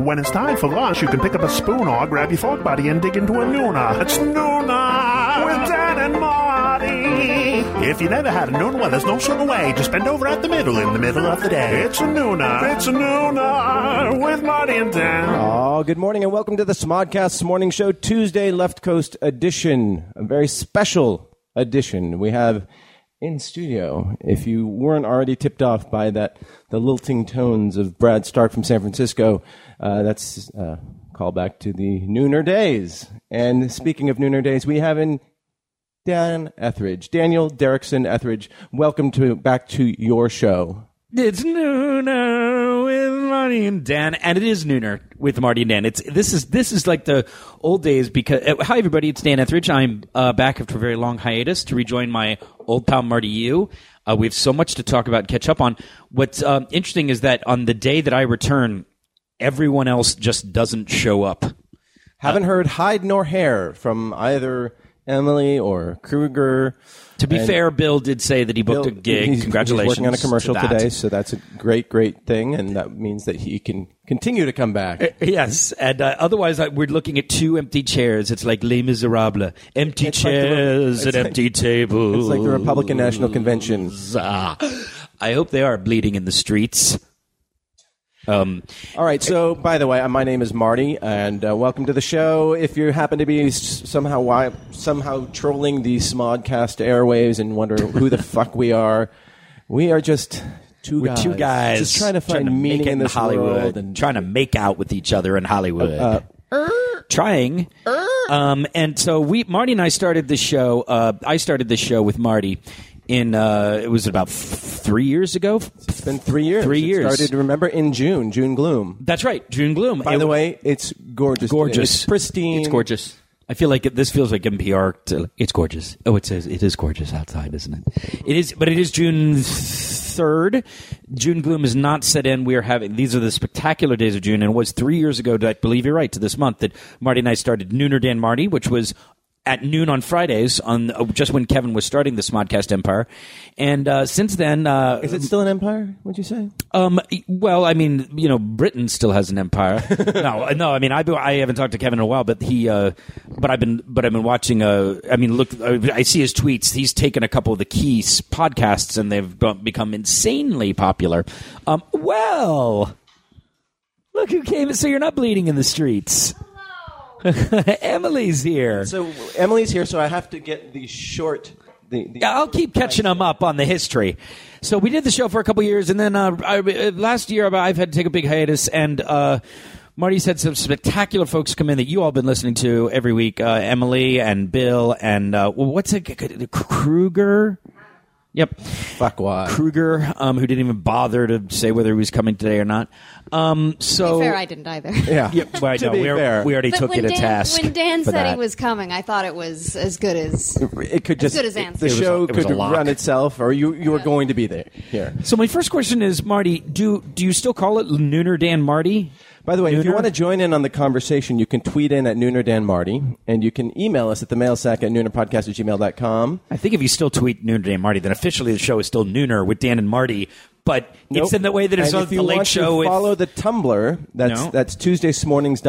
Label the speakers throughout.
Speaker 1: when it's time for lunch, you can pick up a spoon or grab your fork buddy and dig into a Nuna. It's Nuna with Dan and Marty. If you never had a Nuna, well, there's no sort of way. Just bend over at the middle in the middle of the day. It's a Nuna. It's a Nuna with Marty and Dan.
Speaker 2: Oh, good morning and welcome to the Smodcast Morning Show Tuesday Left Coast edition, a very special edition. We have in studio, if you weren't already tipped off by that, the lilting tones of Brad Stark from San Francisco, uh, that's a callback to the Nooner Days. And speaking of Nooner Days, we have in Dan Etheridge, Daniel Derrickson Etheridge. Welcome to back to your show.
Speaker 3: It's Nooner with Marty and Dan, and it is Nooner with Marty and Dan. It's this is this is like the old days because uh, hi everybody, it's Dan Etheridge. I'm uh, back after a very long hiatus to rejoin my old pal Marty. You, uh, we have so much to talk about, and catch up on. What's um, interesting is that on the day that I return, everyone else just doesn't show up. Uh,
Speaker 2: Haven't heard hide nor hair from either Emily or Kruger.
Speaker 3: To be
Speaker 2: And
Speaker 3: fair, Bill did say that he booked a
Speaker 2: Bill-
Speaker 3: gig.
Speaker 2: he's- he's
Speaker 3: Congratulations!
Speaker 2: working on a
Speaker 3: to
Speaker 2: commercial
Speaker 3: that.
Speaker 2: today, so that's a great, great thing, and that means that he can continue to come back.
Speaker 3: Yes, and uh, otherwise uh, we're looking at two empty chairs. It's like Les Miserables, empty
Speaker 2: It's like the re-
Speaker 3: chairs
Speaker 2: it's
Speaker 3: and
Speaker 2: like-
Speaker 3: empty tables.
Speaker 2: It's like the Republican National Convention.
Speaker 3: Ah. I hope they are bleeding in the streets. Um,
Speaker 2: All right. So, by the way, uh, my name is Marty, and uh, welcome to the show. If you happen to be s- somehow wi- somehow trolling the Smodcast airwaves and wonder who the fuck we are, we are just 2
Speaker 3: we're
Speaker 2: guys,
Speaker 3: two guys
Speaker 2: just trying to find
Speaker 3: make
Speaker 2: meaning
Speaker 3: it
Speaker 2: in this
Speaker 3: Hollywood
Speaker 2: world and
Speaker 3: trying to make out with each other in Hollywood. uh, trying. Um, and so we, Marty and I started this show. Uh, I started this show with Marty. In uh, it was about f- three years ago.
Speaker 2: It's been three years.
Speaker 3: Three years.
Speaker 2: It started. Remember in June, June gloom.
Speaker 3: That's right, June Gloom.
Speaker 2: By
Speaker 3: It-
Speaker 2: the way, it's gorgeous. today.
Speaker 3: gorgeous,
Speaker 2: It's pristine.
Speaker 3: It's gorgeous. I feel like it, this feels like NPR. To, it's gorgeous. Oh, it says it is gorgeous outside, isn't it? It is, but it is June third. June gloom is not set in. We are having these are the spectacular days of June, and it was three years ago. that I believe you're right to this month that Marty and I started Nooner Dan Marty, which was at noon on Fridays on uh, just when Kevin was starting the Smodcast Empire, and uh, since then, uh,
Speaker 2: Is it still an empire? Would you say?
Speaker 3: um, well, I mean, you know, Britain still has an empire. no, uh, no, I mean, I, I haven't talked to Kevin in a while, but he, uh, but I've been, but I've been watching. Uh, I mean, look, I, I see his tweets. He's taken a couple of the key s- podcasts, and they've bu- become insanely popular. Um, well, look who came. So you're not bleeding in the streets. Emily's here.
Speaker 2: So Emily's here, so I have to get the short. The, the
Speaker 3: Yeah, I'll keep catching them up on the history. So we did the show for a couple years, and then uh, I, uh, last year I've had to take a big hiatus, and uh, Marty's had some spectacular folks come in that you all been listening to every week. Uh, Emily and Bill and uh, well, what's it? Kruger. Yep,
Speaker 2: fuck why?
Speaker 3: Kruger, um, who didn't even bother to say whether he was coming today or not. Um, so
Speaker 4: To be fair, I didn't either.
Speaker 2: Yeah.
Speaker 3: Yep, right,
Speaker 2: to
Speaker 3: no,
Speaker 2: be
Speaker 3: we, are-
Speaker 2: fair,
Speaker 3: we already
Speaker 4: But
Speaker 3: took
Speaker 4: when
Speaker 3: it a
Speaker 4: Dan,
Speaker 3: task.
Speaker 4: when Dan
Speaker 3: for
Speaker 4: said
Speaker 3: that.
Speaker 4: he was coming, I thought it was as good as.
Speaker 2: it could just
Speaker 4: good as
Speaker 2: it,
Speaker 4: answered.
Speaker 2: the
Speaker 4: It was
Speaker 3: a-
Speaker 2: show
Speaker 3: it was
Speaker 2: could
Speaker 3: a lock.
Speaker 2: run itself, or you you were going to be there here.
Speaker 3: so my first question is, Marty, do do you still call it Nooner Dan Marty?
Speaker 2: By the way, if you
Speaker 3: Nooner?
Speaker 2: want to join in on the conversation, you can tweet in at Nooner Dan Marty, and you can email us at the mailsack at noonerpodcast at gmail.com.
Speaker 3: I think if you still tweet Nooner Dan Marty, then officially the show is still Nooner with Dan and Marty. But it's in the way that it's
Speaker 2: and
Speaker 3: on
Speaker 2: if
Speaker 3: the
Speaker 2: you
Speaker 3: late
Speaker 2: want
Speaker 3: show.
Speaker 2: To
Speaker 3: with-
Speaker 2: follow the Tumblr. That's
Speaker 3: No.
Speaker 2: that's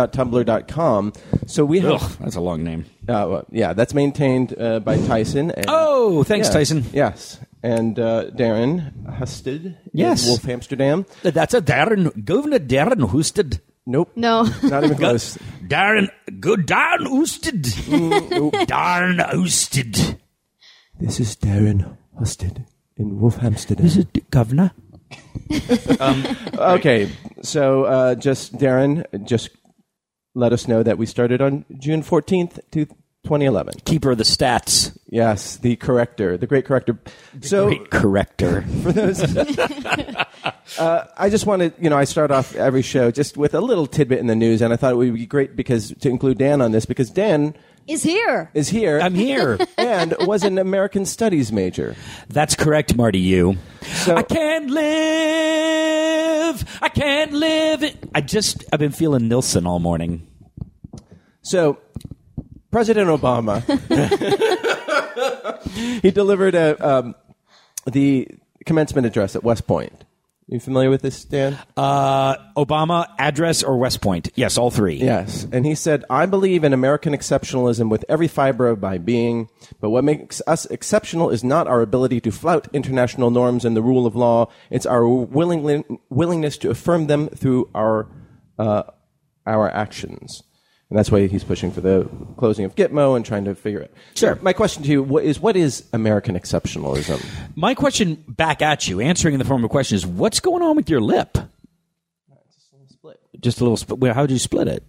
Speaker 2: Tuesdaysmornings.tumblr.com. So we have
Speaker 3: Ugh, that's a long name.
Speaker 2: Uh, well, yeah, that's maintained uh, by Tyson. And,
Speaker 3: Oh, thanks,
Speaker 2: Yeah.
Speaker 3: Tyson.
Speaker 2: Yes, and uh, Darren Husted.
Speaker 3: Yes.
Speaker 2: in Wolf Amsterdam.
Speaker 3: That's a Darren Governor Darren Hoosted.
Speaker 2: Nope.
Speaker 4: No.
Speaker 2: Not even close.
Speaker 3: Darren go Darren Hoosted. Darren Hoosted.
Speaker 2: this is Darren Husted in Wolf Amsterdam.
Speaker 3: Is it Governor?
Speaker 2: okay, so uh, just Darren, just let us know that we started on June fourteenth, two. 2011.
Speaker 3: Keeper of the stats.
Speaker 2: Yes, the corrector, the great corrector. So,
Speaker 3: Great corrector.
Speaker 2: I just want to, you know, I start off every show just with a little tidbit in the news, and I thought it would be great because to include Dan on this because Dan
Speaker 4: Is here.
Speaker 2: is here
Speaker 3: I'm here.
Speaker 2: and was an American Studies major.
Speaker 3: That's correct, Marty. You.
Speaker 2: So-
Speaker 3: I can't live. I can't live. It. I just. I've been feeling Nilsson all morning.
Speaker 2: So, President Obama, he delivered a, um, the commencement address at West Point. You familiar with this, Dan?
Speaker 3: Uh, Obama, address, or West Point? Yes, all three.
Speaker 2: Yes. And he said, I believe in American exceptionalism with every fiber of my being, but what makes us exceptional is not our ability to flout international norms and the rule of law. It's our willing, willingness to affirm them through our, uh, our actions. And that's why he's pushing for the closing of Gitmo and trying to figure it.
Speaker 3: Sure.
Speaker 2: My question to you wha- is what is American exceptionalism?
Speaker 3: My question back at you, answering in the form of a question, is what's going on with your lip? Just a little split. Well, how would you split it?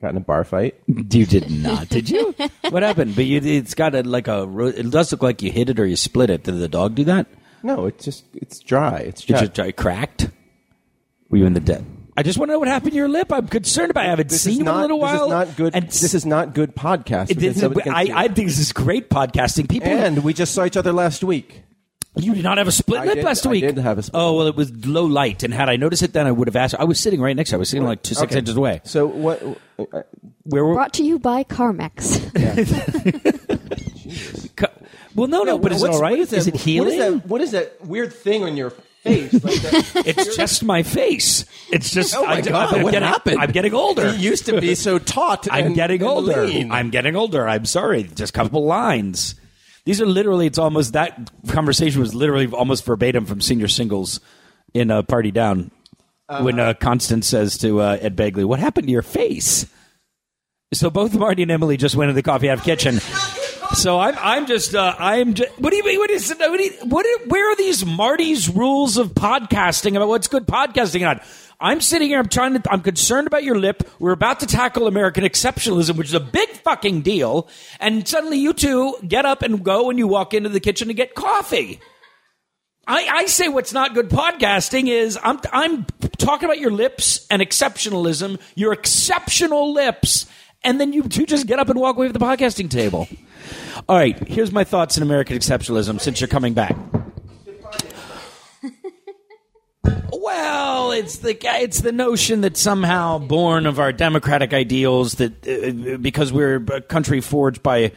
Speaker 2: Got in a bar fight?
Speaker 3: You did not, did you? what happened? But you, it's got a, like a. ro- It does look like you hit it or you split it. Did the dog do that?
Speaker 2: No, it's just, it's dry. It's
Speaker 3: Did
Speaker 2: dry.
Speaker 3: you it cracked? Were you in the debt? I just want to know what happened to your lip. I'm concerned about. It. I haven't
Speaker 2: This
Speaker 3: seen
Speaker 2: is
Speaker 3: you in a
Speaker 2: not-
Speaker 3: little while.
Speaker 2: This is not good.
Speaker 3: And
Speaker 2: this is not good podcast.
Speaker 3: It
Speaker 2: because
Speaker 3: didn't-
Speaker 2: somebody can
Speaker 3: I,
Speaker 2: see
Speaker 3: I
Speaker 2: it.
Speaker 3: think this is great podcasting. People,
Speaker 2: and we just saw each other last week.
Speaker 3: you did not have a split
Speaker 2: I
Speaker 3: lip
Speaker 2: did-
Speaker 3: last
Speaker 2: I
Speaker 3: week.
Speaker 2: did have a split
Speaker 3: Oh well, it was low light, and had I noticed it then, I would have asked. I was sitting right next. to her. I was sitting like two six
Speaker 2: Okay.
Speaker 3: inches away.
Speaker 2: So what? uh,
Speaker 3: Where were?
Speaker 4: Brought to you by CarMax.
Speaker 3: well, no, no, but is it
Speaker 2: what's-
Speaker 3: all right?
Speaker 2: What is, that,
Speaker 3: it healing?
Speaker 2: What is, that, what is that weird thing on your face? Like that,
Speaker 3: It's just my face. It's just.
Speaker 2: Oh my
Speaker 3: I,
Speaker 2: God,
Speaker 3: am
Speaker 2: what
Speaker 3: getting,
Speaker 2: happened?
Speaker 3: I'm getting older.
Speaker 2: it used to be so taut.
Speaker 3: I'm
Speaker 2: and-
Speaker 3: getting
Speaker 2: and
Speaker 3: older.
Speaker 2: lean.
Speaker 3: I'm getting older. I'm sorry. Just a couple lines. These are literally. It's almost that conversation was literally almost verbatim from senior singles in uh, Party Down when
Speaker 2: Uh-huh.
Speaker 3: uh, Constance says to uh, Ed Begley, "What happened to your face?" So both Marty and Emily just went to the coffee out kitchen. So I'm I'm just uh, I'm just, what do you mean what is what, do you, what are- where are these Marty's rules of podcasting about what's good podcasting on? I'm sitting here. I'm trying to. I'm concerned about your lip. We're about to tackle American exceptionalism, which is a big fucking deal. And suddenly, you two get up and go, and you walk into the kitchen to get coffee. I, I say what's not good podcasting is I'm I'm talking about your lips and exceptionalism, your exceptional lips, and then you two just get up and walk away from the podcasting table. All right, here's my thoughts on American exceptionalism since you're coming back. Well, it's the it's the notion that somehow born of our democratic ideals that uh, because we're a country forged by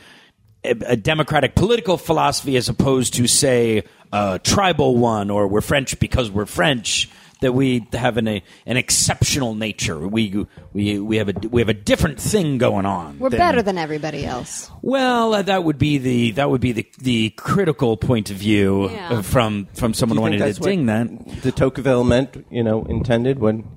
Speaker 3: a, a democratic political philosophy as opposed to say a tribal one or we're French because we're French that we have an a, an exceptional nature. We we we have a we have a different thing going on.
Speaker 4: We're better than everybody else.
Speaker 3: Well, uh, that would be the that would be the the critical point of view
Speaker 4: Yeah.
Speaker 3: uh, from from someone
Speaker 2: You
Speaker 3: who
Speaker 2: think
Speaker 3: wanted to
Speaker 2: that's what
Speaker 3: ding that.
Speaker 2: the Tocqueville meant, you know, intended when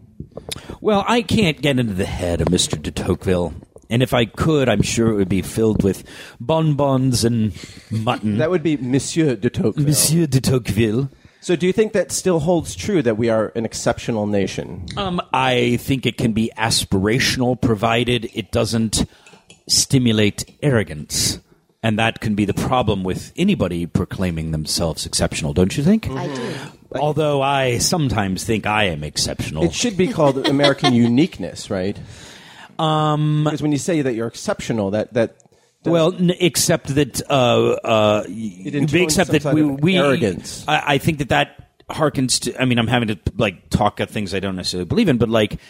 Speaker 3: Well, I can't get into the head of Mister de Tocqueville, and if I could, I'm sure it would be filled with bonbons and mutton.
Speaker 2: that would be Monsieur de Tocqueville.
Speaker 3: Monsieur de Tocqueville.
Speaker 2: So, do you think that still holds true that we are an exceptional nation?
Speaker 3: Um, I think it can be aspirational, provided it doesn't stimulate arrogance. And that can be the problem with anybody proclaiming themselves exceptional, don't you think?
Speaker 4: I do.
Speaker 3: Although I sometimes think I am exceptional.
Speaker 2: It should be called American uniqueness, right? Um, because when you say that you're exceptional, that that
Speaker 3: well, n- except that, uh, uh,
Speaker 2: enjoys
Speaker 3: except
Speaker 2: some
Speaker 3: that
Speaker 2: sort
Speaker 3: we,
Speaker 2: of
Speaker 3: we
Speaker 2: arrogance.
Speaker 3: I, I think that that harkens to. I mean, I'm having to like talk at things I don't necessarily believe in, but like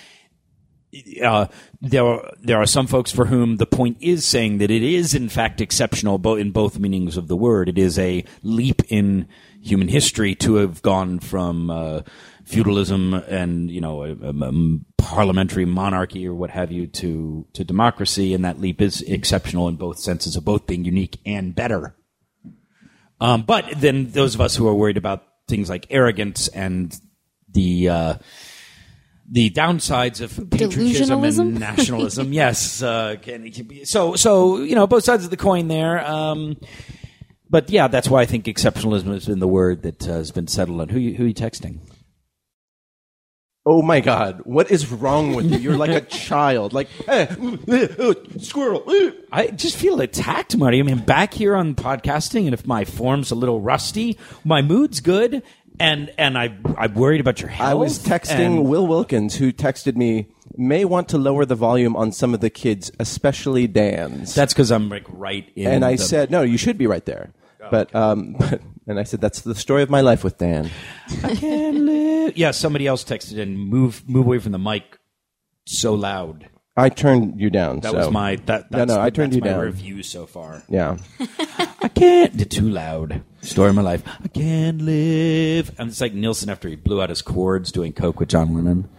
Speaker 3: uh, there are, there are some folks for whom the point is saying that it is in fact exceptional bo- in both meanings of the word. It is a leap in human history to have gone from uh, feudalism and you know a, a- a parliamentary monarchy or what have you to to democracy, and that leap is exceptional in both senses of both being unique and better. Um, but then those of us who are worried about things like arrogance and the uh, the downsides of patriotism and
Speaker 4: Delusionalism?
Speaker 3: nationalism, yes, uh, can, can be, so so you know both sides of the coin there. Um, but yeah, that's why I think exceptionalism has been the word that uh, has been settled on. Who you, who you texting?
Speaker 2: Oh my God! What is wrong with you? You're like a child. Like eh, mm, eh, eh, squirrel. eh.
Speaker 3: I just feel attacked, Marty. I mean, back here on podcasting, and if my form's a little rusty, my mood's good, and and I I'm worried about your health.
Speaker 2: I was texting
Speaker 3: and-
Speaker 2: Will Wilkins, who texted me, "May want to lower the volume on some of the kids, especially Dan's."
Speaker 3: That's because I'm like right in.
Speaker 2: and I
Speaker 3: the-
Speaker 2: said, "No, you should be right there." But um, but and I said, "That's the story of my life with Dan."
Speaker 3: yeah. Somebody else texted in, move move away from the mic, so loud.
Speaker 2: I turned you down.
Speaker 3: That
Speaker 2: so.
Speaker 3: was my that.
Speaker 2: No,
Speaker 3: That's
Speaker 2: no,
Speaker 3: the-
Speaker 2: I turned
Speaker 3: that's
Speaker 2: you
Speaker 3: my
Speaker 2: down.
Speaker 3: Review so far.
Speaker 2: Yeah.
Speaker 3: I can't. They're too loud. Story of my life. I can't live. I'm just like Nilsson after he blew out his cords doing coke with John Lennon.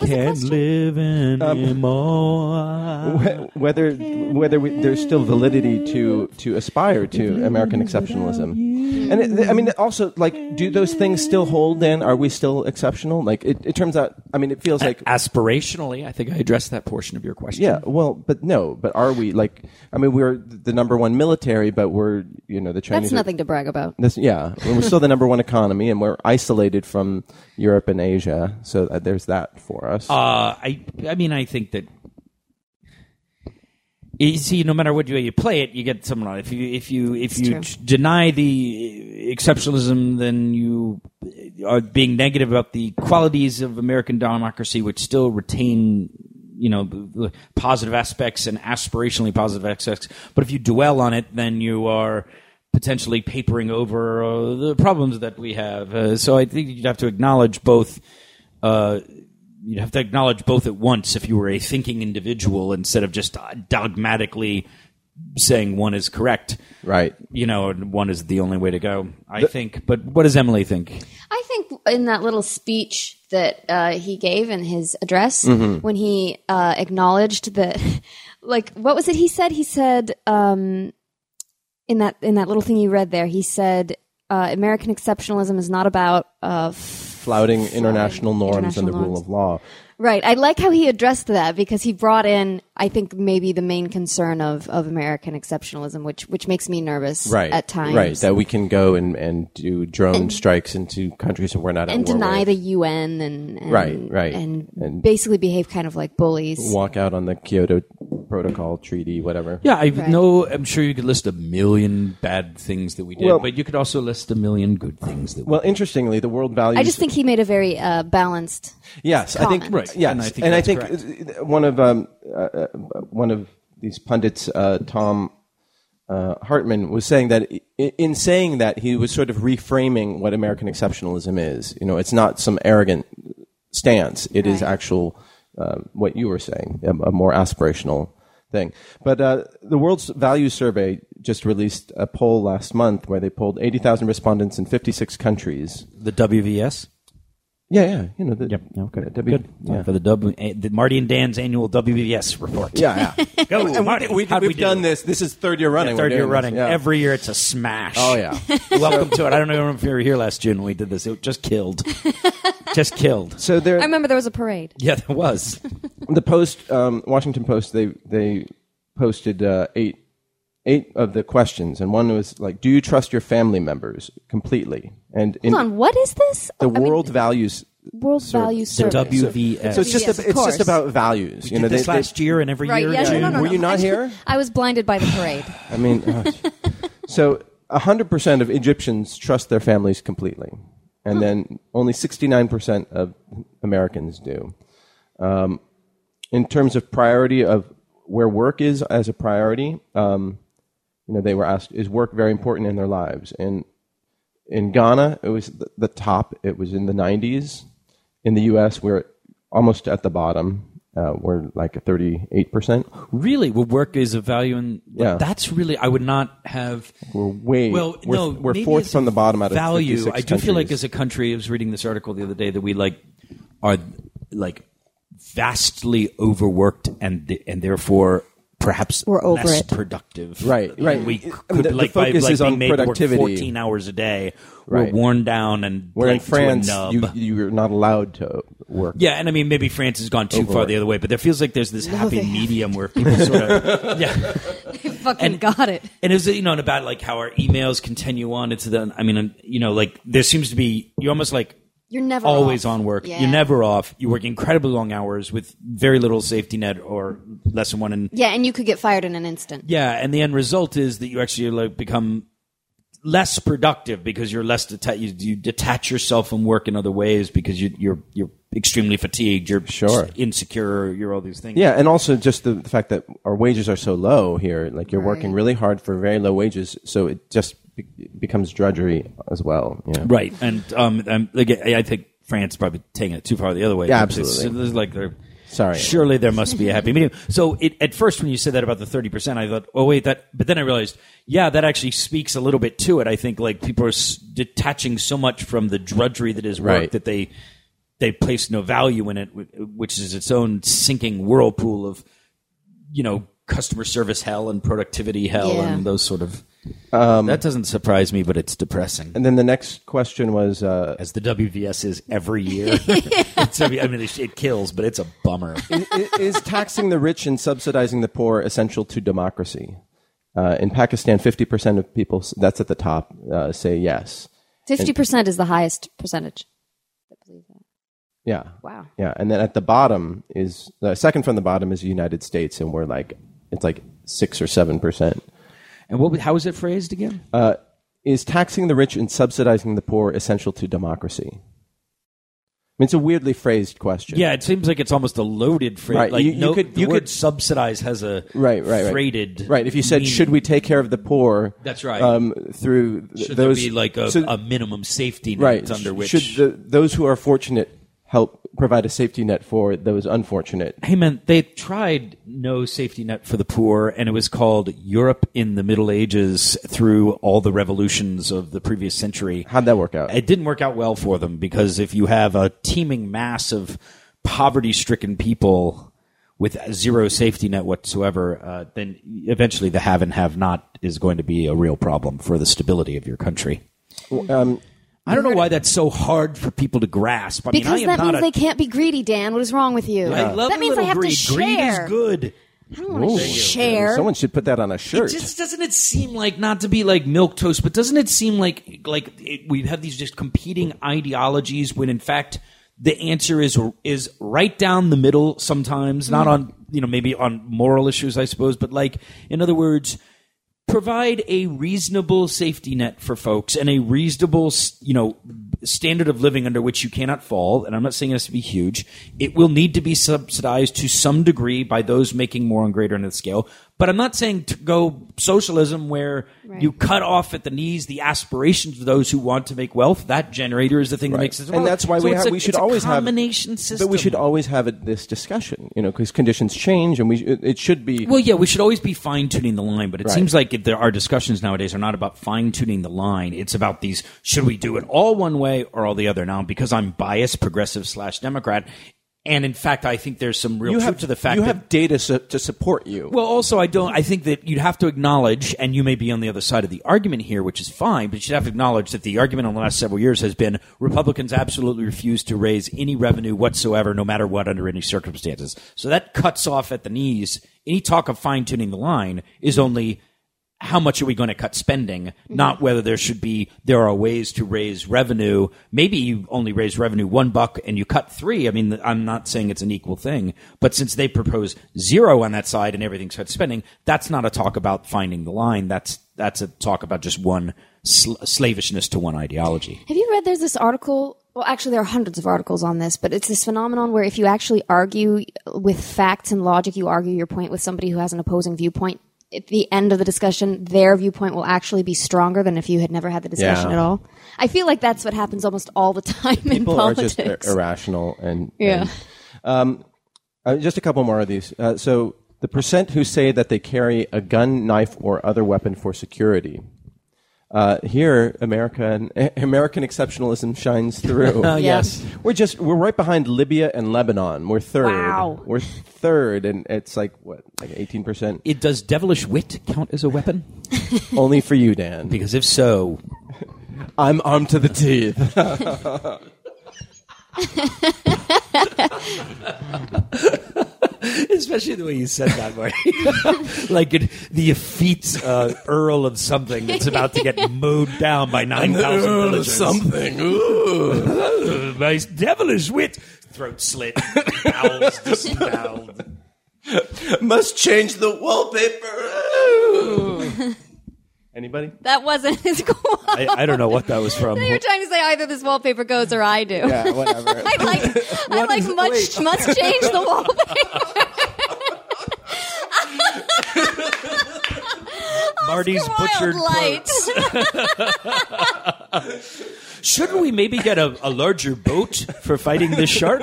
Speaker 3: I
Speaker 4: was the
Speaker 3: can't
Speaker 4: question?
Speaker 3: live
Speaker 2: Um,
Speaker 3: anymore.
Speaker 2: Wh- Whether whether we, there's still validity to to aspire to American exceptionalism, and it, I mean also like do those things still hold? Then are we still exceptional? Like it, it turns out. I mean, it feels like
Speaker 3: Aspirationally, I think I addressed that portion of your question.
Speaker 2: Yeah, well, but no, but are we like? I mean, we're the number one military, but we're you know the Chinese.
Speaker 4: That's nothing to brag about.
Speaker 2: This, yeah, and we're still the number one economy, and we're isolated from Europe and Asia, so uh, there's that for us.
Speaker 3: Uh, I I mean, I think that you see, no matter what way you play it, you get someone on. If you if you if you
Speaker 4: true.
Speaker 3: ch- deny the exceptionalism, then you are being negative about the qualities of American democracy, which still retain you know b- b- positive aspects and aspirationally positive aspects. But if you dwell on it, then you are potentially papering over uh, the problems that we have. Uh, so I think you'd have to acknowledge both. Uh, you'd have to acknowledge both at once if you were a thinking individual instead of just uh, dogmatically saying one is correct
Speaker 2: Right.
Speaker 3: you know and one is the only way to go i think but what does emily think
Speaker 4: I think in that little speech that uh, he gave in his address,
Speaker 3: Mm-hmm.
Speaker 4: when he uh, acknowledged that, like, what was it he said? He said um, in that in that little thing you read there, he said uh, American exceptionalism is not about uh,
Speaker 2: Flouting international norms and
Speaker 4: international
Speaker 2: the rule
Speaker 4: norms.
Speaker 2: of law.
Speaker 4: Right. I like how he addressed that because he brought in, I think, maybe the main concern of, of American exceptionalism, which which makes me nervous
Speaker 2: Right.
Speaker 4: at times.
Speaker 2: Right. That we can go and, and do drone strikes into countries that we're not at
Speaker 4: and
Speaker 2: war
Speaker 4: deny
Speaker 2: with.
Speaker 4: the UN and, and
Speaker 2: Right, right.
Speaker 4: and,
Speaker 2: And-
Speaker 4: basically behave kind of like bullies.
Speaker 2: walk out on the Kyoto Protocol treaty, whatever.
Speaker 3: yeah i
Speaker 4: Right.
Speaker 3: know i'm sure you could list a million bad things that we did
Speaker 2: Well-
Speaker 3: but you could also list a million good things that we
Speaker 2: Well, interestingly, the world values.
Speaker 4: I just think he made a very uh, balanced.
Speaker 2: Yes, I think
Speaker 4: comment. Right,
Speaker 2: Yes,
Speaker 3: and I think
Speaker 2: and I
Speaker 3: that's
Speaker 2: think uh, one of um, uh, uh, one of these pundits, uh, Tom uh, Hartman, was saying that i- in saying that he was sort of reframing what American exceptionalism is. You know, it's not some arrogant stance; it is
Speaker 4: Right.
Speaker 2: actual um, what you were saying, um, a, a more aspirational thing. But uh, the World's Value Survey just released a poll last month where they polled eighty thousand respondents in fifty-six countries.
Speaker 3: the wvs
Speaker 2: Yeah, yeah, you know, the,
Speaker 3: okay
Speaker 2: the-
Speaker 3: good
Speaker 2: yeah.
Speaker 3: for the, w, eh, the marty and dan's annual wvs report
Speaker 2: Yeah, yeah.
Speaker 3: Go,
Speaker 2: And
Speaker 3: Marty.
Speaker 2: we,
Speaker 3: How'd
Speaker 2: have
Speaker 3: we do?
Speaker 2: done this. This is third year running.
Speaker 3: third
Speaker 2: We're
Speaker 3: year
Speaker 2: doing
Speaker 3: running.
Speaker 2: this. Yeah.
Speaker 3: Every year it's a smash.
Speaker 2: Oh, yeah.
Speaker 3: Welcome to it. I don't know if you were here last June when we did this. It just killed. just killed.
Speaker 2: So there,
Speaker 4: I remember there was a parade.
Speaker 3: Yeah, there was.
Speaker 2: the Post, um, Washington Post, they they posted uh, eight eight of the questions, and one was like, "Do you trust your family members completely?" And in
Speaker 4: Hold on, what is this?
Speaker 2: the
Speaker 4: I mean,
Speaker 2: world values,
Speaker 4: World Value
Speaker 3: The
Speaker 4: Survey.
Speaker 3: WVS.
Speaker 2: so it's just
Speaker 4: Yes,
Speaker 2: a,
Speaker 4: of
Speaker 2: it's
Speaker 4: course.
Speaker 2: just about values. you know,
Speaker 3: did this
Speaker 2: they- they-
Speaker 3: last year and every
Speaker 4: Right?
Speaker 3: year.
Speaker 4: Yes.
Speaker 3: June.
Speaker 4: No, no, no,
Speaker 2: Were
Speaker 4: no.
Speaker 2: you not
Speaker 4: I-
Speaker 2: here?
Speaker 4: I was blinded by the parade.
Speaker 2: I mean, oh, so hundred percent of Egyptians trust their families completely, and then only sixty-nine percent of Americans do. Um, in terms of priority of where work is as a priority, um, you know, they were asked, "Is work very important in their lives?" And in Ghana, it was the, the top. It was in the nineties. In the U.S., we're almost at the bottom. Uh, we're like thirty-eight percent.
Speaker 3: Really? Well, work is a value, and
Speaker 2: Yeah.
Speaker 3: that's really I would not have.
Speaker 2: We're way-
Speaker 3: well.
Speaker 2: we're-
Speaker 3: no,
Speaker 2: we're
Speaker 3: maybe
Speaker 2: fourth
Speaker 3: as
Speaker 2: from the bottom out of
Speaker 3: value.
Speaker 2: 56
Speaker 3: I do feel like
Speaker 2: countries.
Speaker 3: as a country, I was reading this article the other day that we like are like vastly overworked and and therefore perhaps
Speaker 4: We're over
Speaker 3: less
Speaker 4: it.
Speaker 3: productive.
Speaker 2: Right, right.
Speaker 3: We
Speaker 2: I mean,
Speaker 3: could,
Speaker 2: the- the
Speaker 3: like by,
Speaker 2: focus
Speaker 3: like
Speaker 2: is
Speaker 3: being
Speaker 2: on
Speaker 3: made to work
Speaker 2: productivity.
Speaker 3: fourteen hours a day.
Speaker 2: Right.
Speaker 3: We're worn down and
Speaker 2: We're in
Speaker 3: like, to a
Speaker 2: France.
Speaker 3: nub.
Speaker 2: You, you're not allowed to work.
Speaker 3: Yeah, and I mean maybe France has gone too far
Speaker 2: Overworked.
Speaker 3: the other way, but there feels like there's this happy
Speaker 4: they haven't.
Speaker 3: medium where people sort of yeah.
Speaker 4: Fucking got it.
Speaker 3: And it was you know and about like how our emails continue on into the I mean um, you know like there seems to be you almost like
Speaker 4: You're never
Speaker 3: always
Speaker 4: off.
Speaker 3: on work.
Speaker 4: Yeah.
Speaker 3: You're never off. You work incredibly long hours with very little safety net or less than one and
Speaker 4: Yeah, and you could get fired in an instant.
Speaker 3: yeah, and the end result is that you actually like become less productive because you're less deta- you, you detach yourself from work in other ways because you, you're you're extremely fatigued, you're
Speaker 2: Sure.
Speaker 3: insecure, you're all these things.
Speaker 2: Yeah, and also just the, the fact that our wages are so low here. Like you're working
Speaker 4: Right.
Speaker 2: really hard for very low wages, so it just be- becomes drudgery as well. you know.
Speaker 3: Right, and um, um, like, I I think France probably taking it too far the other way.
Speaker 2: Yeah,
Speaker 3: It's-
Speaker 2: absolutely.
Speaker 3: it's like they're
Speaker 2: Sorry.
Speaker 3: Surely there must be a happy medium. So it, at first, when you said that about the thirty percent, I thought, oh wait, that. But then I realized, yeah, that actually speaks a little bit to it. I think like people are s- detaching so much from the drudgery that is work
Speaker 2: Right.
Speaker 3: that they they place no value in it, wh- which is its own sinking whirlpool of you know customer service hell and productivity hell
Speaker 4: Yeah.
Speaker 3: and those sort of.
Speaker 2: Um,
Speaker 3: that doesn't surprise me, but it's depressing
Speaker 2: And then the next question was uh,
Speaker 3: as the WVS is every year. It's- I mean, it, it kills, but it's a bummer.
Speaker 2: i- Is taxing the rich and subsidizing the poor essential to democracy? Uh, in Pakistan, 50% of people, s- that's at the top, uh, say yes.
Speaker 4: Fifty percent is the highest percentage.
Speaker 2: Yeah.
Speaker 4: Wow.
Speaker 2: Yeah. And then at the bottom is, the second from the bottom is the United States, and we're like, it's like 6 or 7%.
Speaker 3: And what? How is it phrased again?
Speaker 2: Uh, Is taxing the rich and subsidizing the poor essential to democracy? I mean, it's a weirdly phrased question.
Speaker 3: yeah, it seems like it's almost a loaded phrase.
Speaker 2: Right,
Speaker 3: Like
Speaker 2: you- you
Speaker 3: no,
Speaker 2: could-
Speaker 3: the
Speaker 2: you
Speaker 3: word
Speaker 2: could-
Speaker 3: subsidize has a
Speaker 2: Right, right, right.
Speaker 3: freighted
Speaker 2: Right. If you said,
Speaker 3: meaning.
Speaker 2: should we take care of the poor?
Speaker 3: That's right.
Speaker 2: Um, through th-
Speaker 3: should
Speaker 2: those.
Speaker 3: there be like a,
Speaker 2: so-
Speaker 3: a minimum safety net
Speaker 2: right.
Speaker 3: under which
Speaker 2: Should the, those who are fortunate help provide a safety net for those unfortunate?
Speaker 3: Hey man, they tried no safety net for the poor, and it was called Europe in the Middle Ages through all the revolutions of the previous century.
Speaker 2: How'd that work out?
Speaker 3: Uh, It didn't work out well for them because if you have a teeming mass of poverty-stricken people with zero safety net whatsoever, uh, then eventually the have and have not is going to be a real problem for the stability of your country.
Speaker 2: um,
Speaker 3: I don't know why that's so hard for people to grasp. I mean, I
Speaker 4: Because
Speaker 3: am
Speaker 4: that
Speaker 3: not
Speaker 4: means
Speaker 3: a-
Speaker 4: they can't be greedy, Dan. What is wrong with you?
Speaker 3: I love
Speaker 4: that
Speaker 3: a
Speaker 4: means I
Speaker 3: little
Speaker 4: have
Speaker 3: greed.
Speaker 4: to
Speaker 3: Greed is
Speaker 4: share.
Speaker 3: good.
Speaker 4: I don't want to share.
Speaker 2: Someone should put that on a shirt.
Speaker 3: Just doesn't it seem like not to be like milk toast, but doesn't it seem like like it, we have these just competing ideologies when in fact the answer is is right down the middle sometimes, not on you know maybe on moral issues I suppose, but like in other words provide a reasonable safety net for folks and a reasonable s- you know standard of living under which you cannot fall and i'm not saying it has to be huge it will need to be subsidized to some degree by those making more on greater end of the scale but i'm not saying to go socialism where you cut off at the knees the aspirations of those who want to make wealth that generator is the thing that makes it
Speaker 2: and that's why
Speaker 3: So
Speaker 2: we,
Speaker 3: it's
Speaker 2: ha-
Speaker 3: a-
Speaker 2: we should
Speaker 3: it's a
Speaker 2: always
Speaker 3: combination
Speaker 2: have
Speaker 3: system.
Speaker 2: But we should always have it this discussion, you know, because conditions change, and we it, it should be
Speaker 3: Well, yeah, we should always be fine tuning the line, but it
Speaker 2: Right.
Speaker 3: seems like if there, our discussions nowadays are not about fine tuning the line. It's about these should we do it all one way or all the other? Now, because I'm biased, progressive slash Democrat, and in fact, I think there's some real
Speaker 2: you
Speaker 3: truth
Speaker 2: have
Speaker 3: to the fact
Speaker 2: you
Speaker 3: that
Speaker 2: have data su- to support you.
Speaker 3: well, also, I don't. I think that you'd have to acknowledge, and you may be on the other side of the argument here, which is fine. But you'd have to acknowledge that the argument in the last several years has been Republicans absolutely refuse to raise any revenue whatsoever, no matter what, under any circumstances. So that cuts off at the knees. Any talk of fine tuning the line is only how much are we going to cut spending, not whether there should be. There are ways to raise revenue. Maybe you only raise revenue one buck and you cut three. I mean, I'm not saying it's an equal thing, but since they propose zero on that side and everything's cut spending, that's not a talk about finding the line. That's that's a talk about just one sl- slavishness to one ideology.
Speaker 4: Have you read there's this article? Well, actually, there are hundreds of articles on this, but it's this phenomenon where if you actually argue with facts and logic, you argue your point with somebody who has an opposing viewpoint. At the end of the discussion, their viewpoint will actually be stronger than if you had never had the discussion
Speaker 2: Yeah.
Speaker 4: at all. I feel like that's what happens almost all the time in
Speaker 2: people are
Speaker 4: politics.
Speaker 2: just ir- irrational and
Speaker 4: Yeah.
Speaker 2: and, um, uh, just a couple more of these. Uh, so the percent who say that they carry a gun, knife, or other weapon for security. Uh, here, American American exceptionalism shines through.
Speaker 4: yes.
Speaker 2: we're just we're right behind Libya and Lebanon. We're third.
Speaker 4: Wow.
Speaker 2: We're third, and it's like what, like eighteen percent.
Speaker 3: It does devilish wit count as a weapon?
Speaker 2: Only for you, Dan.
Speaker 3: Because if so,
Speaker 2: I'm armed to the teeth.
Speaker 3: Especially the way you said that, Marty. like it, the effete uh, Earl of something that's about to get mowed down by 9,000 villagers.
Speaker 2: Something. Ooh.
Speaker 3: Ugh, my devilish wit. Throat slit. Bowels disemboweled.
Speaker 2: Must change the wallpaper. Anybody?
Speaker 4: That wasn't his quote.
Speaker 3: I, I don't know what that was from.
Speaker 4: Now you're trying to say either this wallpaper goes or I do.
Speaker 2: Yeah, whatever.
Speaker 4: I like I like much must change the wallpaper.
Speaker 3: Marty's butchered
Speaker 4: Wild light.
Speaker 3: quotes. Shouldn't we maybe get a, a larger boat for fighting this shark?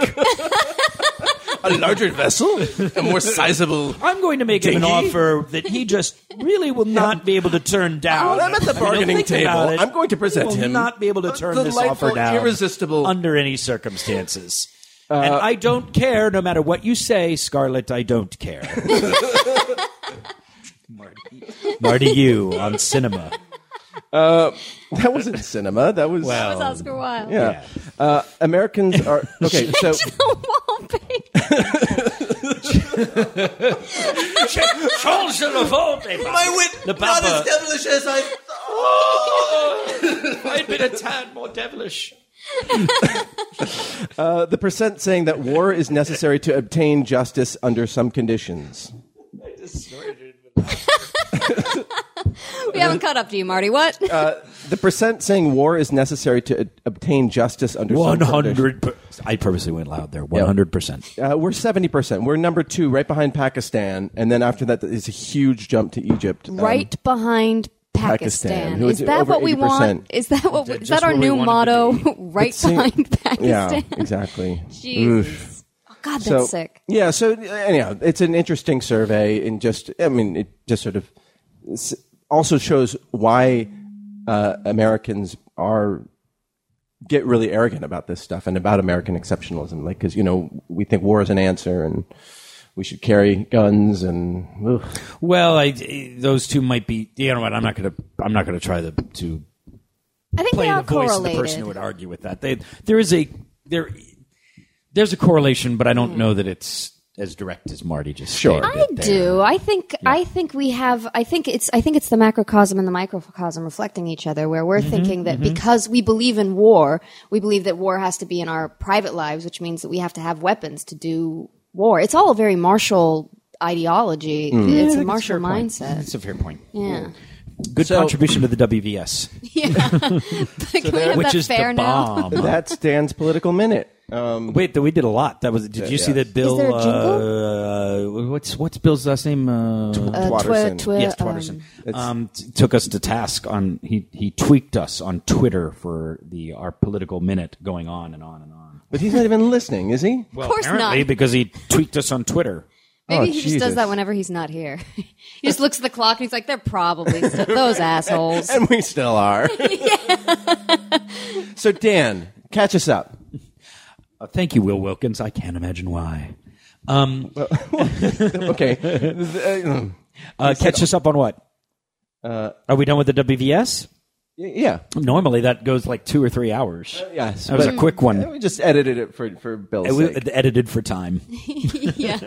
Speaker 5: a larger vessel, a more sizable.
Speaker 3: I'm going to make him an
Speaker 5: Dinky?
Speaker 3: offer that he just really will not be able to turn down.
Speaker 5: Well, Oh, I'm at the
Speaker 3: I mean,
Speaker 5: bargaining
Speaker 3: think about
Speaker 5: table.
Speaker 3: it.
Speaker 5: I'm going to
Speaker 3: He
Speaker 5: present
Speaker 3: will
Speaker 5: him
Speaker 3: not be able to
Speaker 5: a
Speaker 3: turn this
Speaker 5: delightful,
Speaker 3: offer down,
Speaker 5: irresistible- Uh,
Speaker 3: under any circumstances. and I don't care, no matter what you say, Scarlett. I don't care. Marty, Marty, you on cinema.
Speaker 2: That wasn't cinema. That was
Speaker 4: That
Speaker 3: Um,
Speaker 4: was Oscar Wilde.
Speaker 2: yeah. Uh, Americans are okay. So
Speaker 4: Wallpaper.
Speaker 3: Charles de La Volpe,
Speaker 5: I
Speaker 3: The not Papa. as
Speaker 5: devilish as I
Speaker 3: I'd been a tad more devilish.
Speaker 2: uh, the percent saying that war is necessary to obtain justice under some conditions.
Speaker 4: we haven't caught up to you, Marty. What?
Speaker 3: Uh,
Speaker 2: The percent saying war is necessary to obtain justice under some
Speaker 3: One
Speaker 2: conditions.
Speaker 3: hundred. I purposely went loud there. One hundred percent.
Speaker 2: Uh, we're seventy percent. We're number two, right behind Pakistan, and then after that is a huge jump to Egypt. Um,
Speaker 4: right behind
Speaker 2: Pakistan.
Speaker 4: Pakistan.
Speaker 2: Who
Speaker 4: Is
Speaker 2: is
Speaker 4: that
Speaker 2: over
Speaker 4: what we
Speaker 2: 80%.
Speaker 4: want? Is that what? Is
Speaker 3: Just
Speaker 4: that our
Speaker 3: where we
Speaker 4: new
Speaker 3: wanted to
Speaker 4: motto?
Speaker 3: be.
Speaker 4: right
Speaker 2: It's-
Speaker 4: behind
Speaker 2: Yeah,
Speaker 4: Pakistan.
Speaker 2: exactly.
Speaker 4: Jesus. Oh, God, that's
Speaker 2: so
Speaker 4: sick.
Speaker 2: yeah so uh, anyhow it's an interesting survey and just i mean it just sort of s- also shows why uh, americans are get really arrogant about this stuff and about american exceptionalism like because you know we think war is an answer and we should carry guns and ugh.
Speaker 3: Well, I, those two might be. You know what? I'm not gonna. I'm not gonna try the, to
Speaker 4: I think
Speaker 3: play
Speaker 4: they
Speaker 3: the
Speaker 4: are
Speaker 3: voice of the
Speaker 4: correlated.
Speaker 3: person who would argue with that. They, there is a there. There's a correlation, but I don't know that it's as direct as Marty just.
Speaker 2: Sure.
Speaker 3: stated
Speaker 4: Mm. I
Speaker 3: there.
Speaker 4: do. I think. I think we have. I think it's. I think it's the macrocosm and the microcosm reflecting each other. Where we're
Speaker 3: Mm-hmm,
Speaker 4: thinking that because we believe in war, we believe that war has to be in our private lives, which means that we have to have weapons to do war. It's all a very martial ideology.
Speaker 3: Mm.
Speaker 4: It's a martial mindset.
Speaker 3: That's a fair point.
Speaker 4: Yeah.
Speaker 3: Good contribution to the WVS,
Speaker 4: Can we have
Speaker 3: which
Speaker 4: that
Speaker 3: is
Speaker 4: fair
Speaker 3: the
Speaker 4: now?
Speaker 3: bomb.
Speaker 2: that's dan's political minute uh,
Speaker 3: Wait, th- we did a lot. That was. Did you see that Bill?
Speaker 4: there a
Speaker 3: uh, what's what's Bill's last name? Uh,
Speaker 4: Uh, twi-
Speaker 2: Watterson.
Speaker 4: twi-
Speaker 3: yes,
Speaker 4: um,
Speaker 3: Twatterson. Um, t- took us to task on he he tweaked us on Twitter for the our political minute going on and on and on.
Speaker 2: but he's not even listening is he
Speaker 3: Well,
Speaker 4: course
Speaker 3: apparently
Speaker 4: not.
Speaker 3: because he tweaked us on Twitter.
Speaker 4: Maybe
Speaker 2: Oh,
Speaker 4: he just
Speaker 2: Jesus.
Speaker 4: does that whenever he's not here. he just looks at the clock and he's like, "They're probably still, those assholes."
Speaker 2: and we still are so dan catch us up
Speaker 3: Uh, thank you, Will Wilkins. I can't imagine why. Um,
Speaker 2: okay
Speaker 3: uh, catch us up on what? Uh, Are we done with the WVS?
Speaker 2: yeah
Speaker 3: Normally, that goes like two or three hours.
Speaker 2: Yes,
Speaker 3: that was
Speaker 2: but-
Speaker 3: a quick one.
Speaker 2: Uh, Yeah, We just edited it for for Bill's
Speaker 3: It was
Speaker 2: sake.
Speaker 3: edited for time
Speaker 4: yeah.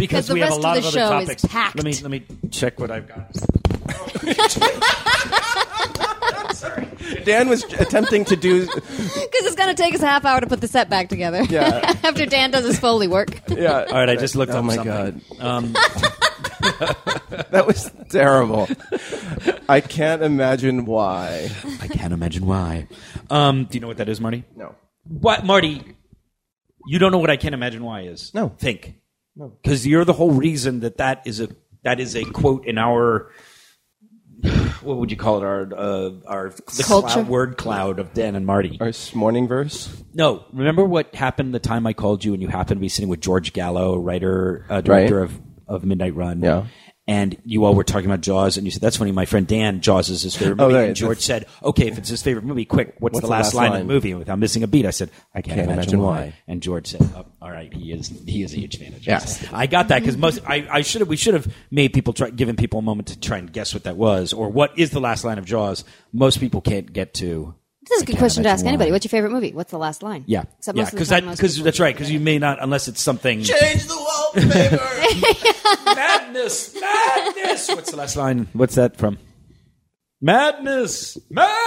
Speaker 3: because
Speaker 4: the
Speaker 3: we have a
Speaker 4: rest of
Speaker 3: lot
Speaker 4: the
Speaker 3: of, other
Speaker 4: show is
Speaker 3: topics.
Speaker 4: packed.
Speaker 3: Let me let me check what I've got.
Speaker 2: Dan was attempting to do.
Speaker 4: Because it's going to take us a half hour to put the set back together.
Speaker 2: Yeah.
Speaker 4: After Dan does his Foley work.
Speaker 2: Yeah.
Speaker 3: All right, I just looked
Speaker 2: Oh
Speaker 3: up
Speaker 2: my
Speaker 3: something.
Speaker 2: god. that was terrible. I can't imagine why.
Speaker 3: I can't imagine why. Um, do you know what that is, Marty?
Speaker 2: No.
Speaker 3: What, Marty? You don't know what I can't imagine why is.
Speaker 2: No.
Speaker 3: think. No, because you're the whole reason that that is a that is a quote in our. What would you call it? Our uh, our the
Speaker 4: Culture?
Speaker 3: cloud, word cloud of Dan and Marty.
Speaker 2: Our s- morning verse.
Speaker 3: No, remember what happened the time I called you and you happened to be sitting with George Gallo, writer, uh, director
Speaker 2: Right.
Speaker 3: of, of Midnight Run.
Speaker 2: Yeah.
Speaker 3: And you all were talking about Jaws, and you said, That's funny, my friend Dan, Jaws is his favorite
Speaker 2: Oh,
Speaker 3: movie.
Speaker 2: right,
Speaker 3: And George said, Okay, if it's his favorite movie, quick, what's, the, last line, of the movie? And without missing a beat, I said, I can't, imagine, why. And George said, oh, All right, he is he is a huge fan of Jaws.
Speaker 2: Yes.
Speaker 3: I got that because most, I, I should have, we should have made people try, given people a moment to try and guess what that was or what is the last line of Jaws. Most people can't get to.
Speaker 4: This is a
Speaker 3: I
Speaker 4: good
Speaker 3: can't
Speaker 4: question to
Speaker 3: imagine
Speaker 4: ask anybody.
Speaker 3: why.
Speaker 4: What's your favorite movie? What's the last line?
Speaker 3: Yeah,
Speaker 4: Except
Speaker 3: yeah,
Speaker 4: most of the
Speaker 3: because
Speaker 4: time,
Speaker 3: that
Speaker 4: most
Speaker 3: because
Speaker 4: people-
Speaker 3: that's right because you may not unless it's something
Speaker 5: change the wallpaper.
Speaker 3: madness, madness. What's the last line? What's that from? Madness, madness.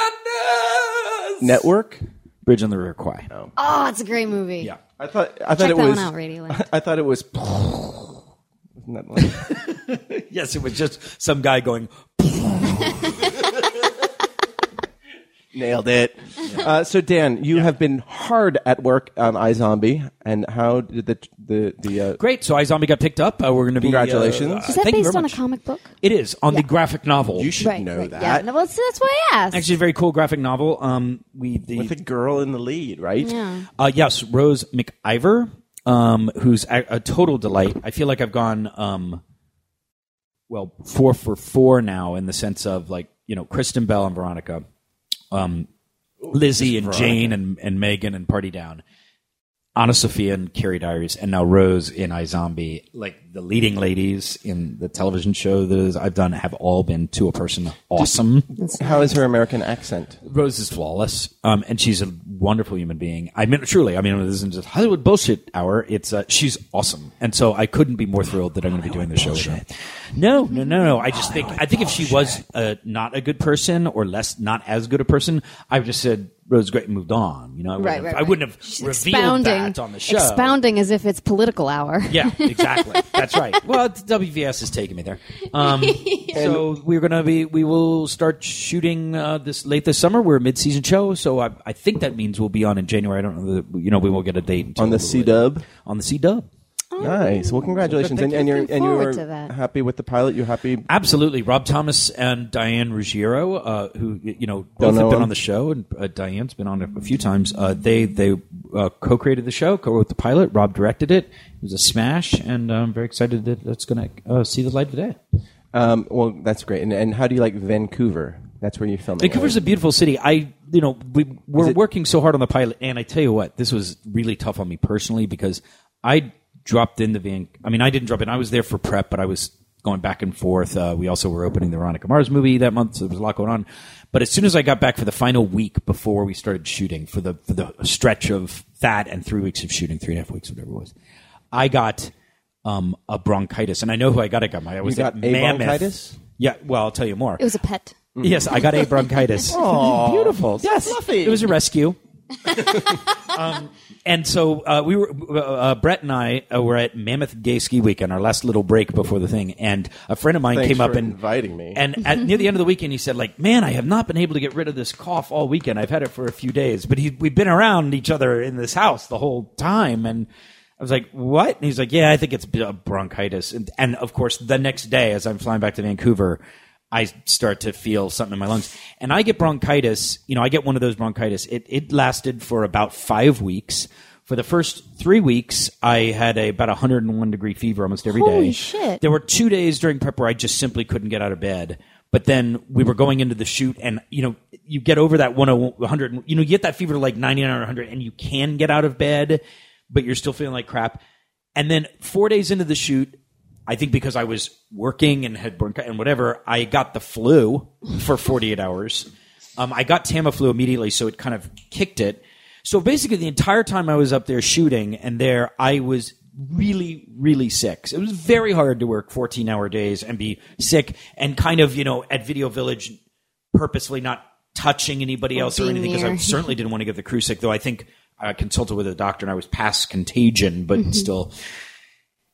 Speaker 2: Network.
Speaker 3: Bridge on the River Kwai.
Speaker 4: Oh, it's a great movie.
Speaker 3: Yeah.
Speaker 2: I thought. I thought
Speaker 4: Check
Speaker 2: it
Speaker 4: that
Speaker 2: was.
Speaker 4: one out, Radioland.
Speaker 2: I thought it was. Isn't that like-
Speaker 3: Yes, it was just some guy going.
Speaker 2: Nailed it. Uh, so Dan, you have been hard at work on iZombie, and how did the the the uh,
Speaker 3: Great. So iZombie got picked up. Uh, we're going to be
Speaker 2: Congratulations.
Speaker 3: Uh,
Speaker 4: Is that
Speaker 3: thank you
Speaker 4: based
Speaker 3: very
Speaker 4: on a
Speaker 3: much.
Speaker 4: comic book?
Speaker 3: It is on the graphic novel.
Speaker 2: you should know that
Speaker 4: Yeah. No, well, so that's why I asked.
Speaker 3: Actually, a very cool graphic novel. Um, we the
Speaker 2: with a girl in the lead, right?
Speaker 4: yeah.
Speaker 3: Uh, yes, Rose McIver. um, who's a, a total delight. I feel like I've gone, um, well, four for four now in the sense of like, you know, Kristen Bell and Veronica, um, Lizzie and Jane and, and Megan and Party Down. Anna Sophia and Carrie Diaries, and now Rose in iZombie, like the leading ladies in the television show that I've done have all been to a person awesome.
Speaker 2: How is her American accent?
Speaker 3: Rose is flawless, um, and she's a wonderful human being. I mean, truly, I mean, this isn't just Hollywood bullshit hour. It's uh, she's awesome, and so I couldn't be more thrilled that I'm going to be doing the show with her. No, no, no, no. I just think I think if she was uh, not a good person or less, not as good a person, I would just said Rose is great and moved on. You know, I wouldn't
Speaker 4: Right,
Speaker 3: have,
Speaker 4: right,
Speaker 3: I
Speaker 4: right.
Speaker 3: wouldn't have
Speaker 4: She's
Speaker 3: revealed that on the show.
Speaker 4: Expounding as if it's political hour.
Speaker 3: Yeah, exactly. That's right. Well, it's- WVS is taking me there. Um, so we're gonna be, we will start shooting uh, this late this summer. We're a mid-season show, so I, I think that means we'll be on in January. I don't know, that, you know, we won't get a date until
Speaker 2: On the
Speaker 3: a little
Speaker 2: C
Speaker 3: later.
Speaker 2: Dub?
Speaker 3: On the C Dub.
Speaker 2: Nice. Well, congratulations, and, and you're
Speaker 4: Oh. Looking
Speaker 2: and you
Speaker 4: forward
Speaker 2: were
Speaker 4: to that.
Speaker 2: happy with the pilot. You're happy.
Speaker 3: Absolutely, Rob Thomas and Diane Ruggiero, uh, who y- you know
Speaker 2: Don't
Speaker 3: both
Speaker 2: know
Speaker 3: have been
Speaker 2: them.
Speaker 3: on the show, and uh, Diane's been on it a few times. Uh, they they uh, co-created the show, co-wrote the pilot. Rob directed it. It was a smash, and I'm very excited that that's going to uh, see the light of day.
Speaker 2: Um, well, that's great. And, and how do you like Vancouver? That's where you're filming.
Speaker 3: Vancouver's
Speaker 2: right?
Speaker 3: a beautiful city. I, you know, we
Speaker 2: Is
Speaker 3: we're
Speaker 2: it-
Speaker 3: working so hard on the pilot, and I tell you what, this was really tough on me personally because I dropped into Van. I mean, I didn't drop in. I was there for prep, but I was going back and forth. Uh, we also were opening the Veronica Mars movie that month, so there was a lot going on. But as soon as I got back for the final week before we started shooting for the for the stretch of that and three weeks of shooting, three and a half weeks, whatever it was, I got. Um, a bronchitis, and I know who I got it from. I was
Speaker 2: got
Speaker 3: at
Speaker 2: a
Speaker 3: Mammoth.
Speaker 2: bronchitis?
Speaker 3: Yeah, well, I'll tell you more.
Speaker 4: It was a pet.
Speaker 3: Yes, I got a bronchitis. Oh, beautiful. Yes, it was a rescue. Um, and so uh, we were uh, uh, Brett and I uh, were at Mammoth Gay Ski Weekend, our last little break before the thing, and a friend of mine
Speaker 2: Thanks
Speaker 3: came up
Speaker 2: for
Speaker 3: and
Speaker 2: inviting me.
Speaker 3: And at, near the end of the weekend, he said, "Like, man, I have not been able to get rid of this cough all weekend. I've had it for a few days, but he, we've been around each other in this house the whole time." And I was like, "What?" And he's like, "Yeah, I think it's b- uh, bronchitis." And, and of course, the next day, as I'm flying back to Vancouver, I start to feel something in my lungs, and I get bronchitis. You know, I get one of those bronchitis. It it lasted for about five weeks. For the first three weeks, I had a, about 101 degree fever almost every day.
Speaker 4: Holy shit.
Speaker 3: There were two days during prep where I just simply couldn't get out of bed. But then we were going into the shoot, and you know, you get over that oh, 101 100, you know, you get that fever to like 99 or 100, and you can get out of bed, but you're still feeling like crap. And then four days into the shoot, I think because I was working and had bronchitis and whatever, I got the flu for 48 hours. Um, I got Tamiflu immediately, so it kind of kicked it. So basically, the entire time I was up there shooting and there, I was really, really sick. So It was very hard to work 14 hour days and be sick and kind of, you know, at Video Village, purposefully not touching anybody else or
Speaker 4: being
Speaker 3: anything because I
Speaker 4: near.
Speaker 3: certainly didn't want to get the crew sick, though I think uh, I consulted with a doctor and I was past contagion,
Speaker 4: Mm-hmm.
Speaker 3: but still.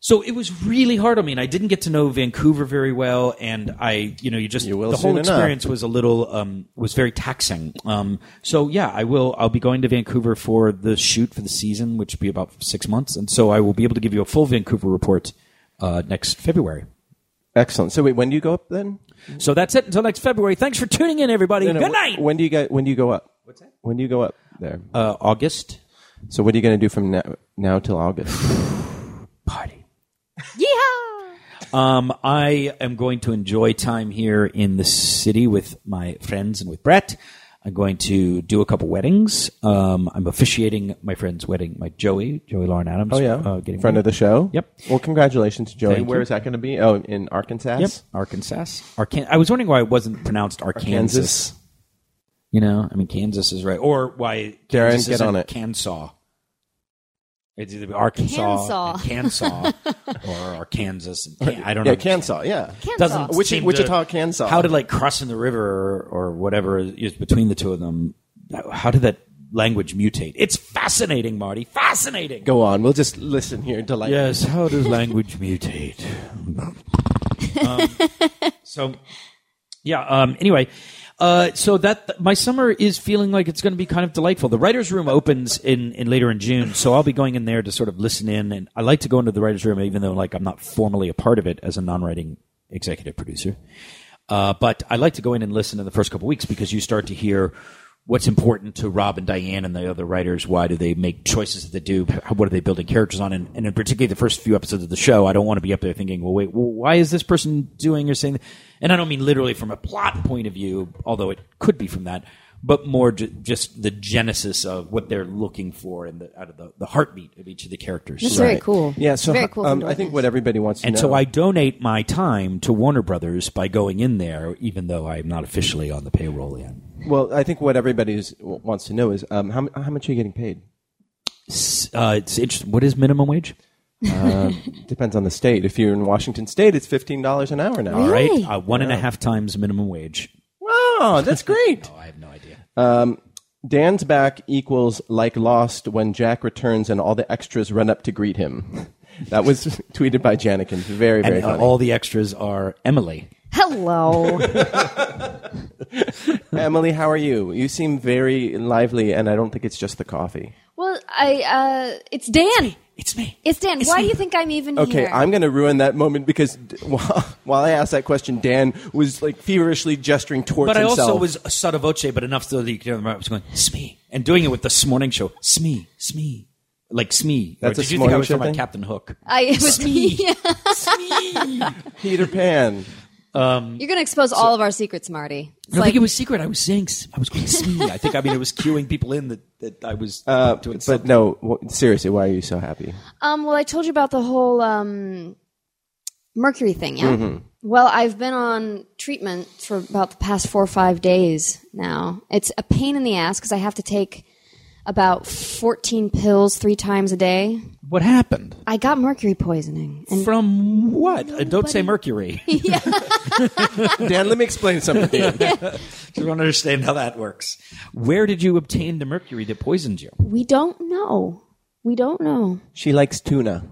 Speaker 3: So it was really hard on me, and I didn't get to know Vancouver very well. And I, you know, you just
Speaker 2: will
Speaker 3: the
Speaker 2: soon
Speaker 3: whole
Speaker 2: enough.
Speaker 3: experience was a little um, was very taxing. Um, so yeah, I will. I'll be going to Vancouver for the shoot for the season, which will be about six months, and so I will be able to give you a full Vancouver report uh, next February.
Speaker 2: excellent. So wait, when do you go up then?
Speaker 3: So that's it until next February. Thanks for tuning in, everybody.
Speaker 2: No, no,
Speaker 3: Good
Speaker 2: wh-
Speaker 3: night.
Speaker 2: When do you get? When do you go up? What's that? When do you go up there?
Speaker 3: uh, August
Speaker 2: so what are you going to do from now, now till August?
Speaker 3: party.
Speaker 4: Yeehaw!
Speaker 3: Um, I am going to enjoy time here in the city with my friends and with Brett. I'm going to do a couple weddings. Um, I'm officiating my friend's wedding, my Joey, Joey Lauren Adams.
Speaker 2: Oh yeah,
Speaker 3: uh, getting
Speaker 2: friend of the show.
Speaker 3: Yep.
Speaker 2: Well, congratulations, Joey.
Speaker 3: Thank
Speaker 2: Where
Speaker 3: you.
Speaker 2: is that going to be? Oh, in Arkansas.
Speaker 3: Yep, Arkansas. Arkan- I was wondering why it wasn't pronounced Arkansas.
Speaker 2: Kansas.
Speaker 3: You know, I mean, Kansas is right, or why
Speaker 2: Darren,
Speaker 3: Kansas
Speaker 2: get
Speaker 3: isn't
Speaker 2: on it.
Speaker 3: Kansas. It's either Arkansas, and Kansas, or Arkansas. And Kan- I don't
Speaker 2: Yeah,
Speaker 3: know.
Speaker 2: Kansas. Yeah.
Speaker 4: Doesn't-
Speaker 3: doesn't
Speaker 2: Which-
Speaker 3: seem
Speaker 2: Wichita,
Speaker 3: to,
Speaker 2: Kansas.
Speaker 3: How did like crossing the river or, or whatever is between the two of them? How did that language mutate? It's fascinating, Marty. Fascinating.
Speaker 2: Go on. We'll just listen here. Delight.
Speaker 3: Yes. How does language mutate? um, so, yeah. Um, anyway, uh, so that my summer is feeling like it's going to be kind of delightful. The writers' room opens in, in later in June, so I'll be going in there to sort of listen in. And I like to go into the writers' room, even though like I'm not formally a part of it as a non-writing executive producer. Uh, but I like to go in and listen in the first couple weeks because you start to hear what's important to Rob and Diane and the other writers. Why do they make choices that they do? How- What are they building characters on? And, and in particularly the first few episodes of the show, I don't want to be up there thinking, well, wait, well, why is this person doing or saying? And I don't mean literally from a plot point of view, although it could be from that, but more ju- just the genesis of what they're looking for and the, out of the, the heartbeat of each of the characters.
Speaker 4: That's very cool.
Speaker 2: Yeah, so
Speaker 4: very cool.
Speaker 2: um,
Speaker 4: thing to
Speaker 2: I think
Speaker 4: witness.
Speaker 2: what everybody wants to
Speaker 3: And
Speaker 2: know.
Speaker 3: so I donate my time to Warner Brothers by going in there, even though I'm not officially on the payroll yet.
Speaker 2: well, I think what everybody is- wants to know is um, how, mu- how much are you getting paid?
Speaker 3: Uh, it's interesting. What is minimum wage?
Speaker 2: Depends on the state. If you're in Washington State, it's fifteen dollars an hour now.
Speaker 3: All right,
Speaker 4: Really?
Speaker 3: uh, one and a half times minimum wage.
Speaker 2: Wow, that's great.
Speaker 3: I have no idea.
Speaker 2: Dan's back equals like Lost when Jack returns and all the extras run up to greet him. That was tweeted by Janikin. Very, very
Speaker 3: and uh,
Speaker 2: funny.
Speaker 3: all the extras are Emily.
Speaker 4: Hello.
Speaker 2: Emily, how are you? You seem very lively, and I don't think it's just the coffee.
Speaker 4: well, I. Uh, it's Dan.
Speaker 3: It's me.
Speaker 4: It's Dan. Why do you think I'm even
Speaker 2: Okay,
Speaker 4: here?
Speaker 2: I'm going to ruin that moment because d- while, while I asked that question, Dan was like feverishly gesturing towards
Speaker 3: But I
Speaker 2: himself.
Speaker 3: also was sotto voce, but enough so that you could remember I was going Smee and doing it with this morning show Smee Smee like Smee.
Speaker 2: That's
Speaker 3: or
Speaker 2: a
Speaker 3: did you think I
Speaker 2: Morning
Speaker 3: was
Speaker 2: Show
Speaker 3: talking
Speaker 2: thing?
Speaker 3: about Captain Hook?
Speaker 4: I it was me.
Speaker 2: Peter Pan.
Speaker 4: You're going to expose all of our secrets, Marty.
Speaker 3: I
Speaker 4: It's
Speaker 3: don't
Speaker 4: like,
Speaker 3: think it was secret. I was saying s- I was going Smee. I think I mean it was cueing people in that, that I was doing.
Speaker 2: Uh, But
Speaker 3: something.
Speaker 2: no, wh- seriously, why are you so happy?
Speaker 4: um, well, I told you about the whole um, Mercury thing. Yeah.
Speaker 3: Mm-hmm.
Speaker 4: Well, I've been on treatment for about the past four or five days now. It's a pain in the ass because I have to take about 14 pills three times a day.
Speaker 3: what happened?
Speaker 4: I got mercury poisoning, and
Speaker 3: From what? Uh, don't say mercury. I
Speaker 2: Dan, let me explain something. to you.
Speaker 3: don't understand how that works. Where did you obtain the mercury that poisoned you?
Speaker 4: we don't know. We don't know.
Speaker 2: she likes tuna.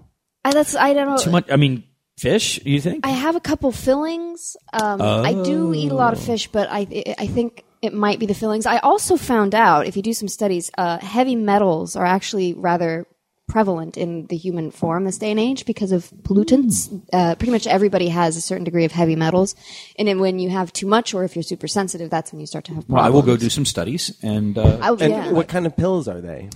Speaker 4: I, that's I don't know.
Speaker 3: Too much. I mean, fish. You think?
Speaker 4: I have a couple fillings. Um, I do eat a lot of fish, but I I think it might be the fillings. I also found out if you do some studies, uh, heavy metals are actually rather prevalent in the human form this day and age because of pollutants. Uh, pretty much everybody has a certain degree of heavy metals, and then when you have too much or if you're super sensitive, that's when you start to have
Speaker 3: well, I
Speaker 4: problems.
Speaker 3: will go do some studies and. Uh,
Speaker 4: I-
Speaker 2: And
Speaker 4: yeah.
Speaker 2: what kind of pills are they?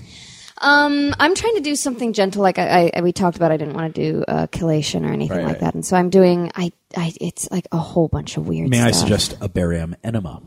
Speaker 4: Um, I'm trying to do something gentle, like I, I we talked about. I didn't want to do uh, chelation or anything
Speaker 2: Right, right.
Speaker 4: like that, and so I'm doing. I, I, it's like a whole bunch of weird.
Speaker 3: May I
Speaker 4: stuff.
Speaker 3: suggest a barium enema?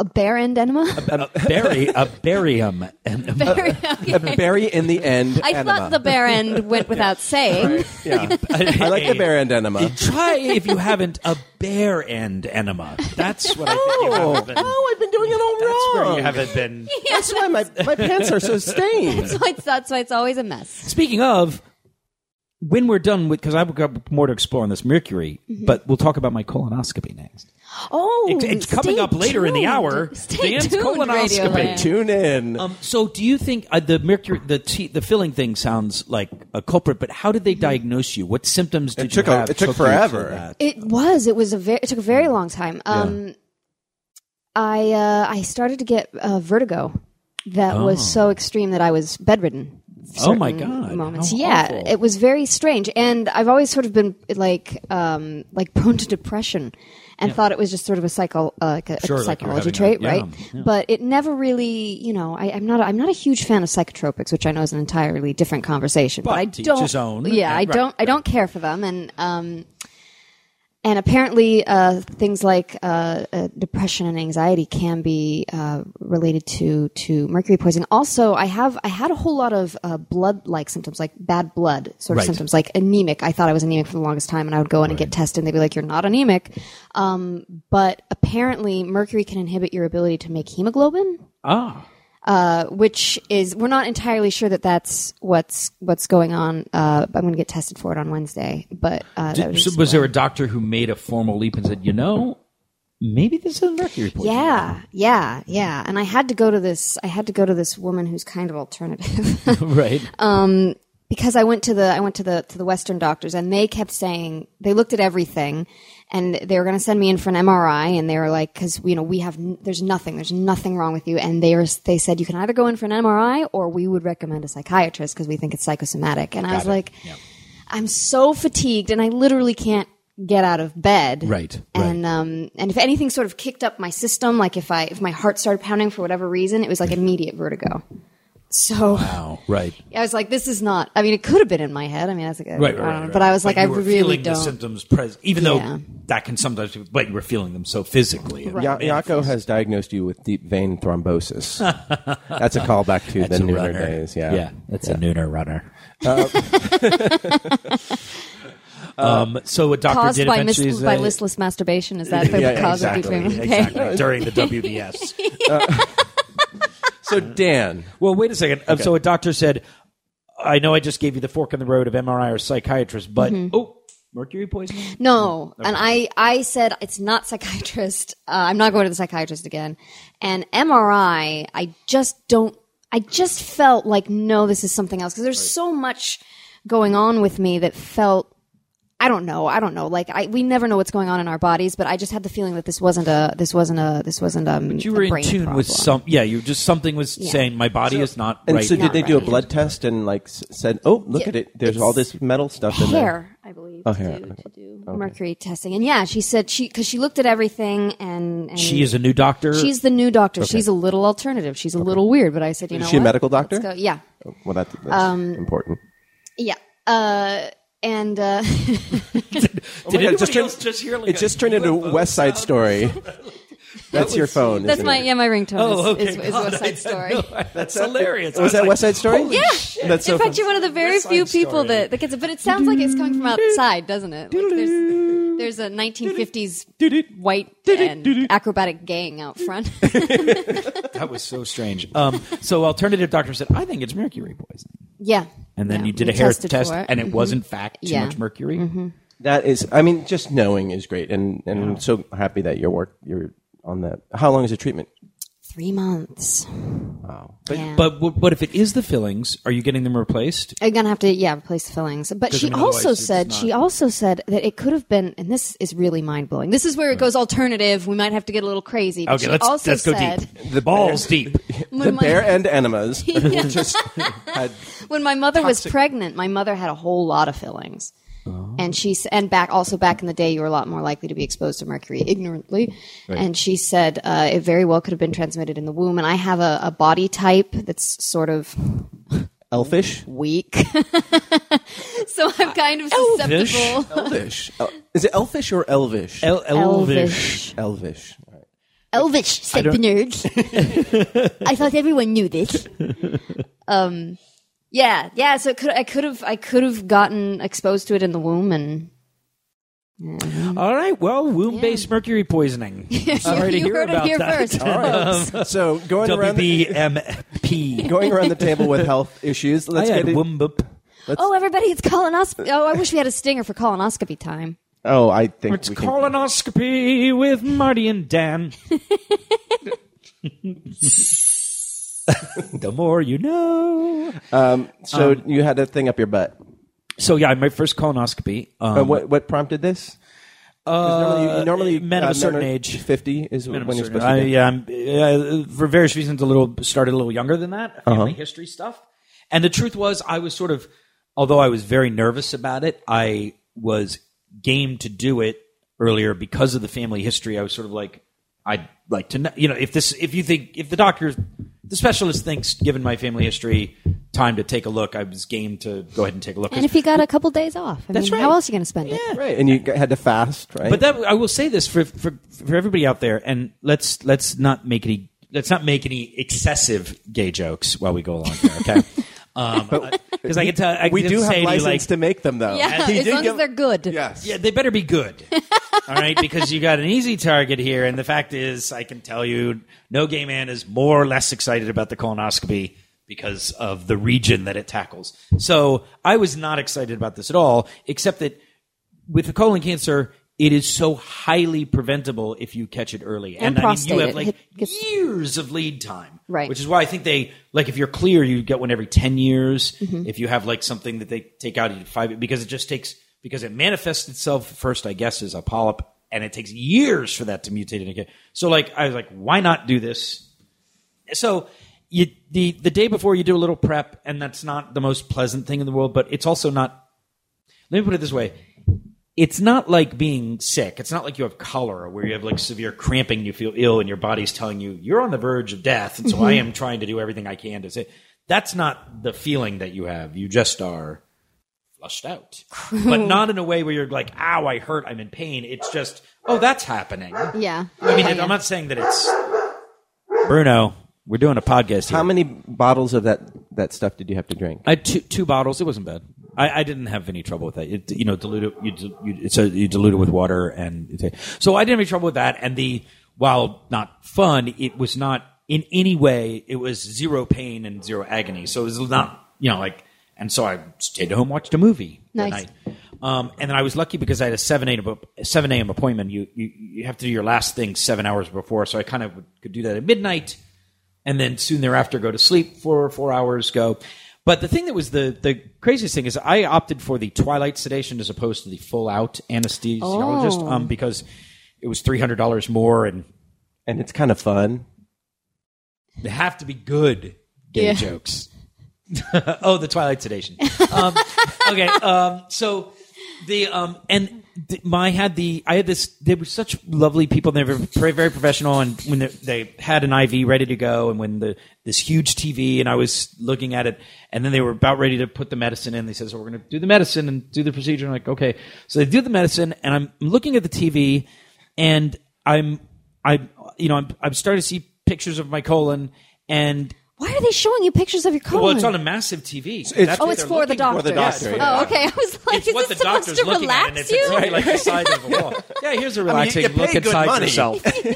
Speaker 4: a bare end enema?
Speaker 3: A, bari- a barium enema.
Speaker 4: Bare-
Speaker 2: A berry in the end.
Speaker 4: I
Speaker 2: enema.
Speaker 4: thought the bare end went without saying.
Speaker 2: Yeah. I like the bear end enema.
Speaker 3: Uh, Try if you haven't a bare end enema. That's what I think you haven't been.
Speaker 2: I've been doing it
Speaker 4: Oh,
Speaker 2: all
Speaker 3: That's where you haven't been.
Speaker 2: That's why my, my pants are so stained.
Speaker 4: So it's, that's why it's always a mess.
Speaker 3: Speaking of, when we're done with, because I've got more to explore on this mercury,
Speaker 4: Mm-hmm.
Speaker 3: but we'll talk about my colonoscopy next.
Speaker 4: Oh,
Speaker 3: It- it's coming
Speaker 4: stay
Speaker 3: up later in the
Speaker 4: tuned.
Speaker 3: hour.
Speaker 4: Stay
Speaker 3: Dan's
Speaker 4: tuned,
Speaker 3: colonoscopy.
Speaker 4: Radioland.
Speaker 2: Tune in.
Speaker 3: Um, so, do you think uh, the mercury, the tea, the filling thing sounds like a culprit? But how did they diagnose you? What symptoms did
Speaker 2: took
Speaker 3: you
Speaker 2: a-
Speaker 3: have?
Speaker 2: it took
Speaker 3: you to
Speaker 2: forever.
Speaker 3: that?
Speaker 4: It was. It was a very. It took a very long time. Um, I uh, I started to get uh, vertigo. That was so extreme that I was bedridden.
Speaker 3: Oh, my
Speaker 4: certain
Speaker 3: God.
Speaker 4: Moments.
Speaker 3: How
Speaker 4: yeah,
Speaker 3: awful.
Speaker 4: it was very strange, and I've always sort of been like um, like prone to depression, and thought it was just sort of a psycho uh, like a, a
Speaker 3: Sure, like you're
Speaker 4: psychology
Speaker 3: having a-
Speaker 4: trait,
Speaker 3: yeah,
Speaker 4: right?
Speaker 3: yeah.
Speaker 4: But it never really, you know, I, I'm not a, I'm not a huge fan of psychotropics, which I know is an entirely different conversation. But,
Speaker 3: But
Speaker 4: I
Speaker 3: to each
Speaker 4: don't.
Speaker 3: his own.
Speaker 4: Yeah,
Speaker 3: Yeah,
Speaker 4: I
Speaker 3: right,
Speaker 4: don't. I don't care for them, and um, and apparently, uh, things like uh, uh, depression and anxiety can be uh, related to to mercury poisoning. Also, I have I had a whole lot of uh, blood like symptoms, like bad blood sort of
Speaker 3: Right.
Speaker 4: symptoms, like anemic. I thought I was anemic for the longest time, and I would go in and get tested, and they'd be like, "You're not anemic," um, but apparently, mercury can inhibit your ability to make hemoglobin
Speaker 3: Ah,
Speaker 4: uh, which is we're not entirely sure that that's what's what's going on. Uh, I'm going to get tested for it on Wednesday, but uh, that was,
Speaker 3: So was there a doctor who made a formal leap and said, you know, maybe this is mercury poisoning?
Speaker 4: yeah, yeah, yeah. And I had to go to this. I had to go to this woman who's kind of alternative.
Speaker 3: right.
Speaker 4: Uh, because I went to the I went to the to the Western doctors and they kept saying they looked at everything and they were going to send me in for an MRI and they were like because you know we have n- there's nothing there's nothing wrong with you and they were they said you can either go in for an MRI or we would recommend a psychiatrist because we think it's psychosomatic and I was like I'm so fatigued and I literally can't get out of bed.
Speaker 3: Right,
Speaker 4: And um and if anything sort of kicked up my system, like if I if my heart started pounding for whatever reason, it was like immediate vertigo. So
Speaker 3: Wow. Oh, Right.
Speaker 4: I was like, this is not. I mean, it could have been in my head. I mean, I was like, I
Speaker 3: Right,
Speaker 4: don't
Speaker 3: right,
Speaker 4: know.
Speaker 3: right,
Speaker 4: but I was like, I
Speaker 3: you were
Speaker 4: really
Speaker 3: feeling
Speaker 4: don't.
Speaker 3: The symptoms present, even
Speaker 4: Yeah.
Speaker 3: though that can sometimes, be, but you were feeling them so physically.
Speaker 4: Right.
Speaker 2: Ya- Yako has diagnosed you with deep vein thrombosis. That's a callback to the newer days. Yeah.
Speaker 3: yeah, Uh, that's a nooner runner. um, so a doctor
Speaker 4: Caused
Speaker 3: did
Speaker 4: by, mis-
Speaker 3: eventually
Speaker 4: by
Speaker 3: say-
Speaker 4: listless masturbation. Is that the
Speaker 2: Yeah, yeah,
Speaker 4: cause
Speaker 2: exactly,
Speaker 4: of deep vein? Okay.
Speaker 3: uh, exactly during the WBS.
Speaker 2: So Dan,
Speaker 3: Well, wait a second. Uh, So a doctor said, "I know I just gave you the fork in the road of MRI or psychiatrist, but
Speaker 4: Mm-hmm.
Speaker 3: oh, mercury poisoning."
Speaker 4: No,
Speaker 3: Mm.
Speaker 4: and I, I said it's not psychiatrist. Uh, I'm not going to the psychiatrist again. And MRI, I just don't. I just felt like no, this is something else because there's so much going on with me that felt. I don't know. I don't know. Like I, we never know what's going on in our bodies, but I just had the feeling that this wasn't a. This wasn't a. This wasn't a.
Speaker 3: You were
Speaker 4: a
Speaker 3: in
Speaker 4: brain
Speaker 3: tune
Speaker 4: problem.
Speaker 3: with some. Yeah, you just something was saying my body is not
Speaker 2: and
Speaker 3: right.
Speaker 2: so did
Speaker 4: Not
Speaker 2: they do a
Speaker 4: right.
Speaker 2: blood test and like s- said, "Oh, look
Speaker 4: Yeah,
Speaker 2: at it. There's
Speaker 4: it's
Speaker 2: all this metal stuff in there."
Speaker 4: hair, I believe,
Speaker 2: Oh,
Speaker 4: to,
Speaker 2: hair.
Speaker 4: do- to do mercury testing. And yeah, she said she because she looked at everything and, and
Speaker 3: she is a new doctor.
Speaker 4: she's the new doctor. She's a little alternative. She's a little weird, but I said, you know,
Speaker 2: she a
Speaker 4: what?
Speaker 2: medical doctor?
Speaker 4: Let's go. Yeah,
Speaker 2: Well, that, that's
Speaker 4: Um,
Speaker 2: important.
Speaker 4: yeah, uh, and uh,
Speaker 3: did
Speaker 2: God, it
Speaker 3: anybody
Speaker 2: just turned-
Speaker 3: else just hear like
Speaker 2: It
Speaker 3: a-
Speaker 2: just turned into West Side Story. That's your phone.
Speaker 4: that's
Speaker 2: isn't
Speaker 4: my
Speaker 2: it?
Speaker 4: yeah my ringtone
Speaker 3: Oh,
Speaker 4: is,
Speaker 3: okay.
Speaker 4: is, is
Speaker 3: God,
Speaker 4: West
Speaker 3: I
Speaker 4: Side
Speaker 3: didn't
Speaker 4: Story.
Speaker 3: know. That's hilarious. I
Speaker 2: Was that
Speaker 3: like,
Speaker 2: West Side Story?
Speaker 3: holy
Speaker 4: Yeah.
Speaker 3: shit.
Speaker 2: That's so
Speaker 4: In fact,
Speaker 2: funny.
Speaker 4: you're one of the very
Speaker 3: West Side
Speaker 4: few people
Speaker 3: Story.
Speaker 4: that, that gets it, but it sounds like it's coming from outside, doesn't it? Like there's, there's a 1950s white and acrobatic gang out front.
Speaker 3: That was so strange. Um, so alternative doctor said, I think it's mercury poisoning.
Speaker 4: yeah.
Speaker 3: And then
Speaker 4: Yeah,
Speaker 3: you did
Speaker 4: we
Speaker 3: a hair
Speaker 4: tested
Speaker 3: test,
Speaker 4: for it. Mm-hmm.
Speaker 3: and it was in fact too
Speaker 4: Yeah. Mm-hmm.
Speaker 3: much mercury.
Speaker 2: That is, I mean, just knowing is great, and and I'm so happy that your work you're on that. How long is the treatment?
Speaker 4: three months.
Speaker 3: But,
Speaker 4: Yeah.
Speaker 3: but w- but if it is the fillings, are you getting them replaced?
Speaker 4: I'm gonna have to yeah replace the fillings. But she
Speaker 3: mean, otherwise
Speaker 4: also
Speaker 3: it's
Speaker 4: said
Speaker 3: not-
Speaker 4: she also said that it could have been, and this is really mind blowing. This is where it goes alternative. We might have to get a little crazy. But she also said,
Speaker 3: The balls deep.
Speaker 2: The
Speaker 4: my-
Speaker 2: bare end enemas just had
Speaker 4: When my mother was pregnant, my mother had a whole lot of fillings. And she s- and back also back in the day, you were a lot more likely to be exposed to mercury ignorantly. And she said uh, it very well could have been transmitted in the womb. And I have a, a body type that's sort of
Speaker 2: elfish.
Speaker 4: weak, so I'm kind of
Speaker 3: Elvish.
Speaker 4: susceptible.
Speaker 2: Elvish. El- is it elfish or elvish?
Speaker 3: El- elvish.
Speaker 2: elvish. All right.
Speaker 4: Elvish, said the nerds. I thought everyone knew this. Um, yeah, yeah. So it could, I could have, I could have gotten exposed to it in the womb, and
Speaker 3: All right. Well, womb-based mercury poisoning. Sorry to
Speaker 4: you
Speaker 3: hear
Speaker 4: heard
Speaker 3: about
Speaker 4: it here
Speaker 3: that.
Speaker 4: first.
Speaker 2: So going around the,
Speaker 3: WBMP.
Speaker 2: going around the table with health issues.
Speaker 3: I
Speaker 2: Let's
Speaker 3: had
Speaker 2: get it.
Speaker 3: womb-up.
Speaker 4: oh, everybody, it's colonoscopy. Oh, I wish we had a stinger for colonoscopy time.
Speaker 2: Oh, I think
Speaker 3: It's
Speaker 2: we can-
Speaker 3: colonoscopy with Marty and Dan. the more you know.
Speaker 2: Um, So
Speaker 3: Um,
Speaker 2: you had a thing up your butt.
Speaker 3: So yeah, my first colonoscopy. Um, uh,
Speaker 2: Uh, what what prompted this? 'Cause normally, you- normally uh,
Speaker 3: men of a certain
Speaker 2: are-
Speaker 3: age.
Speaker 2: fifty is
Speaker 3: I'm
Speaker 2: when you're
Speaker 3: certain-
Speaker 2: supposed to.
Speaker 3: I,
Speaker 2: get-
Speaker 3: yeah, I'm, uh, for various reasons, a little started a little younger than that. Family history stuff. And the truth was, I was sort of, although I was very nervous about it, I was game to do it earlier because of the family history. I was sort of like, I'd like to know, you know, if this, if you think, if the doctor, the specialist thinks, given my family history, time to take a look, I was game to go ahead and take a look. 'Cause
Speaker 4: And if you got a couple days off, I
Speaker 3: That's
Speaker 4: mean,
Speaker 3: right.
Speaker 4: how else are you going to spend it?
Speaker 2: Right, and you g- had to fast, right?
Speaker 3: But that I will say this for for for everybody out there, and let's let's not make any let's not make any excessive gay jokes while we go along here, okay? Because I can tell I
Speaker 2: we
Speaker 3: can
Speaker 2: do have
Speaker 3: say to you,
Speaker 2: license
Speaker 3: like,
Speaker 2: to make them, though.
Speaker 4: Yeah,
Speaker 3: He
Speaker 4: as
Speaker 3: did
Speaker 4: long
Speaker 2: give-
Speaker 4: as they're good.
Speaker 2: Yes.
Speaker 3: yeah, they better be good. All right, because you got an easy target here, and the fact is, I can tell you, no gay man is more or less excited about the colonoscopy because of the region that it tackles. So I was not excited about this at all, except that with the colon cancer, it is so highly preventable if you catch it early,
Speaker 4: And
Speaker 3: I mean, you
Speaker 4: prostate,
Speaker 3: have
Speaker 4: it
Speaker 3: like
Speaker 4: hit- gets-
Speaker 3: years of lead time,
Speaker 4: Right.
Speaker 3: Which is why I think they like if you're clear, you get one every ten years. If you have like something that they take out at five, because it just takes because it manifests itself first, I guess, as a polyp, and it takes years for that to mutate and again. So like I was like, why not do this? So. You, the the day before you do a little prep, and that's not the most pleasant thing in the world, but it's also not let me put it this way it's not like being sick. It's not like you have cholera where you have like severe cramping, you feel ill, and your body's telling you you're on the verge of death. And so I am trying to do everything I can to say that's not the feeling that you have. You just are flushed out, but not in a way where you're like, "Ow, I hurt. I'm in pain." It's just, "Oh, that's happening."
Speaker 4: Yeah.
Speaker 3: I mean,
Speaker 4: Yeah,
Speaker 3: and
Speaker 4: yeah.
Speaker 3: I'm not saying that it's Bruno. We're doing a podcast here.
Speaker 2: How many bottles of that, that stuff did you have to drink?
Speaker 3: I had two two bottles. It wasn't bad. I, I didn't have any trouble with that. It, you know, dilute it. You, di- you, it's a, you dilute it with water, and it's a- so I didn't have any trouble with that. And the while not fun, it was not in any way. It was zero pain and zero agony. So it was not you know like. And so I stayed home, watched a movie that
Speaker 4: Nice.
Speaker 3: night. Um, and then I was lucky because I had a seven a.m. ap- seven a.m. appointment. You, you you have to do your last thing seven hours before, so I kind of could do that at midnight and then soon thereafter go to sleep for four hours go but the thing that was the, the craziest thing is i opted for the twilight sedation as opposed to the full out anesthesiologist
Speaker 4: Oh.
Speaker 3: um, because it was $300 more and
Speaker 2: And it's kind of fun.
Speaker 3: they have to be good gay
Speaker 4: Yeah.
Speaker 3: jokes oh the twilight sedation um, okay um, so the um, and th- my had the i had this they were such lovely people they were very, very professional and when they, they had an iv ready to go and when the this huge tv and i was looking at it and then they were about ready to put the medicine in they says so we're going to do the medicine and do the procedure and i'm like okay so they do the medicine and i'm looking at the tv and i'm i'm you know i'm, I'm starting to see pictures of my colon and
Speaker 4: Why are they showing you pictures of your colon?
Speaker 3: well, it's on a massive TV. That's
Speaker 4: oh,
Speaker 3: what
Speaker 4: it's
Speaker 3: they're
Speaker 4: for the
Speaker 3: looking for.
Speaker 4: doctor.
Speaker 2: the doctor,
Speaker 3: Yeah, it's
Speaker 4: Oh, okay. I was like,
Speaker 3: It's
Speaker 4: is
Speaker 3: what
Speaker 4: this
Speaker 3: the
Speaker 4: supposed
Speaker 3: doctor's
Speaker 4: to
Speaker 3: looking at, and
Speaker 4: relax
Speaker 3: it's it's
Speaker 4: you?
Speaker 3: really like the size of a wall. Yeah, here's a relaxing
Speaker 2: you
Speaker 3: look
Speaker 2: pay good
Speaker 3: inside
Speaker 2: money.
Speaker 3: yourself. yeah.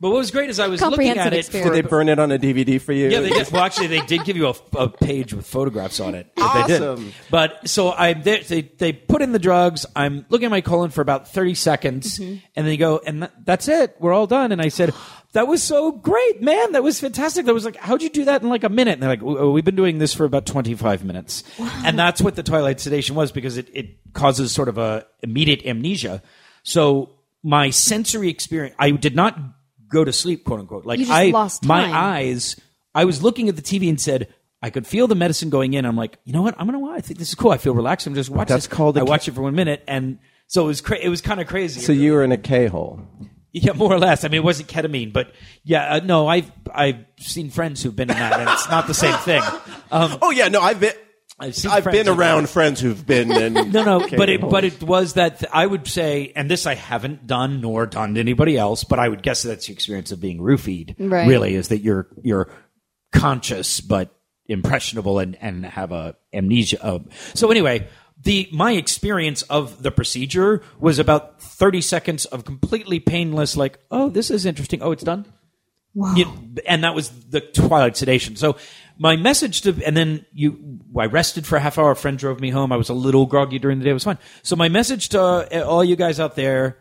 Speaker 3: But what was great is I was looking
Speaker 4: Comprehensive
Speaker 3: at it.
Speaker 4: experience.
Speaker 2: Did they burn it on a DVD for you?
Speaker 3: Yeah, they did. Well, actually, they did give you a, a page with photographs on it. But They did.
Speaker 2: Awesome.
Speaker 3: But so I they, they they put in the drugs. I'm looking at my colon for about 30 seconds,
Speaker 4: Mm-hmm.
Speaker 3: and they go, and that- that's it. We're all done. And I said, that was so great, man. That was fantastic. That was like, how'd you do that in like a minute? And they're like, "Oh, we've been doing this for about 25 minutes, and that's what the twilight sedation was because it it causes sort of a immediate amnesia. So my sensory experience, I did not go to sleep, quote unquote. Like
Speaker 4: You just
Speaker 3: I
Speaker 4: lost
Speaker 3: my
Speaker 4: time.
Speaker 3: eye eyes, I was looking at the TV and said, I could feel the medicine going in. I'm like, you know what? I'm gonna watch. I think this is cool. I feel relaxed. I'm just watching.
Speaker 2: That's called a
Speaker 3: I
Speaker 2: ca-
Speaker 3: watch it for one minute, and so it was. Cra- it was kind of crazy.
Speaker 2: So you were in a K hole.
Speaker 3: yeah, more or less. I mean, it wasn't ketamine, but yeah, uh, no. I've I've seen friends who've been in that, and it's not the same thing. Um,
Speaker 5: Oh yeah, no, I've been
Speaker 3: I've, seen
Speaker 5: I've
Speaker 3: friends
Speaker 5: been
Speaker 3: who've
Speaker 5: around friends who've been and
Speaker 3: No, no, but it but it was that th- I would say, and this I haven't done nor done to anybody else, but I would guess that's the experience of being roofied.
Speaker 4: Right.
Speaker 3: Really, is that you're you're conscious but impressionable and and have a amnesia. Of. So anyway, the my experience of the procedure was about thirty seconds of completely painless, like, oh, this is interesting. Oh, it's done. You- and that was the twilight sedation. So my message to, and then you, I rested for a half hour. A friend drove me home. I was a little groggy during the day. It was fun. So my message to uh, all you guys out there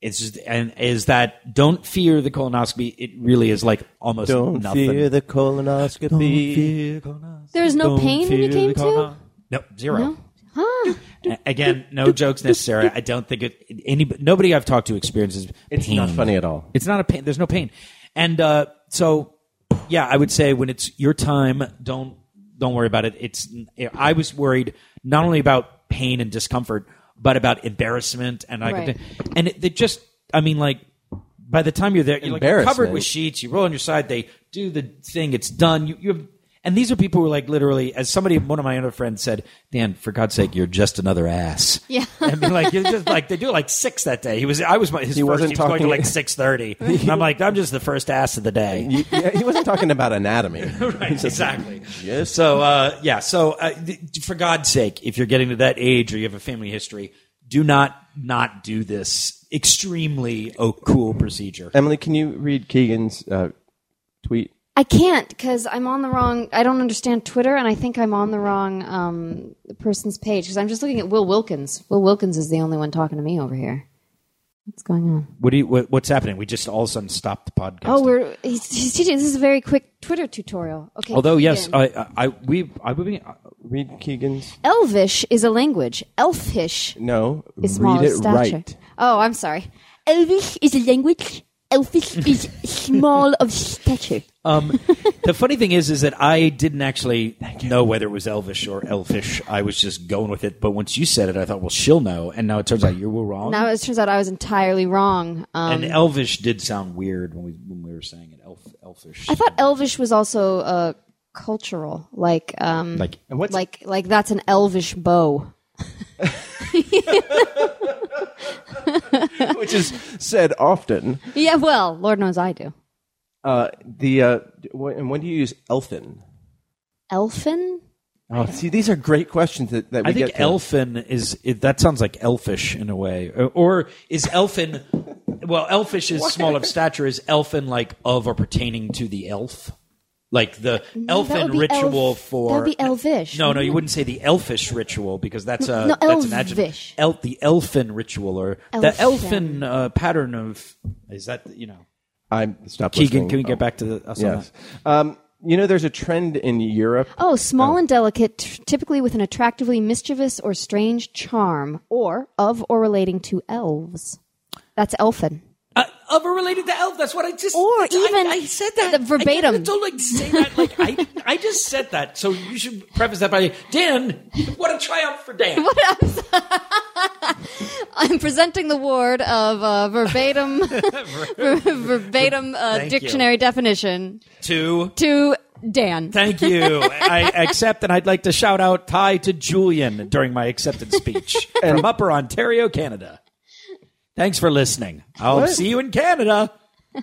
Speaker 3: is, just- and is that don't fear the colonoscopy. It really is like almost
Speaker 2: Don't
Speaker 3: nothing.
Speaker 2: fear the colonoscopy.
Speaker 4: There was no pain when you came to?
Speaker 3: No, zero.
Speaker 4: Huh.
Speaker 3: A- Again, no jokes necessary. I don't think it, any nobody I've talked to experiences.
Speaker 2: It's
Speaker 3: pain.
Speaker 2: not funny at all.
Speaker 3: It's not a pain. There's no pain. And uh, so, yeah, I would say when it's your time, don't don't worry about it. It's I was worried not only about pain and discomfort, but about embarrassment and I
Speaker 4: Right.
Speaker 3: could, and it, they just I mean like by the time you're there, you're like you're covered
Speaker 2: Embarrassment.
Speaker 3: with sheets. You roll on your side. They do the thing. It's done. You you have. And these are people who, like, literally, as somebody, one of my other friends said, Dan, for God's sake, you're just another ass.
Speaker 4: Yeah.
Speaker 3: I mean, like, you're just like, they do like six that day. He was, I was, my, his
Speaker 2: He wasn't
Speaker 3: 1st he was going to
Speaker 2: talking-
Speaker 3: like six thirty. I'm like, I'm just the first ass of the day.
Speaker 2: You- yeah, he wasn't talking about anatomy.
Speaker 3: Right, exactly.
Speaker 2: Yes.
Speaker 3: So uh, yeah. So uh, th- for God's sake, if you're getting to that age or you have a family history, do not not do this extremely oh, cool procedure.
Speaker 2: Emily, can you read Keegan's uh, tweet?
Speaker 4: I can't because I'm on the wrong. I don't understand Twitter, and I think I'm on the wrong um, person's page because I'm just looking at Will Wilkins. Will Wilkins is the only one talking to me over here. What's going on?
Speaker 3: What do you? What, what's happening? We just all of a sudden stopped the podcast.
Speaker 4: Oh, we're he's, he's teaching. This is a very quick Twitter tutorial. Okay.
Speaker 3: Although yes,
Speaker 4: Keegan.
Speaker 3: I, I, I we I would be.
Speaker 2: Read Keegan's.
Speaker 4: Elvish is a language. Elfish
Speaker 2: No, read
Speaker 4: is smaller
Speaker 2: it
Speaker 4: stature.
Speaker 2: right.
Speaker 4: Oh, I'm sorry. Elvish is a language. elfish is small of stature.
Speaker 3: Um, the funny thing is, is that I didn't actually know whether it was Elvish or Elfish. I was just going with it. But once you said it, I thought, well, she'll know. And now it turns out you were wrong.
Speaker 4: Now it turns out I was entirely wrong. Um,
Speaker 3: and Elvish did sound weird when we when we were saying it. Elf, Elfish.
Speaker 4: I thought elvish was also uh, cultural, like um,
Speaker 3: like
Speaker 2: And what's
Speaker 4: like like that's an elvish bow.
Speaker 2: which is
Speaker 5: said often.
Speaker 4: Yeah, well, Lord knows I do.
Speaker 2: uh, the uh, wh- and when do you use elfin?
Speaker 4: Elfin?
Speaker 2: Oh, see, these are great questions that, that we
Speaker 3: I think
Speaker 2: get. to.
Speaker 3: elfin is it, that sounds like elfish in a way, or, or is elfin? Well, elfish is small of stature. Is elfin like of or pertaining to the elf? Like the
Speaker 4: that
Speaker 3: elfin
Speaker 4: would be
Speaker 3: ritual
Speaker 4: elf-
Speaker 3: for
Speaker 4: that would be elvish,
Speaker 3: No, no, you wouldn't
Speaker 4: wouldn't it?
Speaker 3: say the elfish ritual because that's a
Speaker 4: No,
Speaker 3: that's an adjective.
Speaker 4: elvish.
Speaker 3: El, the elfin ritual or the elfin
Speaker 4: Elfin.
Speaker 3: uh, pattern of is that you know
Speaker 2: I'm stop.
Speaker 3: Keegan?
Speaker 2: listening.
Speaker 3: Can we get back to the us on
Speaker 2: Yes.
Speaker 3: that?
Speaker 2: Um, you know, there's a trend in Europe.
Speaker 4: Oh, small and delicate, t- typically with an attractively mischievous or strange charm, or of or relating to elves. That's elfin.
Speaker 3: Uh, of or related to elf. That's what I just.
Speaker 4: Or
Speaker 3: that's- I-
Speaker 4: even
Speaker 3: I, said that
Speaker 4: the
Speaker 3: I can't-
Speaker 4: verbatim.
Speaker 3: don't like say that. Like I, I just said that. So you should preface that by Dan. What a triumph for Dan.
Speaker 4: I'm presenting the ward of uh, verbatim verbatim uh,
Speaker 3: Thank you.
Speaker 4: dictionary definition
Speaker 3: Two.
Speaker 4: to Dan.
Speaker 3: Thank you. I accept, and I'd like to shout out Ty to Julian during my acceptance speech from Upper Ontario, Canada. Thanks for listening. I'll
Speaker 2: What?
Speaker 3: see you in Canada.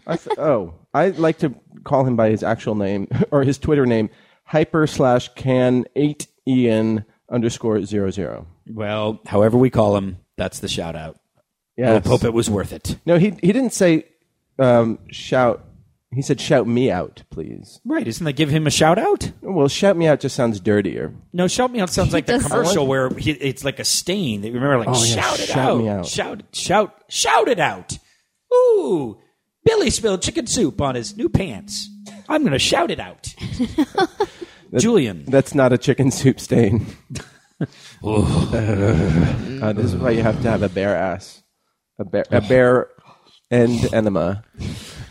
Speaker 2: I th- oh, I like to call him by his actual name or his Twitter name, hyper slash can eight Ian underscore zero zero.
Speaker 3: Well, however we call him, that's the shout out. I
Speaker 2: Yes.
Speaker 3: hope it was worth it.
Speaker 2: Oh, No, he he didn't say um, shout. He said shout me out, please.
Speaker 3: Right? Isn't that give him a shout out?
Speaker 2: Well, shout me out just sounds dirtier.
Speaker 3: No, shout me out sounds like the
Speaker 4: doesn't.
Speaker 3: commercial where he, it's like a stain that you remember, like shout it
Speaker 2: Oh, shout
Speaker 3: out,
Speaker 2: me out.
Speaker 3: shout, shout, shout it out. Ooh, Billy spilled chicken soup on his new pants. I'm gonna shout it out. Julian,
Speaker 2: That's not a chicken soup stain. Uh, this is why you have to have a bare ass, a bear, a bear, and enema.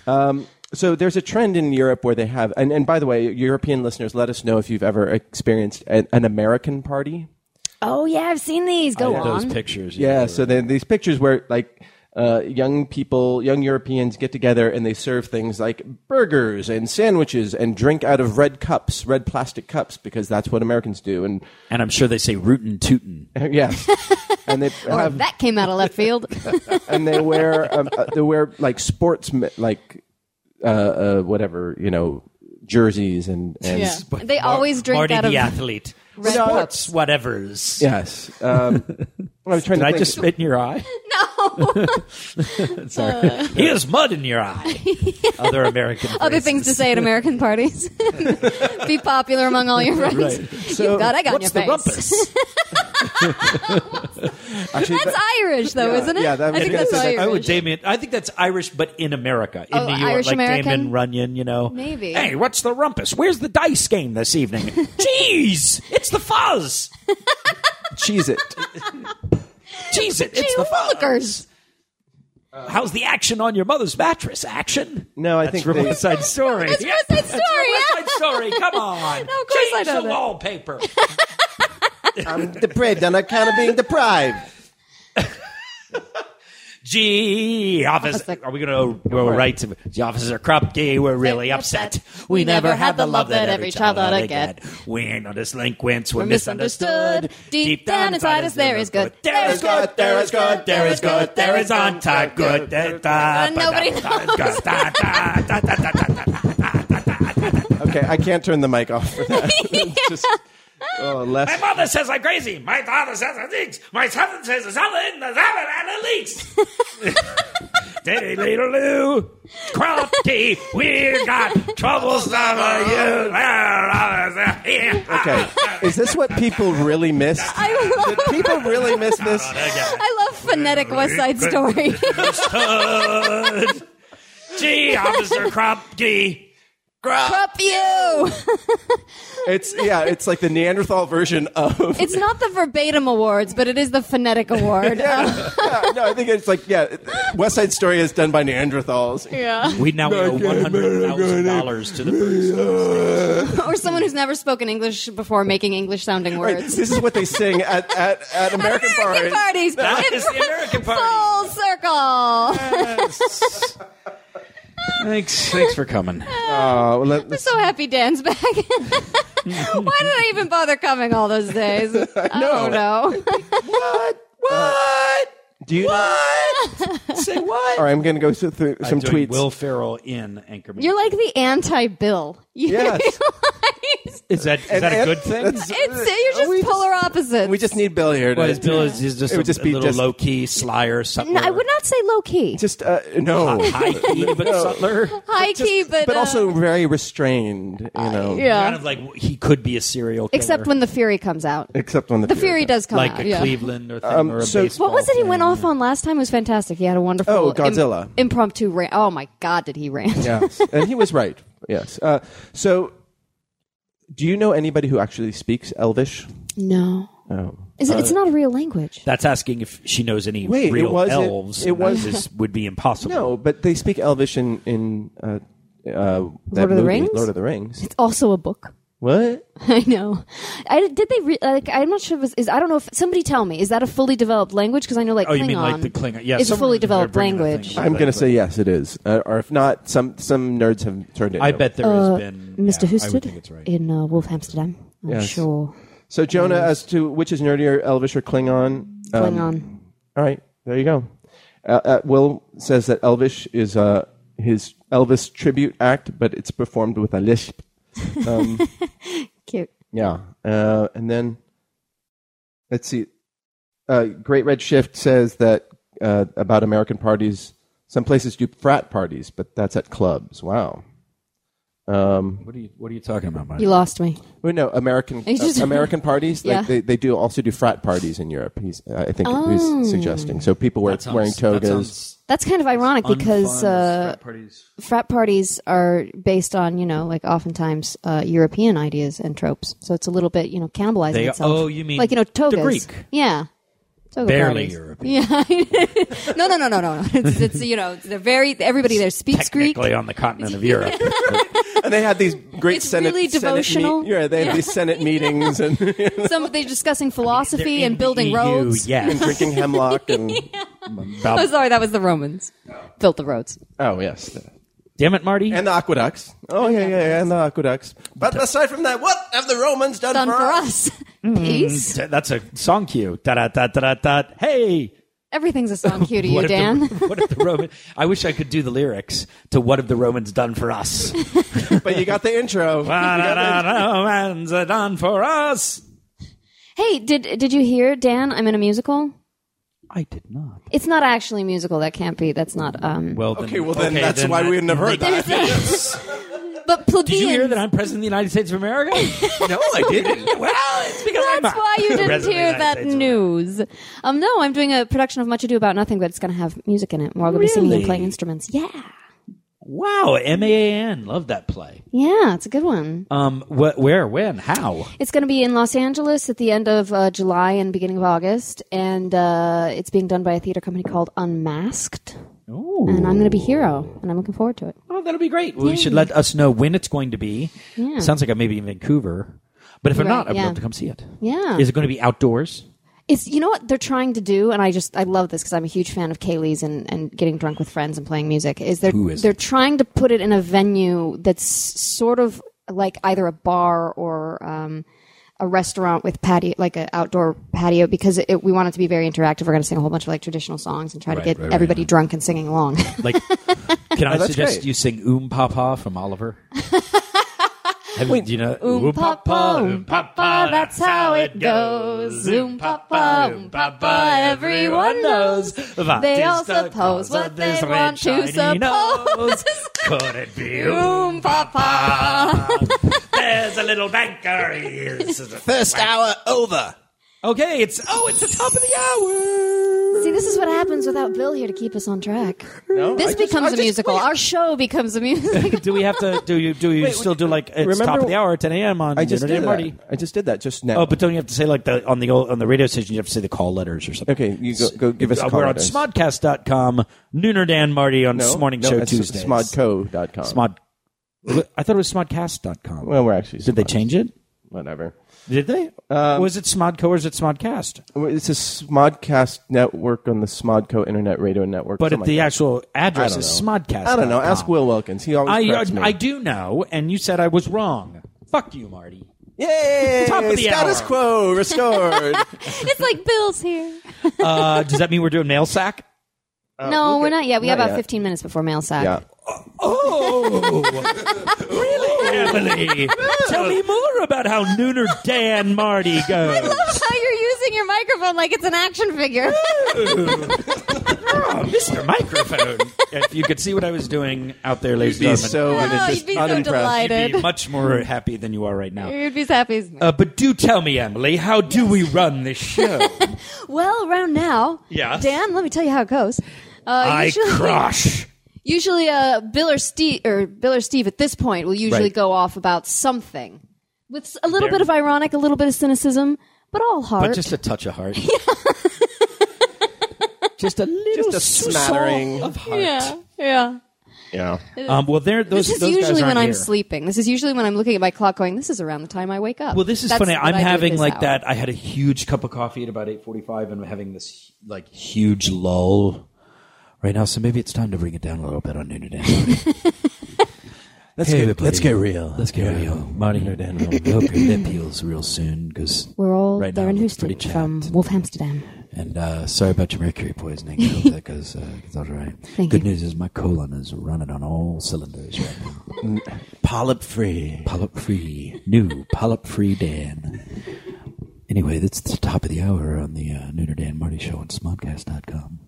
Speaker 2: Um, so there's a trend in Europe where they have, and, and by the way, European listeners, let us know if you've ever experienced an, an American party.
Speaker 4: Oh yeah, I've seen these. Go
Speaker 3: Oh, those
Speaker 4: on.
Speaker 3: pictures.
Speaker 2: Yeah, so then these pictures where like uh, young people, young Europeans get together and they serve things like burgers and sandwiches and drink out of red cups, red plastic cups, because that's what Americans do. And
Speaker 3: and I'm sure they say rootin' tootin'.
Speaker 2: yes, and they
Speaker 4: Or
Speaker 2: have
Speaker 4: that came out of left field.
Speaker 2: and they wear um, uh, they wear like sports ma- like uh, uh, whatever you know jerseys and, and
Speaker 4: Yeah. They always drink
Speaker 3: Marty
Speaker 4: out of
Speaker 3: the athlete.
Speaker 4: red
Speaker 3: Sports,
Speaker 4: cups.
Speaker 3: whatever's.
Speaker 2: yes. Um, I was trying
Speaker 3: Did
Speaker 2: to
Speaker 3: I
Speaker 2: think.
Speaker 3: just spit in your eye? No. Sorry. Here's mud in your eye. Other American.
Speaker 4: Other things to
Speaker 3: phrases.
Speaker 4: say at American parties. Be popular among all your friends. You've got I got
Speaker 3: What's
Speaker 4: in
Speaker 3: the
Speaker 4: your face.
Speaker 3: rumpus?
Speaker 2: actually,
Speaker 4: That's Irish, though, isn't it?
Speaker 2: yeah, that
Speaker 4: I
Speaker 2: was- I
Speaker 4: think
Speaker 2: was gonna
Speaker 4: that's
Speaker 2: say
Speaker 4: Irish.
Speaker 2: that.
Speaker 3: I would Damien. I think that's Irish, but in America, in
Speaker 4: Oh,
Speaker 3: New York,
Speaker 4: Irish
Speaker 3: like
Speaker 4: American?
Speaker 3: Damon Runyon. You know,
Speaker 4: Maybe.
Speaker 3: Hey, what's the rumpus? Where's the dice game this evening? Jeez, it's the fuzz.
Speaker 2: cheese it.
Speaker 3: Jeez, it, it's
Speaker 4: Gee
Speaker 3: the fuzz.
Speaker 4: willikers.
Speaker 3: How's the action on your mother's mattress? Action?
Speaker 2: No, I
Speaker 3: That's
Speaker 2: think
Speaker 3: from
Speaker 2: they-
Speaker 3: West Side Story.
Speaker 4: That's West Side Story,
Speaker 3: West
Speaker 4: yeah.
Speaker 3: Side Story. Come on.
Speaker 4: No, of course
Speaker 3: Change
Speaker 4: I know
Speaker 3: the
Speaker 4: that.
Speaker 3: wallpaper.
Speaker 5: I'm depraved on account of being deprived.
Speaker 3: Gee, office.
Speaker 4: Officer-
Speaker 3: Are we going to go right to the officer Krupke? We're really
Speaker 4: Right,
Speaker 3: upset.
Speaker 4: upset. We never had the love that every child ought to get.
Speaker 3: We ain't no delinquents. We're,
Speaker 4: We're
Speaker 3: misunderstood.
Speaker 4: misunderstood. Deep down inside us there is good.
Speaker 3: There is good. There is good. There is good. There is on time good. There- da-
Speaker 4: And nobody
Speaker 3: da- da- da- da- da- da- da- da- da.
Speaker 2: Okay, I can't turn the mic off for that. It's just, oh,
Speaker 3: My
Speaker 2: less.
Speaker 3: mother says I'm crazy. My father says I leaks. My son says it's all in the salad and it leaks. Diddy loo Crafty, we got troubles over you.
Speaker 2: Okay, is this what people really missed?
Speaker 4: I love,
Speaker 2: People really miss this.
Speaker 4: I love phonetic West Side Story.
Speaker 3: Gee, Officer Crafty,
Speaker 4: Crop you!
Speaker 2: It's yeah, it's like the Neanderthal version of.
Speaker 4: It's not the verbatim awards, but it is the phonetic award. Um,
Speaker 2: Yeah, no, I think it's like yeah, West Side Story is done by Neanderthals.
Speaker 4: yeah.
Speaker 3: We now owe one hundred thousand dollars to the person.
Speaker 4: or someone who's never spoken English before making English sounding
Speaker 2: Right,
Speaker 4: words.
Speaker 2: this is what they sing at at, at American,
Speaker 4: American
Speaker 2: bars.
Speaker 4: parties.
Speaker 3: That is the American party.
Speaker 4: Full circle.
Speaker 3: Thanks, thanks for coming.
Speaker 2: Uh, well, let-
Speaker 4: I'm so happy Dan's back. Why did I even bother coming all those days? I don't know.
Speaker 2: what? What? Do you?
Speaker 3: What? Say what?
Speaker 2: All right, I'm going to go through, through some
Speaker 3: I'm doing
Speaker 2: tweets.
Speaker 3: Will Ferrell in Anchorman.
Speaker 4: You're like the anti Bill.
Speaker 2: Yes. Uh,
Speaker 3: is that is that a good thing?
Speaker 4: It's you're
Speaker 2: We
Speaker 4: just polar opposites.
Speaker 2: we just need Bill here. To,
Speaker 3: Well, his Bill is, is just
Speaker 2: It
Speaker 3: a,
Speaker 2: would just
Speaker 3: a
Speaker 2: be
Speaker 3: little
Speaker 2: just-
Speaker 3: low key slyer something.
Speaker 4: No, I would not say low key.
Speaker 2: just uh, no,
Speaker 3: high key, but subtler.
Speaker 4: High key, but
Speaker 2: but
Speaker 4: uh,
Speaker 2: also very restrained. You know,
Speaker 4: yeah.
Speaker 3: Kind of like he could be a serial killer,
Speaker 4: Except when the Fury comes out.
Speaker 2: Except when the
Speaker 4: The Fury does come
Speaker 3: like
Speaker 4: out.
Speaker 3: a
Speaker 4: yeah.
Speaker 3: Cleveland or thing or a
Speaker 2: Um, so-
Speaker 3: baseball.
Speaker 4: What was it he
Speaker 3: thing.
Speaker 4: went off on last time? It was fantastic. He had a wonderful
Speaker 2: Oh, Godzilla.
Speaker 4: im- impromptu rant. Oh my god, did he rant?
Speaker 2: yes, and he was right. Yes. Uh, so, do you know anybody who actually speaks Elvish?
Speaker 4: No,
Speaker 2: Oh.
Speaker 4: is it? it's not a real language.
Speaker 3: That's asking if she knows any
Speaker 2: Wait, it
Speaker 3: real
Speaker 2: was- it-
Speaker 3: elves.
Speaker 2: it
Speaker 3: and
Speaker 2: was-
Speaker 3: that just would be impossible.
Speaker 2: No, but they speak Elvish in in uh, uh, that
Speaker 4: Lord of the
Speaker 2: movie,
Speaker 4: Rings?
Speaker 2: Lord of the Rings.
Speaker 4: It's also a book.
Speaker 2: What?
Speaker 4: I know. I did they re- like? I'm not sure. If it was, is I don't know if somebody tell me. Is that a fully developed language? Because I know like
Speaker 3: Oh,
Speaker 4: Klingon.
Speaker 3: you mean like the Klingon? Yeah,
Speaker 4: it's a
Speaker 3: someone
Speaker 4: fully
Speaker 3: was there
Speaker 4: developed
Speaker 3: bringing that thing
Speaker 4: language.
Speaker 3: up.
Speaker 2: I'm going to say yes, it is. Uh, or if not, some some nerds have turned it.
Speaker 3: I
Speaker 2: into-
Speaker 3: bet there
Speaker 4: Uh,
Speaker 3: has been
Speaker 4: Mr.
Speaker 3: yeah, I would
Speaker 4: Husted
Speaker 3: think it's right.
Speaker 4: in uh, Wolf Amsterdam. I'm
Speaker 2: Yes.
Speaker 4: sure.
Speaker 2: So Jonah, as to which is nerdier, Elvish or Klingon?
Speaker 4: Going
Speaker 2: Um,
Speaker 4: on.
Speaker 2: All right, there you go. Uh, uh, Will says that Elvish is uh, his Elvis tribute act, but it's performed with a lisp. Um,
Speaker 4: Cute.
Speaker 2: Yeah, uh, and then let's see. Uh, Great Red Shift says that uh, about American parties. Some places do frat parties, but that's at clubs. Wow. Um,
Speaker 3: What are you What are you talking about, Mike?
Speaker 4: You lost me.
Speaker 2: well, no, American
Speaker 4: You just-
Speaker 2: uh, American parties.
Speaker 4: Yeah.
Speaker 2: Like they, they do also do frat parties in Europe. He's uh, I think
Speaker 4: Oh.
Speaker 2: he's suggesting so people wear,
Speaker 3: That sounds-
Speaker 2: wearing
Speaker 3: that
Speaker 2: togas.
Speaker 3: sounds
Speaker 4: That's kind of ironic because
Speaker 3: unfun,
Speaker 4: uh,
Speaker 3: frat parties.
Speaker 4: frat parties are based on you know like oftentimes uh, European ideas and tropes, so it's a little bit you know cannibalizing
Speaker 3: They-
Speaker 4: itself.
Speaker 3: oh, you mean
Speaker 4: like you know
Speaker 3: the
Speaker 4: togas?
Speaker 3: Greek.
Speaker 4: yeah. Toga
Speaker 3: barely
Speaker 4: parties.
Speaker 3: European.
Speaker 4: Yeah. no, no, no, no, no. It's, it's you know they're very everybody there speaks Greek.
Speaker 3: Technically on the continent of Europe.
Speaker 2: and they had these great
Speaker 4: It's
Speaker 2: Senate,
Speaker 4: really
Speaker 2: Senate meet-
Speaker 4: devotional.
Speaker 2: yeah, they had these Senate meetings and,
Speaker 4: Some they're discussing
Speaker 3: uh, They're E
Speaker 4: philosophy
Speaker 3: in
Speaker 4: and
Speaker 3: the
Speaker 4: building
Speaker 3: EU,
Speaker 4: roads.
Speaker 2: and
Speaker 3: Yeah.
Speaker 2: drinking hemlock and
Speaker 4: Oh,
Speaker 3: About-
Speaker 4: sorry, that was the Romans built the roads.
Speaker 2: oh yes,
Speaker 3: damn it, Marty.
Speaker 2: and the aqueducts. Oh yeah, yeah, yeah, and the aqueducts. But aside from that, what have the Romans done,
Speaker 4: Done for us.
Speaker 3: Hmm.
Speaker 4: Peace.
Speaker 3: T- That's a song cue. Da da da da da da. Hey,
Speaker 4: Everything's a song cue to you,
Speaker 3: what if
Speaker 4: Dan.
Speaker 3: The, what if the Roman? I wish I could do the lyrics to "What have the Romans done for us?"
Speaker 2: But you got the intro.
Speaker 3: What have the Romans done for us?
Speaker 4: hey, did did you hear Dan? I'm in a musical.
Speaker 3: I did not.
Speaker 4: It's not actually a musical. That can't be. That's not. Um,
Speaker 3: Well,
Speaker 2: Okay, well then that's why we wouldn't have heard that.
Speaker 4: but
Speaker 3: Did
Speaker 4: plebeians.
Speaker 3: you hear that I'm president of the United States of America? no,
Speaker 2: Oh,
Speaker 3: I didn't. Well, it's because I'm
Speaker 4: That's
Speaker 3: a-
Speaker 4: why you didn't
Speaker 3: President of the
Speaker 4: hear
Speaker 3: United
Speaker 4: that
Speaker 3: States of
Speaker 4: news. Um, no, I'm doing a production of Much Ado About Nothing, but it's going to have music in it. We're all going to be singing and
Speaker 3: Really?
Speaker 4: playing instruments. Yeah,
Speaker 3: Wow, M A A N. Love that play.
Speaker 4: yeah, it's a good one.
Speaker 3: Um, wh- where, when, how?
Speaker 4: It's going to be in Los Angeles at the end of uh, July and beginning of August, and uh, it's being done by a theater company called Unmasked. And I'm going to be hero, and I'm looking forward to it.
Speaker 3: Oh, that'll be great. We should let us know when it's going to be. Sounds like I may be in Vancouver, but if I'm
Speaker 4: Right,
Speaker 3: not, I'd
Speaker 4: yeah.
Speaker 3: love to come see it.
Speaker 4: Yeah.
Speaker 3: Is it going to be outdoors?
Speaker 4: It's you know what they're trying to do, and I just I love this because I'm a huge fan of Kaylee's and, and getting drunk with friends and playing music. Is they're
Speaker 3: Who isn't?
Speaker 4: they're trying to put it in a venue that's sort of like either a bar or um, a restaurant with patio, like an outdoor patio, because it, we want it to be very interactive. We're going to sing a whole bunch of like traditional songs and try to
Speaker 3: Right,
Speaker 4: get
Speaker 3: right, right,
Speaker 4: everybody
Speaker 3: yeah.
Speaker 4: drunk and singing along.
Speaker 3: Like, can I
Speaker 4: Oh,
Speaker 2: that's
Speaker 3: suggest
Speaker 2: great.
Speaker 3: you sing "Oom Papa" from Oliver? Have, do you know
Speaker 4: Oom papa, oom papa, that's how it goes. Oom papa, oom papa, everyone knows. They all suppose what they want to suppose.
Speaker 3: Could it be
Speaker 4: Oom papa.
Speaker 3: There's a little banker. He is
Speaker 5: First hour over.
Speaker 3: Okay, it's oh, it's the top of the hour.
Speaker 4: See, this is what happens without Bill here to keep us on track.
Speaker 2: No,
Speaker 4: this
Speaker 2: I just- I
Speaker 4: becomes a
Speaker 2: just-
Speaker 4: musical. Our show becomes a musical.
Speaker 3: do we have to do you do you still do like it's
Speaker 2: remember-
Speaker 3: top of the hour at 10 a.m. on
Speaker 2: I just
Speaker 3: Saturday
Speaker 2: did
Speaker 3: Marty?
Speaker 2: that. I just did that just now.
Speaker 3: Oh, but don't you have to say like the on the old, on the radio station? You have to say the call letters or something.
Speaker 2: okay, you go, go give us.
Speaker 3: Uh,
Speaker 2: call
Speaker 3: we're on
Speaker 2: letters.
Speaker 3: smodcast.com, Nooner Dan Marty on
Speaker 2: No,
Speaker 3: this morning
Speaker 2: no,
Speaker 3: show
Speaker 2: it's
Speaker 3: Tuesdays.
Speaker 2: Smodco.com.
Speaker 3: Smod. I thought it was smodcast.com.
Speaker 2: Well, we're actually.
Speaker 3: Did they
Speaker 2: Smod-
Speaker 3: change it?
Speaker 2: Whatever.
Speaker 3: Did they?
Speaker 2: Um,
Speaker 3: was it Smodco or is it Smodcast?
Speaker 2: Well, It's a Smodcast network on the Smodco Internet Radio Network.
Speaker 3: But
Speaker 2: something
Speaker 3: if the
Speaker 2: like
Speaker 3: actual
Speaker 2: that. I
Speaker 3: address
Speaker 2: don't
Speaker 3: is
Speaker 2: know.
Speaker 3: Smodcast.
Speaker 2: I don't know. Ask Will Wilkins. He always
Speaker 3: I, uh,
Speaker 2: corrects me.
Speaker 3: I do know, and you said I was wrong. Fuck you, Marty.
Speaker 2: Yay!
Speaker 3: Top of the
Speaker 2: Status
Speaker 3: hour.
Speaker 2: quo restored.
Speaker 4: it's like Bill's here.
Speaker 3: Uh, does that mean we're doing mail sack?
Speaker 4: no, we're not yet. We have
Speaker 2: not
Speaker 4: about
Speaker 2: yet.
Speaker 4: 15 minutes before mail sack.
Speaker 2: yeah.
Speaker 3: Oh, really, Emily? Tell me more about how Nooner Dan Marty
Speaker 4: I
Speaker 3: goes.
Speaker 4: love how you're using your microphone like it's an action figure.
Speaker 3: Oh, Mr. Microphone. if you could see what I was doing out there, ladies
Speaker 2: He's
Speaker 3: and
Speaker 2: so
Speaker 3: gentlemen,
Speaker 4: Oh,
Speaker 2: uninterest-
Speaker 4: you'd be so
Speaker 2: unimpressed.
Speaker 4: delighted.
Speaker 3: you'd be much more happy than you are right now.
Speaker 4: You'd be as happy as me.
Speaker 3: Uh, but do tell me, Emily, how do we run this show?
Speaker 4: well, around now,
Speaker 3: Yeah.
Speaker 4: Dan, let me tell you how it goes. Uh,
Speaker 3: I
Speaker 4: usually-
Speaker 3: crush.
Speaker 4: Usually, uh, Bill or Steve or Bill or Steve at this point will usually
Speaker 3: Right.
Speaker 4: go off about something with a little
Speaker 3: Very-
Speaker 4: bit of ironic, a little bit of cynicism, but all heart.
Speaker 3: But just a touch of heart. just a little
Speaker 2: Just a
Speaker 3: sousal
Speaker 2: smattering.
Speaker 3: of heart.
Speaker 4: yeah, yeah.
Speaker 2: Yeah.
Speaker 3: Um, well, there. Those,
Speaker 4: This is
Speaker 3: those guys
Speaker 4: usually when
Speaker 3: aren't
Speaker 4: I'm
Speaker 3: here.
Speaker 4: sleeping. This is usually when I'm looking at my clock, going, "This is around the time I wake up."
Speaker 3: Well, this is
Speaker 4: That's
Speaker 3: funny.
Speaker 4: what
Speaker 3: I'm
Speaker 4: I do at
Speaker 3: having
Speaker 4: this
Speaker 3: like
Speaker 4: hour.
Speaker 3: that. I had a huge cup of coffee at about 8:45, and I'm having this like huge lull right now. So maybe it's time to bring it down a little bit on Nooner Dan. let's
Speaker 2: get- let's get real.
Speaker 3: Let's get real, Marty. Nooner Dan. Hope your lip heals real soon because
Speaker 4: We're all
Speaker 3: right
Speaker 4: there
Speaker 3: now
Speaker 4: in
Speaker 3: it looks
Speaker 4: Houston
Speaker 3: pretty
Speaker 4: from
Speaker 3: jacked.
Speaker 4: Wolfhamsterdam.
Speaker 3: And uh, sorry about your mercury poisoning. I hope that goes, uh, goes all right.
Speaker 4: Thank
Speaker 3: Good
Speaker 4: you.
Speaker 3: news is my colon is running on all cylinders right now. polyp free. Polyp free. New polyp free Dan. Anyway, that's the top of the hour on the uh, Nooner Dan Marty Show on smodcast.com.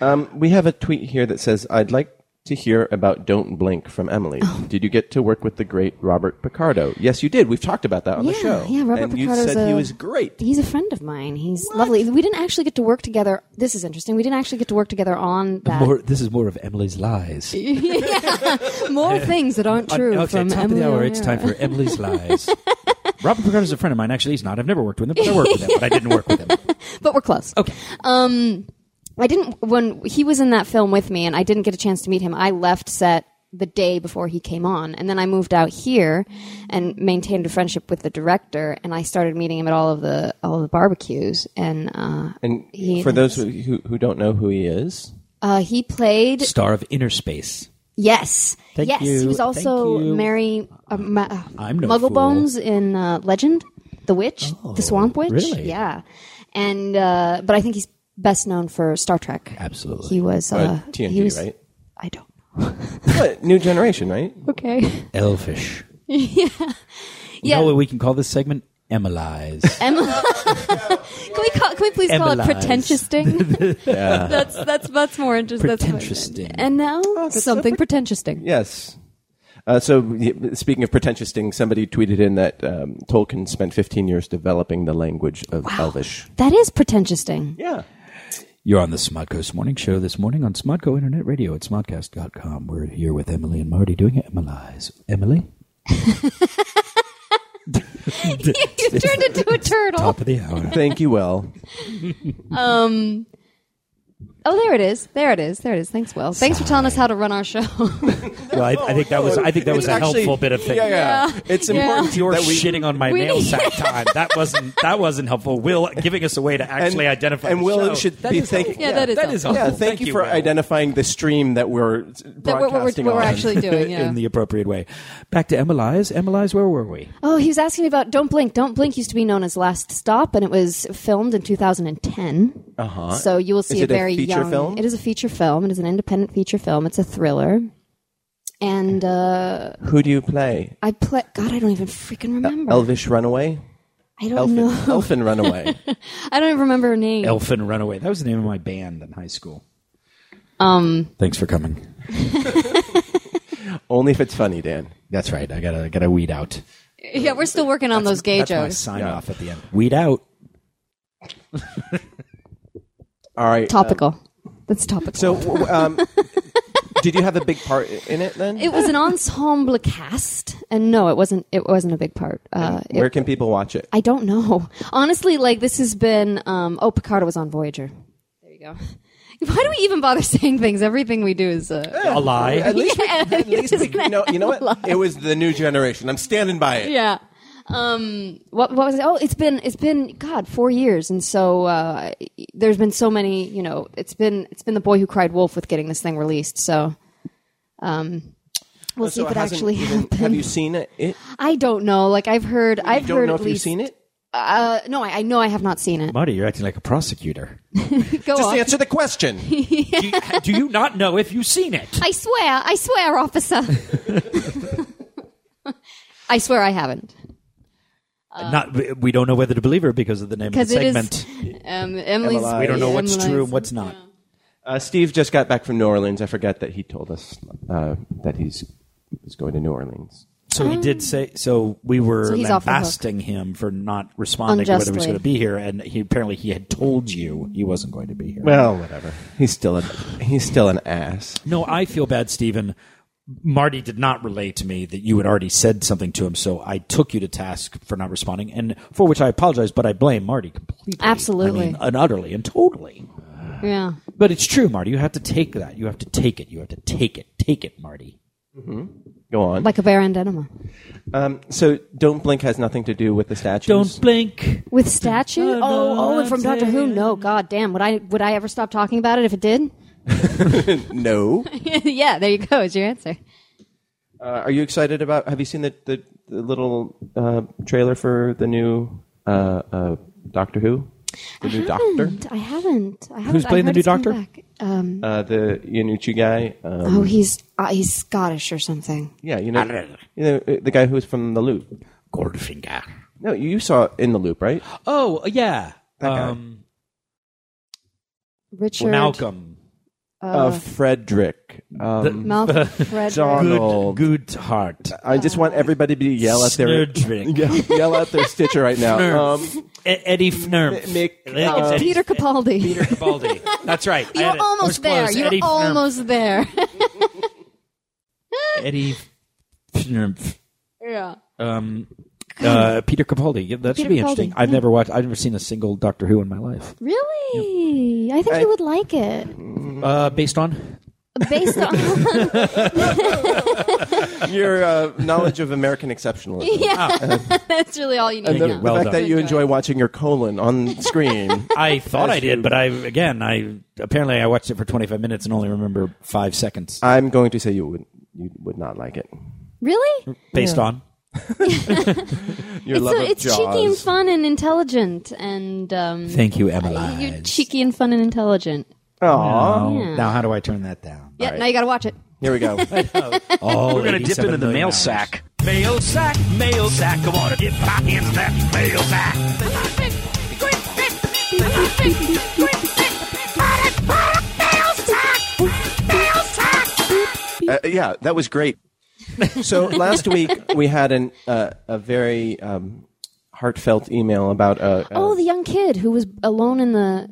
Speaker 2: Um, we have a tweet here that says, "I'd like to hear about Don't Blink from Emily.
Speaker 3: Oh.
Speaker 2: Did you get to work with the great Robert Picardo? Yes, you did. We've talked about that on the
Speaker 4: Yeah,
Speaker 2: show.
Speaker 4: yeah, Robert
Speaker 2: and you
Speaker 4: Picardo's
Speaker 2: said he
Speaker 4: a-
Speaker 2: was great.
Speaker 4: He's a friend of mine. He's lovely. We didn't actually get to work together. This is interesting. We didn't actually get to work together on that.
Speaker 3: More, this is more of Emily's lies.
Speaker 4: More things that aren't true
Speaker 3: okay,
Speaker 4: from
Speaker 3: top
Speaker 4: Emily
Speaker 3: of the hour.
Speaker 4: O'Hara.
Speaker 3: It's time for Emily's lies. Robert Picardo's a friend of mine. Actually, he's not. I've never worked with him, but I worked with him. But I didn't work with him.
Speaker 4: but we're close.
Speaker 3: Okay.
Speaker 4: Um, I didn't when he was in that film with me, and I didn't get a chance to meet him. I left set the day before he came on, and then I moved out here and maintained a friendship with the director. And I started meeting him at all of the all of the barbecues. And uh,
Speaker 2: And
Speaker 4: He
Speaker 2: for
Speaker 4: is.
Speaker 2: those who, who who don't know who he is,
Speaker 4: uh, he played
Speaker 3: Star of Inner Space.
Speaker 4: yes,
Speaker 3: Thank
Speaker 4: yes.
Speaker 3: you,
Speaker 4: He was
Speaker 3: thank
Speaker 4: also
Speaker 3: you.
Speaker 4: Mary uh, Ma- uh,
Speaker 3: I'm no fool. Oh,
Speaker 4: Mugglebones in uh, Legend, the witch, the Swamp Witch.
Speaker 3: really?
Speaker 4: Yeah, and uh, but I think he's best known for Star Trek.
Speaker 3: Absolutely.
Speaker 4: He was uh,
Speaker 2: uh, TNG,
Speaker 4: he was,
Speaker 2: right?
Speaker 4: I don't.
Speaker 2: What new generation, right?
Speaker 4: Okay.
Speaker 3: Elfish. yeah. You
Speaker 4: Yeah.
Speaker 3: know what we can call this segment? Emilize.
Speaker 4: Emma, can we call, can we please call it
Speaker 3: Emma lies.
Speaker 4: pretentious ding? That's that's that's more interesting. That's more-
Speaker 3: Pretentious ding.
Speaker 4: And now
Speaker 2: Oh, that's
Speaker 4: something
Speaker 2: so
Speaker 4: pretentious ding.
Speaker 2: Yes. Uh, so, y- speaking of pretentious things, somebody tweeted in that um, Tolkien spent 15 years developing the language of Elvish.
Speaker 4: That is pretentious ding.
Speaker 2: Yeah.
Speaker 3: You're on the Smodco's Morning Show this morning on Smodco Internet Radio at smodcast.com. We're here with Emily and Marty doing Emilize. Emily?
Speaker 4: you turned into a turtle.
Speaker 3: Top of the hour.
Speaker 2: Thank you, Will.
Speaker 4: Oh, there it is. There it is. There it is. Thanks, Will. Thanks for telling us how to run our show.
Speaker 3: well, I, I think that was I think that was a helpful bit of thing.
Speaker 2: Yeah, yeah. It's important
Speaker 3: You're
Speaker 2: that we
Speaker 3: shitting on my
Speaker 4: we-
Speaker 3: nail sack time. That wasn't that wasn't helpful. Will giving us a way to actually identify.
Speaker 2: And
Speaker 3: the
Speaker 2: Will
Speaker 3: show.
Speaker 2: should be thanking.
Speaker 4: Yeah, that is
Speaker 3: that is
Speaker 4: helpful.
Speaker 2: Yeah,
Speaker 3: helpful.
Speaker 2: thank, you, for
Speaker 3: Will.
Speaker 2: identifying the stream that we're
Speaker 4: That what we're, what
Speaker 2: broadcasting
Speaker 4: we're
Speaker 2: on.
Speaker 4: actually doing. Yeah.
Speaker 3: in the appropriate way. Back to Emilize. Emilize, where were we?
Speaker 4: Oh, he was asking me about Don't Blink. Don't Blink used to be known as Last Stop, and it was filmed in 2010. Uh-huh. So you will see
Speaker 2: Is
Speaker 4: a
Speaker 2: it a
Speaker 4: very
Speaker 2: feature
Speaker 4: young.
Speaker 2: film?
Speaker 4: It is a feature film. It is an independent feature film. It's a thriller, and uh,
Speaker 2: Who do you play?
Speaker 4: I play. God, I don't even freaking remember.
Speaker 2: Elvish Runaway?
Speaker 4: I don't
Speaker 2: Elfin,
Speaker 4: know.
Speaker 2: Elfin Runaway.
Speaker 4: I don't even remember her name.
Speaker 3: Elfin Runaway. That was the name of my band in high school. Um. Thanks for coming.
Speaker 2: Only if it's funny, Dan.
Speaker 3: That's right. I gotta gotta weed out.
Speaker 4: Yeah, we're still working on those gay
Speaker 3: That's my
Speaker 4: jokes.
Speaker 3: sign off at the end. Weed out.
Speaker 2: All right.
Speaker 4: Topical. That's topical.
Speaker 2: So, w- um, did you have a big part in it then?
Speaker 4: it was an ensemble cast, and no, it wasn't. It wasn't a big part. Uh, it-
Speaker 2: Where can people watch it?
Speaker 4: I don't know. Honestly, like this has been. Um, oh, Picardo was on Voyager. There you go. Why do we even bother saying things? Everything we do is uh,
Speaker 3: A lie.
Speaker 2: At least, we-
Speaker 4: Yeah,
Speaker 2: at least we,
Speaker 4: isn't
Speaker 2: no,
Speaker 4: that
Speaker 2: you know what? It was the new generation. I'm standing by it.
Speaker 4: yeah. Um, what what was it? Oh, it's been it's been God four years, and so uh, there's been so many. You know, it's been it's been the boy who cried wolf with getting this thing released. So, um, we'll see
Speaker 2: So
Speaker 4: if it
Speaker 2: hasn't
Speaker 4: actually
Speaker 2: even-
Speaker 4: happened.
Speaker 2: Have you seen it? it?
Speaker 4: I don't know. Like I've heard. I've
Speaker 2: you don't
Speaker 4: heard
Speaker 2: know
Speaker 4: at
Speaker 2: if
Speaker 4: least.
Speaker 2: you've seen it?
Speaker 4: Uh, no, I, I know I have not seen it.
Speaker 3: Marty, you're acting like a prosecutor.
Speaker 4: Go
Speaker 2: Just
Speaker 4: on.
Speaker 2: answer the question.
Speaker 3: do, you, do you not know if you've seen it?
Speaker 4: I swear, I swear, officer. I swear I haven't.
Speaker 3: not we don't know whether to believe her because of the name of the
Speaker 4: Because it is
Speaker 3: segment.
Speaker 4: um, Emily's.
Speaker 2: We
Speaker 3: we don't know
Speaker 4: yeah,
Speaker 3: what's
Speaker 4: Emily's-
Speaker 3: true and what's not.
Speaker 2: Uh, Steve just got back from New Orleans. I forget that he told us uh, that he's was going to New Orleans.
Speaker 3: So he did say. So we were
Speaker 4: Um, So he's off the hook.
Speaker 3: lambasting him for not responding to whether he was
Speaker 4: Unjustly.
Speaker 3: going to be here, and he apparently he had told you he wasn't going to be here.
Speaker 2: Well, whatever. He's still a he's still an ass.
Speaker 3: no, I feel bad, Stephen. Marty did not relay to me that you had already said something to him, so I took you to task for not responding, and for which I apologize. But I blame Marty completely,
Speaker 4: Absolutely.
Speaker 3: I mean, uh, and utterly and totally.
Speaker 4: Yeah.
Speaker 3: But it's true, Marty. You have to take that. You have to take it. You have to take it. Take it, Marty.
Speaker 2: Go on.
Speaker 4: Like a bear and enema.
Speaker 2: Um, so, don't blink has nothing to do with the statues.
Speaker 3: Don't blink.
Speaker 4: With statue?
Speaker 3: No, no,
Speaker 4: oh, oh,
Speaker 3: I'm
Speaker 4: and from Doctor Who?
Speaker 3: saying-
Speaker 4: No, god damn. Would I would I ever stop talking about it if it did?
Speaker 2: No.
Speaker 4: yeah, there you go, is your answer.
Speaker 2: Uh, are you excited about? Have you seen the the, the little uh, trailer for the new uh, uh, Doctor Who? The new
Speaker 4: Uh-huh.
Speaker 2: Doctor.
Speaker 4: I haven't. I haven't.
Speaker 3: Who's
Speaker 4: I
Speaker 3: playing the
Speaker 4: heard
Speaker 3: new
Speaker 4: it's coming
Speaker 3: Doctor?
Speaker 4: back. Um,
Speaker 2: Uh, the Yanucci guy. Um,
Speaker 4: oh, he's uh, he's Scottish or something.
Speaker 2: yeah, you know, you know, uh, the guy who was from the Loop.
Speaker 3: Goldfinger.
Speaker 2: No, you saw it in the Loop, right?
Speaker 3: Oh yeah,
Speaker 2: That guy.
Speaker 3: um,
Speaker 4: Richard
Speaker 3: Malcolm.
Speaker 2: Uh, Frederick. Um,
Speaker 4: Malcolm Frederick.
Speaker 2: Donald.
Speaker 3: Good, good heart.
Speaker 2: I just want everybody to yell at their
Speaker 3: Snurdrick.
Speaker 2: yell, yell at their Stitcher right now. Um,
Speaker 3: E- Eddie Fnurf.
Speaker 2: M- Mick,
Speaker 3: I think it's
Speaker 2: uh,
Speaker 3: Eddie-
Speaker 4: Peter Capaldi.
Speaker 3: Peter Capaldi. That's right. I
Speaker 4: You're
Speaker 3: had it. I was
Speaker 4: almost there.
Speaker 3: close.
Speaker 4: You're
Speaker 3: Eddie Fnurf.
Speaker 4: almost there.
Speaker 3: Eddie Fnurf.
Speaker 4: yeah.
Speaker 3: Um, uh, Peter Capaldi. Yeah, that should
Speaker 4: Peter
Speaker 3: be
Speaker 4: Capaldi,
Speaker 3: interesting. I've
Speaker 4: yeah.
Speaker 3: never watched. I've never seen a single Doctor Who in my life.
Speaker 4: Really? I think you would like it.
Speaker 2: Mm.
Speaker 3: Uh, based on
Speaker 4: Based on
Speaker 2: your uh, knowledge of American exceptionalism.
Speaker 3: Ah.
Speaker 4: that's really all you need.
Speaker 2: And the,
Speaker 4: to know.
Speaker 2: the
Speaker 3: Well
Speaker 2: fact
Speaker 3: done.
Speaker 2: that you enjoy watching your colon on screen.
Speaker 3: I thought
Speaker 2: As
Speaker 3: I did,
Speaker 2: you-
Speaker 3: but I again I apparently I watched it for 25 minutes and only remember five seconds.
Speaker 2: I'm going to say you would you would not like it.
Speaker 4: Really?
Speaker 3: Based on
Speaker 2: Your
Speaker 4: it's
Speaker 2: love
Speaker 4: so-
Speaker 2: of
Speaker 4: it's
Speaker 2: Jaws.
Speaker 4: cheeky and fun and intelligent and um,
Speaker 3: thank you, Emily.
Speaker 4: you're cheeky and fun and intelligent.
Speaker 2: Aw.
Speaker 3: Oh,
Speaker 4: Yeah.
Speaker 3: Now how do I turn that down?
Speaker 4: Yeah, now you got to watch it.
Speaker 2: Here we go.
Speaker 3: Oh,
Speaker 6: We're gonna dip into the mail sack. Mail sack, mail sack. Come on, dip back into that mail sack.
Speaker 2: Uh, yeah, that was great. So last week we had an uh, a very um, heartfelt email about uh, uh,
Speaker 4: Oh, the young kid who was alone in the.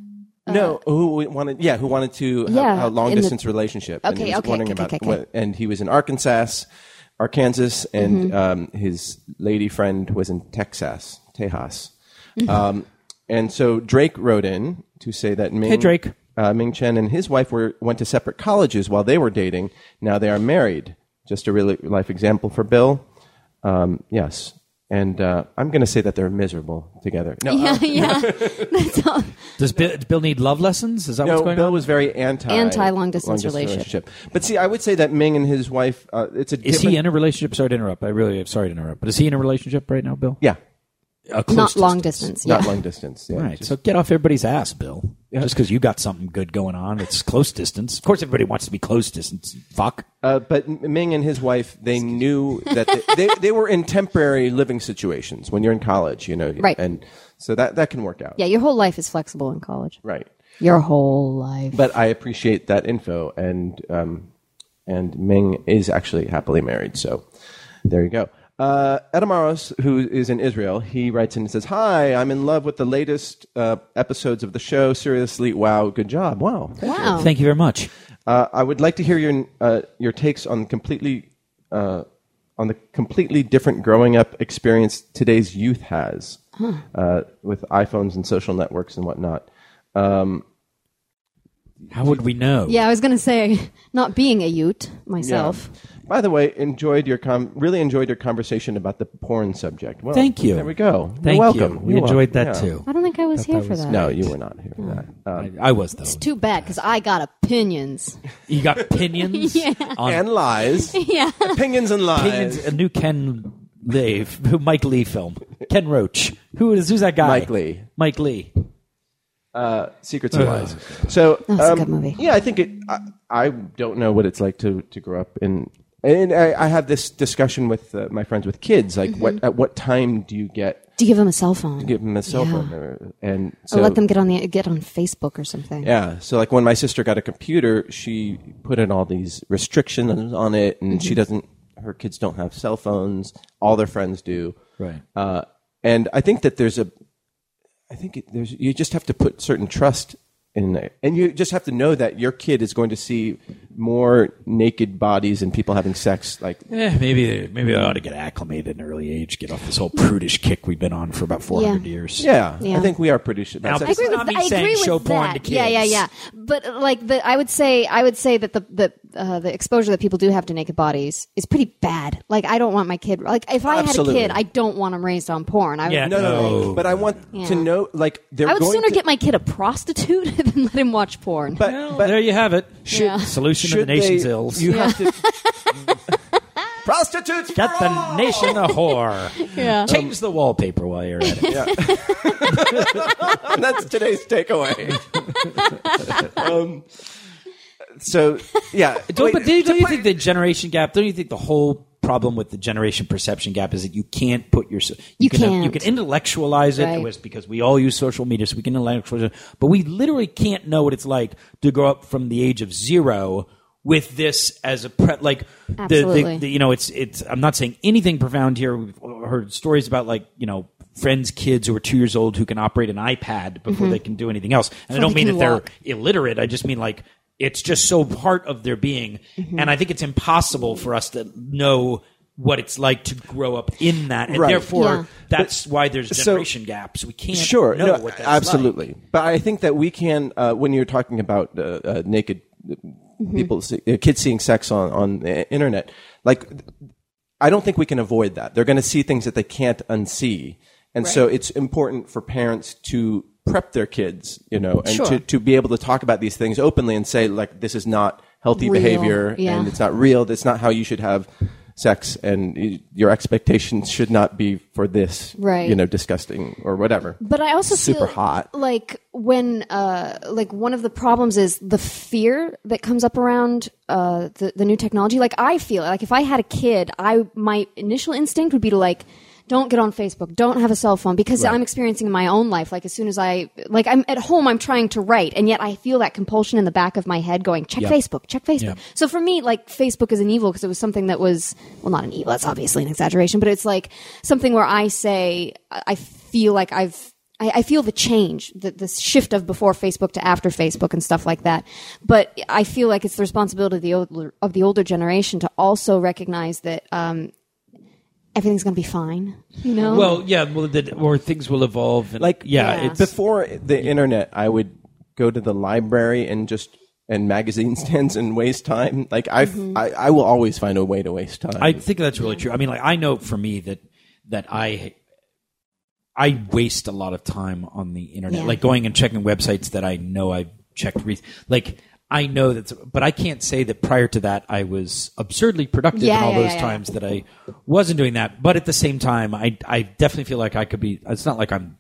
Speaker 2: no who wanted yeah who wanted to have
Speaker 4: Uh, Yeah,
Speaker 2: a long
Speaker 4: in the-
Speaker 2: distance relationship and he
Speaker 4: Okay,
Speaker 2: was
Speaker 4: okay,
Speaker 2: wondering
Speaker 4: okay,
Speaker 2: about
Speaker 4: okay, okay.
Speaker 2: what- and he was in Arkansas, Arkansas,
Speaker 4: Mm-hmm.
Speaker 2: and um, his lady friend was in Texas, Tejas,
Speaker 4: Mm-hmm.
Speaker 2: um, and so Drake wrote in to say that Ming,
Speaker 3: Drake.
Speaker 2: uh, Ming Chen and his wife were went to separate colleges while they were dating. Now they are married. Just a real life example for Bill. Um, yes. And uh, I'm going to say that they're miserable together. No, uh,
Speaker 4: Yeah, yeah. That's all.
Speaker 3: Does Bill, does Bill need love lessons? Is that what's
Speaker 2: no,
Speaker 3: going
Speaker 2: Bill
Speaker 3: on?
Speaker 2: was very anti
Speaker 4: Anti long-distance relationship.
Speaker 2: But see, I would say that Ming and his wife. Uh, it's a
Speaker 3: Is
Speaker 2: different-
Speaker 3: he in a relationship? Sorry to interrupt. I really am sorry to interrupt. But is he in a relationship right now, Bill?
Speaker 2: Yeah,
Speaker 3: A close
Speaker 4: Not long distance.
Speaker 2: not
Speaker 4: yeah.
Speaker 2: long distance. Yeah,
Speaker 3: All right.
Speaker 2: just-
Speaker 3: so get off everybody's ass, Bill. Just because you got something good going on, it's close distance. Of course, everybody wants to be close distance. Fuck.
Speaker 2: uh, but M- Ming and his wife, they knew that they, they, they were in temporary living situations when you're in college, you know,
Speaker 4: Right.
Speaker 2: And so that that can work out,
Speaker 4: Yeah, your whole life is flexible in college.
Speaker 2: right?
Speaker 4: Your whole life.
Speaker 2: But I appreciate that info, and um, and Ming is actually happily married. So there you go. Uh, Edamaros, who is in Israel, he writes in and says, "Hi, I'm in love with the latest uh, episodes of the show. Seriously, wow, good job, wow."
Speaker 4: Wow.
Speaker 3: Thank you very much.
Speaker 2: Uh, I would like to hear your uh, your takes on completely uh, on the completely different growing up experience today's youth has uh, with iPhones and social networks and whatnot. Um,
Speaker 3: How would we know?
Speaker 4: Yeah, I was going to say, not being a Ute myself.
Speaker 2: By the way, enjoyed your com- really enjoyed your conversation about the porn subject. Well,
Speaker 3: Thank you.
Speaker 2: There we go.
Speaker 3: Thank
Speaker 2: You're welcome.
Speaker 3: you. We
Speaker 2: You're
Speaker 3: enjoyed
Speaker 2: welcome.
Speaker 3: that
Speaker 2: Yeah.
Speaker 3: too.
Speaker 4: I don't think I was here for that.
Speaker 2: No, you were not here for that. Um,
Speaker 3: I, I was though.
Speaker 4: Too bad, because I got opinions.
Speaker 3: You got pinions. yeah. On
Speaker 2: and lies,
Speaker 4: yeah.
Speaker 2: opinions and lies.
Speaker 3: Pinions, a new Ken Leave, who Mike Lee film. Ken Roach. Who is who's that guy?
Speaker 2: Mike Lee.
Speaker 3: Mike Lee.
Speaker 2: Secrets and Lies. So
Speaker 4: That's a
Speaker 2: um,
Speaker 4: good movie.
Speaker 2: Yeah, I think it. I, I don't know what it's like to to grow up in. And I, I have this discussion with uh, my friends with kids. Like, what at what time do you get
Speaker 4: Do you give them a cell phone?
Speaker 2: give them a cell
Speaker 4: Yeah.
Speaker 2: phone, or, and so
Speaker 4: or let them get on the get on Facebook or something.
Speaker 2: yeah. So like when my sister got a computer, she put in all these restrictions on it, and she doesn't. Her kids don't have cell phones. All their friends do.
Speaker 3: Right.
Speaker 2: Uh, and I think that there's a. I think it, there's you just have to put certain trust in it, and you just have to know that your kid is going to see more naked bodies and people having sex. Like
Speaker 3: Eh, maybe maybe I ought to get acclimated at an early age, get off this whole prudish kick we've been on for about four hundred
Speaker 4: Yeah.
Speaker 3: years.
Speaker 2: yeah,
Speaker 4: Yeah.
Speaker 2: I think we are pretty sure.
Speaker 3: Now,
Speaker 4: I agree
Speaker 3: It's
Speaker 4: with,
Speaker 3: not me
Speaker 4: I
Speaker 3: saying
Speaker 4: agree with
Speaker 3: show
Speaker 4: that.
Speaker 3: porn to
Speaker 4: Yeah, yeah,
Speaker 3: kids.
Speaker 4: yeah. But uh, like the, I would say, I would say that the the uh, the exposure that people do have to naked bodies is pretty bad. Like I don't want my kid. Like if I
Speaker 2: Absolutely.
Speaker 4: had a kid, I don't want him raised on porn. I would,
Speaker 3: Yeah,
Speaker 2: no, no, no,
Speaker 3: No.
Speaker 2: But I want to know, like they're
Speaker 4: I would
Speaker 2: going
Speaker 4: sooner
Speaker 2: to,
Speaker 4: get my kid a prostitute than let him watch porn.
Speaker 2: But,
Speaker 3: Well,
Speaker 2: but
Speaker 3: there you have it.
Speaker 4: Yeah.
Speaker 3: Solution to the
Speaker 2: should
Speaker 3: nation's
Speaker 2: they-
Speaker 3: ills.
Speaker 2: You have to prostitutes.
Speaker 3: Get the nation a whore.
Speaker 4: yeah.
Speaker 3: Change the wallpaper while you're at it.
Speaker 2: And that's today's takeaway. um, so yeah,
Speaker 3: Don't,
Speaker 2: wait,
Speaker 3: but do,
Speaker 2: to
Speaker 3: don't you
Speaker 2: play-
Speaker 3: think the generation gap? Don't you think the whole problem with the generation perception gap is that you can't put your
Speaker 4: You
Speaker 3: can uh,
Speaker 4: can't.
Speaker 3: you can intellectualize it.
Speaker 4: Right.
Speaker 3: It was because we all use social media, so we can intellectualize it, but we literally can't know what it's like to grow up from the age of zero with this as a pre like the- the,
Speaker 4: Absolutely.
Speaker 3: the you know it's it's i'm not saying anything profound here we've heard stories about like you know friends kids who are two years old who can operate an ipad before they can do anything else and i
Speaker 4: Mm-hmm. Before
Speaker 3: don't
Speaker 4: they
Speaker 3: mean that
Speaker 4: can
Speaker 3: they're
Speaker 4: walk.
Speaker 3: illiterate. I just mean like it's just so part of their being,
Speaker 2: Mm-hmm.
Speaker 3: and I think it's impossible for us to know what it's like to grow up in that, and
Speaker 2: Right.
Speaker 3: therefore
Speaker 4: Yeah.
Speaker 3: that's why there's
Speaker 2: so-
Speaker 3: generation gaps. We can't
Speaker 2: sure,
Speaker 3: know
Speaker 2: no,
Speaker 3: what that's
Speaker 2: absolutely. But I think that we can uh, when you're talking about uh, uh, naked
Speaker 4: Mm-hmm.
Speaker 2: people, see, uh, kids seeing sex on on the internet, like I don't think we can avoid that. They're going to see things that they can't unsee, and so it's important for parents to prep their kids, you know, and to, to be able to talk about these things openly and say like this is not healthy
Speaker 4: Real,
Speaker 2: behavior
Speaker 4: yeah.
Speaker 2: and it's not real. That's not how you should have sex, and y- your expectations should not be for this,
Speaker 4: Right.
Speaker 2: You know, disgusting or whatever.
Speaker 4: But I also
Speaker 2: super
Speaker 4: feel
Speaker 2: hot.
Speaker 4: Like when, uh, like one of the problems is the fear that comes up around uh, the the new technology. Like I feel like if I had a kid, I my initial instinct would be to like. Don't get on Facebook. Don't have a cell phone because I'm experiencing in my own life. Like as soon as I, like I'm at home, I'm trying to write, and yet I feel that compulsion in the back of my head going, check Facebook, check Facebook.
Speaker 3: Yep.
Speaker 4: So for me, like Facebook is an evil because it was something that was well, not an evil. That's obviously an exaggeration, but it's like something where I say I I feel like I've I, I feel the change, the, the shift of before Facebook to after Facebook and stuff like that. But I feel like it's the responsibility of the older, of the older generation to also recognize that um, everything's going to be fine. You know,
Speaker 3: Well, yeah, well, the, or things will evolve. And,
Speaker 2: like
Speaker 3: yeah,
Speaker 4: Yeah.
Speaker 3: it's
Speaker 2: before the internet i would go to the library and just and magazine stands and waste time like I f-
Speaker 4: Mm-hmm.
Speaker 2: I, I will always find a way to waste time
Speaker 3: I think that's really true. I mean, like I know for me that that I I waste a lot of time on the internet,
Speaker 4: Yeah.
Speaker 3: like going and checking websites that I know I've checked. Re- like I know that's, but I can't say that prior to that I was absurdly productive
Speaker 4: Yeah,
Speaker 3: in all
Speaker 4: yeah,
Speaker 3: those
Speaker 4: yeah, yeah.
Speaker 3: times that I wasn't doing that. But at the same time, I I definitely feel like I could be. It's not like I'm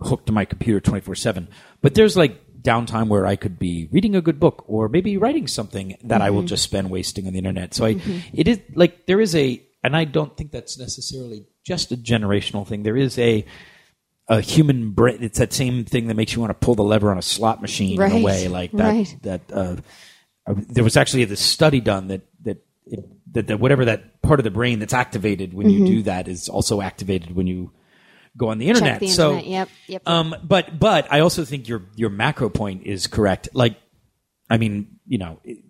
Speaker 3: hooked to my computer 24 7 but there's like downtime where i could be reading a good book or maybe writing something that i
Speaker 4: Mm-hmm.
Speaker 3: will just spend wasting on the internet so i it is like there is a and i don't think that's necessarily just a generational thing there is a a human brain it's that same thing that makes you want to pull the lever on a slot machine in
Speaker 4: Right.
Speaker 3: a way like that
Speaker 4: Right.
Speaker 3: that uh, uh, there was actually this study done that that it that the, whatever that part of the brain that's activated when
Speaker 4: Mm-hmm.
Speaker 3: you do that is also activated when you go on the internet.
Speaker 4: the
Speaker 3: so,
Speaker 4: internet. Yep, yep.
Speaker 3: Um, but but I also think your your macro point is correct. Like, I mean, you know, it-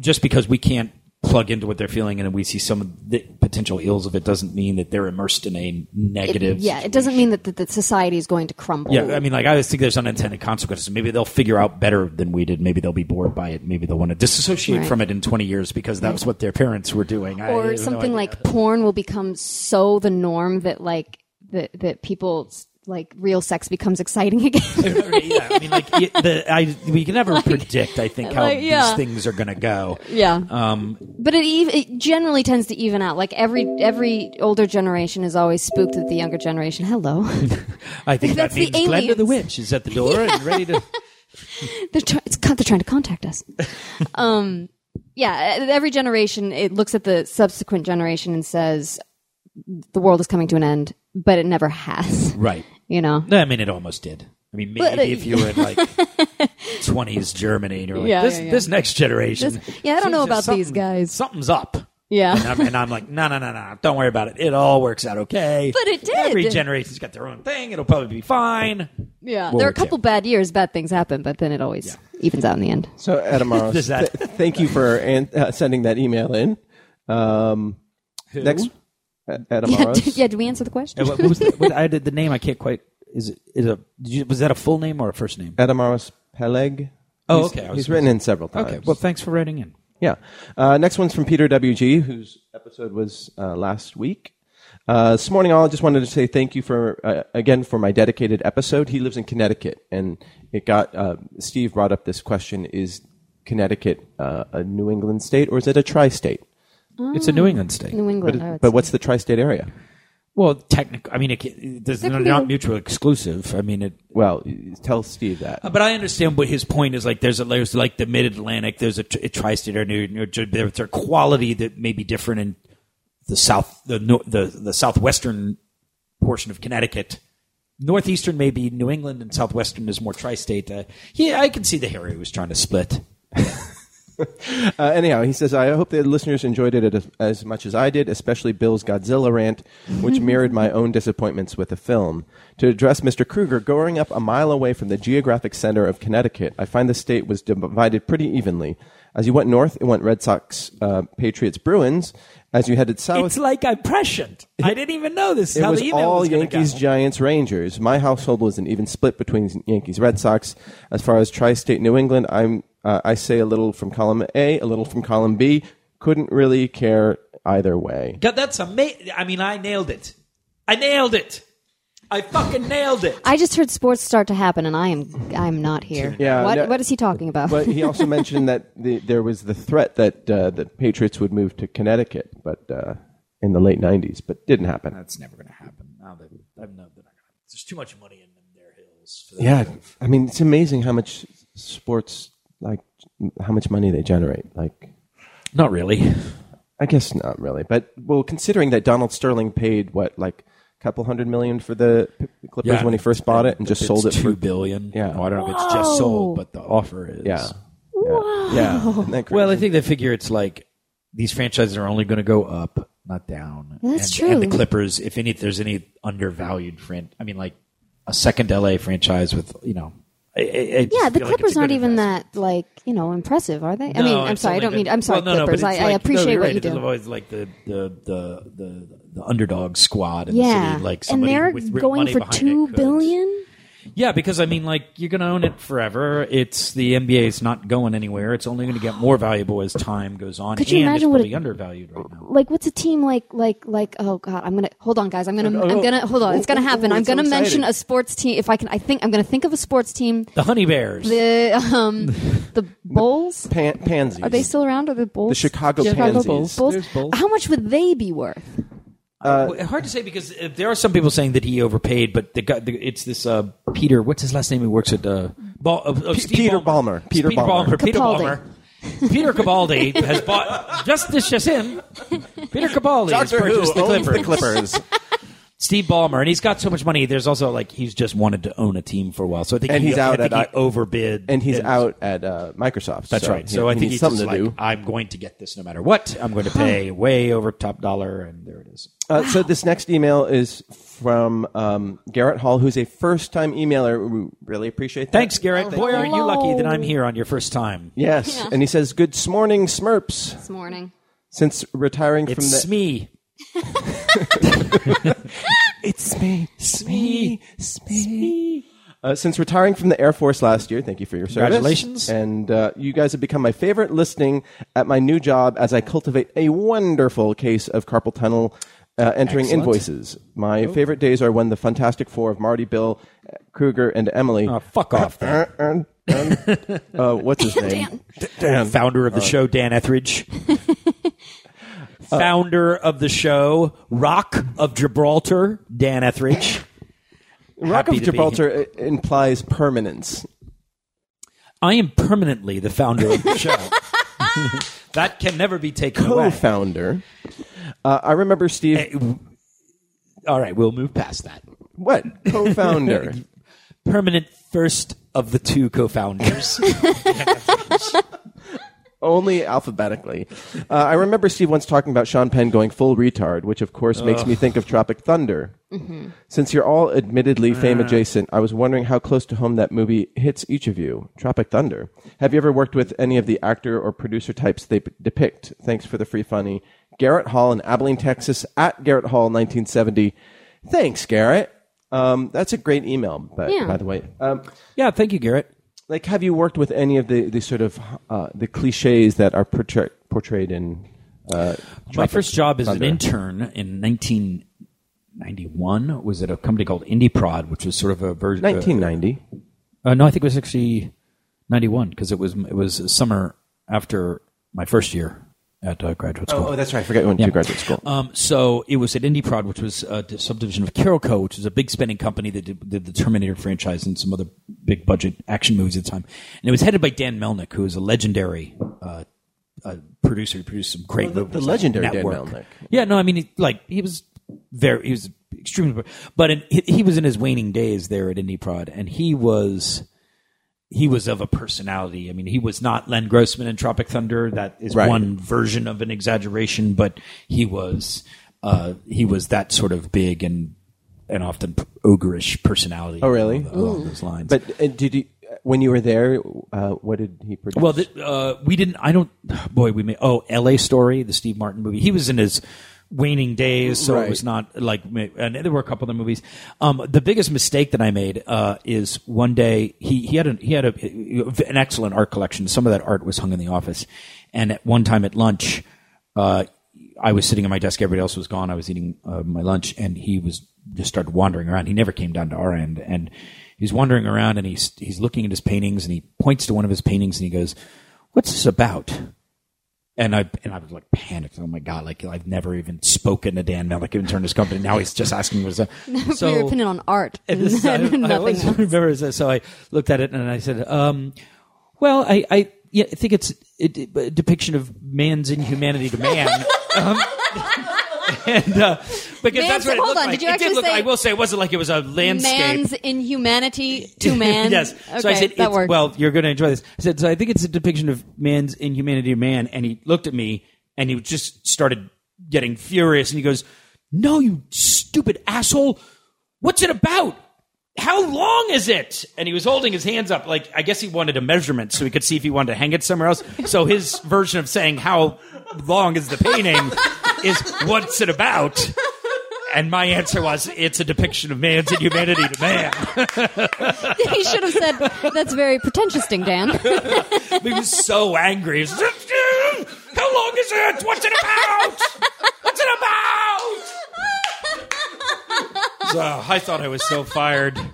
Speaker 3: just because we can't plug into what they're feeling and we see some of the potential ills of it doesn't mean that they're immersed in a
Speaker 4: It,
Speaker 3: negative.
Speaker 4: yeah, it doesn't mean that that that society is going to crumble.
Speaker 3: Yeah, I mean, like I always think there's unintended consequences. Maybe they'll figure out better than we did. Maybe they'll be bored by it. Maybe they'll want to disassociate
Speaker 4: Right.
Speaker 3: from it in 20 years because that was what their parents were doing. I have
Speaker 4: or
Speaker 3: no
Speaker 4: something
Speaker 3: idea.
Speaker 4: like porn will become so the norm that like that that people like real sex becomes exciting again.
Speaker 3: yeah, I mean, like it, the, I, we can never predict. I think how
Speaker 4: like,
Speaker 3: these
Speaker 4: yeah.
Speaker 3: things are going to go.
Speaker 4: yeah. Um, but it, ev- it generally tends to even out. Like every every older generation is always spooked at the younger generation. Hello,
Speaker 3: I think that
Speaker 4: That's the
Speaker 3: means Glenda the
Speaker 4: aliens.
Speaker 3: witch is at the door and ready to.
Speaker 4: they're try- it's, con- they're trying to contact us. um, yeah. e- Every generation it looks at the subsequent generation and says the world is coming to an end, but it never has.
Speaker 3: Right.
Speaker 4: You know.
Speaker 3: No, I mean, it almost did. I mean, maybe
Speaker 4: But, uh,
Speaker 3: if you were in like 20s Germany and you're like,
Speaker 4: Yeah,
Speaker 3: this,
Speaker 4: yeah, yeah.
Speaker 3: this next generation.
Speaker 4: This- yeah, I don't know
Speaker 3: seems there's
Speaker 4: about these
Speaker 3: something-
Speaker 4: guys.
Speaker 3: Something's up.
Speaker 4: Yeah.
Speaker 3: And I'm, and I'm like, no, no, no, no, don't worry about it. It all works out okay.
Speaker 4: But it did.
Speaker 3: Every generation's got their own thing. It'll probably be fine.
Speaker 4: Yeah, there are a
Speaker 3: would you?
Speaker 4: couple bad years, bad things happen, but then it always evens out in the end.
Speaker 2: So, Adam Aros,
Speaker 3: Does that-
Speaker 2: th- thank you for an- uh, sending that email in. Um, next, A- Adam
Speaker 4: Yeah,
Speaker 2: Aros.
Speaker 4: did, yeah, did we answer the question?
Speaker 3: And what, what was the, what, I did the name. I can't quite. Is it is a did you, was that a full name or a first name?
Speaker 2: Adam Aros Peleg.
Speaker 3: Oh,
Speaker 2: He's-
Speaker 3: Uh, okay, I was
Speaker 2: He's
Speaker 3: gonna
Speaker 2: written in several times.
Speaker 3: Okay. Well, thanks for writing in.
Speaker 2: Yeah. Uh, next one's from Peter WG, whose episode was uh, last week. Uh, this morning, all I just wanted to say thank you for uh, again for my dedicated episode. He lives in Connecticut, and it got uh, Steve brought up this question: Is Connecticut uh, a New England state or is it a tri-state?
Speaker 3: It's a New England state.
Speaker 4: New England. Oh, I would
Speaker 2: But
Speaker 4: say.
Speaker 2: what's the tri-state area?
Speaker 3: Well, technically, I mean, it, it, there's not, not mutual exclusive. I mean, it.
Speaker 2: Well, y- tell Steve that.
Speaker 3: But I understand what his point is. Like, there's a there's like the Mid Atlantic. There's a, tr- a tri-state or New, New there's a quality that may be different in the south, the nor- the the southwestern portion of Connecticut. Northeastern may be New England, and southwestern is more tri-state. Uh, yeah, I can see the hair he was trying to split.
Speaker 2: Uh, anyhow, he says, I hope the listeners enjoyed it as, as much as I did, especially Bill's Godzilla rant, which mirrored my own disappointments with the film. To address Mr. Kruger, going up a mile away from the geographic center of Connecticut, I find the state was divided pretty evenly. As you went north, it went Red Sox, uh, Patriots, Bruins. As you headed south,
Speaker 3: Oh, It's like I'm prescient. I didn't even know this. is
Speaker 2: it
Speaker 3: how
Speaker 2: was
Speaker 3: the email
Speaker 2: all
Speaker 3: was gonna
Speaker 2: Yankees,
Speaker 3: go.
Speaker 2: Giants, Rangers. My household was an even split between Yankees, Red Sox. As far as tri-state New England, I'm uh, I say a little from column A, a little from column B. Couldn't really care either way.
Speaker 3: God, that's amazing. I mean, I nailed it. I nailed it. I fucking nailed it.
Speaker 4: I just heard sports start to happen, and I am I'm not here.
Speaker 2: Yeah,
Speaker 4: what
Speaker 2: no-
Speaker 4: what is he talking about?
Speaker 2: But he also mentioned that the, there was the threat that uh, the Patriots would move to Connecticut, but uh, in the late '90s, but didn't happen.
Speaker 3: That's never going to happen. Now that I know that there's too much money in their hills. For
Speaker 2: Yeah, I mean, it's amazing how much sports like how much money they generate. Like.
Speaker 3: Not really.
Speaker 2: I guess not really, but well, considering that Donald Sterling paid what like a couple hundred million for the P- Clippers when he first bought it and just sold it
Speaker 3: two
Speaker 2: for
Speaker 3: billion.
Speaker 2: Yeah.
Speaker 3: Oh, I don't know if it's just sold, but the offer is.
Speaker 2: yeah, yeah, yeah. Isn't that crazy?
Speaker 3: Well, I think they figure it's like these franchises are only going to go up, not down.
Speaker 4: That's
Speaker 3: and, And the
Speaker 4: true.
Speaker 3: Clippers, if any, if there's any undervalued friend, I mean, like a second LA franchise with you know. I, I, I just
Speaker 4: yeah, the
Speaker 3: feel like
Speaker 4: Clippers
Speaker 3: it's a
Speaker 4: aren't
Speaker 3: good
Speaker 4: even
Speaker 3: investment.
Speaker 4: that like you know impressive, are they? I
Speaker 3: No,
Speaker 4: mean, I'm
Speaker 3: it's
Speaker 4: sorry, I
Speaker 3: only
Speaker 4: don't
Speaker 3: been-
Speaker 4: mean. I'm sorry,
Speaker 3: Well, no, no,
Speaker 4: Clippers.
Speaker 3: but
Speaker 4: I,
Speaker 3: it's
Speaker 4: I
Speaker 3: like- no,
Speaker 4: appreciate
Speaker 3: you're
Speaker 4: what
Speaker 3: right.
Speaker 4: you
Speaker 3: It's
Speaker 4: do.
Speaker 3: always like the the the the, the underdog squad. In the
Speaker 4: Yeah,
Speaker 3: city, like
Speaker 4: and
Speaker 3: somebody
Speaker 4: they're
Speaker 3: with real
Speaker 4: going
Speaker 3: money
Speaker 4: for
Speaker 3: behind
Speaker 4: two
Speaker 3: it could.
Speaker 4: billion.
Speaker 3: Yeah, because I mean, like you're going to own it forever. It's the NBA. It's not going anywhere. It's only going to get more valuable as time goes on.
Speaker 4: Could you
Speaker 3: and
Speaker 4: imagine
Speaker 3: it's
Speaker 4: what
Speaker 3: probably
Speaker 4: it-
Speaker 3: undervalued right now?
Speaker 4: Like, what's a team like? Like, like? Oh God, I'm gonna hold on, guys. I'm gonna, I'm gonna hold on. It's gonna happen. I'm
Speaker 2: it's so
Speaker 4: gonna mention
Speaker 2: exciting.
Speaker 4: a sports team if I can. I think I'm gonna think of a sports team.
Speaker 3: The Honey Bears.
Speaker 4: The um, the Bulls.
Speaker 2: Pan- pansies.
Speaker 4: Are they still around? Are the Bulls?
Speaker 2: The Chicago Pansies.
Speaker 4: Bulls.
Speaker 3: There's Bulls.
Speaker 4: How much would they be worth?
Speaker 3: Well, Hard to say because uh, there are some people saying that he overpaid, but the guy, the, it's this uh, Peter. What's his last name? He works at uh, Bal- uh, uh, Steve
Speaker 2: Peter Ballmer.
Speaker 3: Peter
Speaker 2: Peter
Speaker 3: Ballmer.
Speaker 2: Ballmer.
Speaker 3: Peter
Speaker 4: Capaldi.
Speaker 3: Ballmer. Peter Cabaldi has bought just this just in. Peter Cabaldi has
Speaker 2: Doctor Who
Speaker 3: purchased the
Speaker 2: owns
Speaker 3: Clippers.
Speaker 2: the Clippers.
Speaker 3: Steve Ballmer, and he's got so much money. There's also like he's just wanted to own a team for a while, so I think
Speaker 2: And
Speaker 3: he,
Speaker 2: he's
Speaker 3: I
Speaker 2: out
Speaker 3: think
Speaker 2: at- uh,
Speaker 3: he overbid,
Speaker 2: and he's out at uh, Microsoft.
Speaker 3: That's
Speaker 2: so
Speaker 3: right.
Speaker 2: he-
Speaker 3: So I
Speaker 2: he
Speaker 3: think
Speaker 2: needs
Speaker 3: he's
Speaker 2: something
Speaker 3: just
Speaker 2: to do.
Speaker 3: like, I'm going to get this no matter what. I'm going to pay way over top dollar, and there it is.
Speaker 2: Uh, So this next email is from um, Garrett Hall, who's a first-time emailer. We really appreciate that.
Speaker 3: Thanks, Garrett.
Speaker 2: Oh,
Speaker 3: Boy, are you lucky that I'm here on your first time.
Speaker 2: Yes,
Speaker 4: Oh, Yeah.
Speaker 2: and he says, "Good morning, Smurps."
Speaker 4: this morning.
Speaker 2: Since retiring from
Speaker 3: It's
Speaker 2: the
Speaker 3: Smee.
Speaker 2: It's me. It's me. It's me. Uh, since retiring from the Air Force last year, thank you for your service.
Speaker 3: Congratulations.
Speaker 2: And uh, you guys have become my favorite listening at my new job as I cultivate a wonderful case of carpal tunnel uh, entering
Speaker 3: Excellent. Oh.
Speaker 2: invoices. My favorite days are when the Fantastic Four of Marty, Bill, Kruger, and Emily.
Speaker 3: Oh, fuck off.
Speaker 2: Uh,
Speaker 3: Then.
Speaker 2: uh, uh, uh, what's his name?
Speaker 4: Dan.
Speaker 3: Founder
Speaker 2: Uh,
Speaker 3: of the show, Dan Etheridge. Founder of the show, Rock of Gibraltar, Dan Etheridge.
Speaker 2: Rock
Speaker 3: Happy
Speaker 2: of
Speaker 3: to be here.
Speaker 2: Gibraltar uh, implies permanence.
Speaker 3: I am permanently the founder of the show. that can never be taken away.
Speaker 2: Co-founder. Uh, I remember Steve.
Speaker 3: All right, we'll move past that.
Speaker 2: What co-founder?
Speaker 3: Permanent first of the two co-founders.
Speaker 2: only alphabetically. Uh, I remember Steve once talking about Sean Penn going full retard, which of course makes me think of Tropic Thunder. Since you're all admittedly fame adjacent, I was wondering how close to home that movie hits each of you. Tropic Thunder. Have you ever worked with any of the actor or producer types they p- depict? Thanks for the free funny. Garrett Hall in Abilene, Texas, at Garrett Hall 1970. Thanks, Garrett. Um, that's a great email, but,
Speaker 4: Yeah.
Speaker 2: by the way. Um,
Speaker 3: yeah, thank you, Garrett.
Speaker 2: like have you worked with any of the, the sort of uh, the cliches that are portray- portrayed in uh,
Speaker 3: My
Speaker 2: Tropic
Speaker 3: first job as
Speaker 2: Thunder?
Speaker 3: an intern in 1991 was at a company called IndieProd, which was sort of a version.
Speaker 2: 1990
Speaker 3: Uh, no, I think it was actually 91 because it was it was summer after my first year at uh, graduate school.
Speaker 2: oh, that's right i forgot you went
Speaker 3: Yeah.
Speaker 2: to graduate school
Speaker 3: Um, so it was at IndieProd, which was a d- subdivision of Kiroko, which was a big spending company that did, did the Terminator franchise and some other big budget action movies at the time. And it was headed by Dan Melnick, who is a legendary uh, uh, producer. He produced some great
Speaker 2: Oh, the-
Speaker 3: movies.
Speaker 2: the
Speaker 3: like
Speaker 2: legendary Dan
Speaker 3: Network.
Speaker 2: Melnick.
Speaker 3: Yeah, no, I mean, he, like he was very, he was extremely, but in, he, he was in his waning days there at IndieProd, and he was he was of a personality. I mean, he was not Len Grossman in Tropic Thunder. That is
Speaker 2: Right.
Speaker 3: one version of an exaggeration, but he was uh, he was that sort of big and and often ogreish personality. Oh,
Speaker 2: really?
Speaker 3: Along those lines.
Speaker 2: but uh, did you when you were there uh, what did he produce
Speaker 3: Well, the, uh, we didn't. I don't. Boy, we made. Oh, L.A. Story, the Steve Martin movie. He was in his waning days, so
Speaker 2: Right.
Speaker 3: it was not like. ma- And there were a couple other movies. Um, the biggest mistake that I made uh, is one day he he had an, he had a, an excellent art collection. Some of that art was hung in the office, and at one time at lunch. Uh, I was sitting at my desk. Everybody else was gone. I was eating uh, my lunch, and he was just started wandering around. He never came down to our end, and he's wandering around, and he's he's looking at his paintings, and he points to one of his paintings, and he goes, "What's this about?" And I and I was like panicked. Oh my god! Like I've never even spoken to Dan Melick in turned his company. Now he's just asking me. what's up.
Speaker 4: For your opinion on art.
Speaker 3: And this, I,
Speaker 4: Nothing
Speaker 3: I always
Speaker 4: else.
Speaker 3: remember is that- so I looked at it and I said, um, "Well, I, I, yeah, I think it's a, a depiction of man's inhumanity to man." um, and uh, because
Speaker 4: Man's-
Speaker 3: that's what it
Speaker 4: hold
Speaker 3: looked
Speaker 4: on,
Speaker 3: like.
Speaker 4: did you
Speaker 3: it
Speaker 4: actually
Speaker 3: did look,
Speaker 4: say-
Speaker 3: I will say it wasn't like it was a landscape.
Speaker 4: Man's inhumanity to man.
Speaker 3: yes.
Speaker 4: Okay,
Speaker 3: so I said,
Speaker 4: that
Speaker 3: it's-
Speaker 4: worked.
Speaker 3: "Well, you're going to enjoy this." I said, "So I think it's a depiction of man's inhumanity to man." And he looked at me, and he just started getting furious, and he goes, "No, you stupid asshole! What's it about? How long is it?" And he was holding his hands up, like I guess he wanted a measurement so he could see if he wanted to hang it somewhere else. So his version of saying "How long is the painting?" is "What's it about?" And my answer was, "It's a depiction of man's inhumanity to man."
Speaker 4: he should have said, "That's very pretentious, Ding Dan."
Speaker 3: He was so angry. He was, How long is it? What's it about? What's it about? So I thought I was so fired.
Speaker 4: That's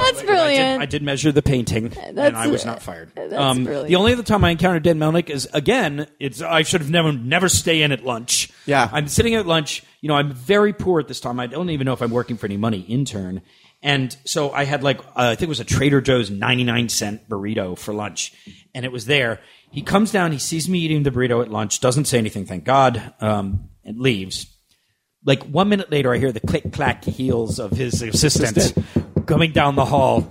Speaker 3: I did, I
Speaker 4: brilliant.
Speaker 3: did measure the painting, and I was not fired.
Speaker 4: Oh,
Speaker 3: Um,
Speaker 4: that's brilliant.
Speaker 3: the only other time I encountered Dan Melnick is again. It's I should have never never stay in at lunch.
Speaker 2: Yeah.
Speaker 3: I'm sitting at lunch. You know, I'm very poor at this time. I don't even know if I'm working for any money. Intern, and so I had like uh, I think it was a Trader Joe's 99 cent burrito for lunch, and it was there. He comes down. He sees me eating the burrito at lunch. Doesn't say anything. Thank God. Um, and leaves Like one minute later, I hear the click clack heels of his assistant, coming down the hall,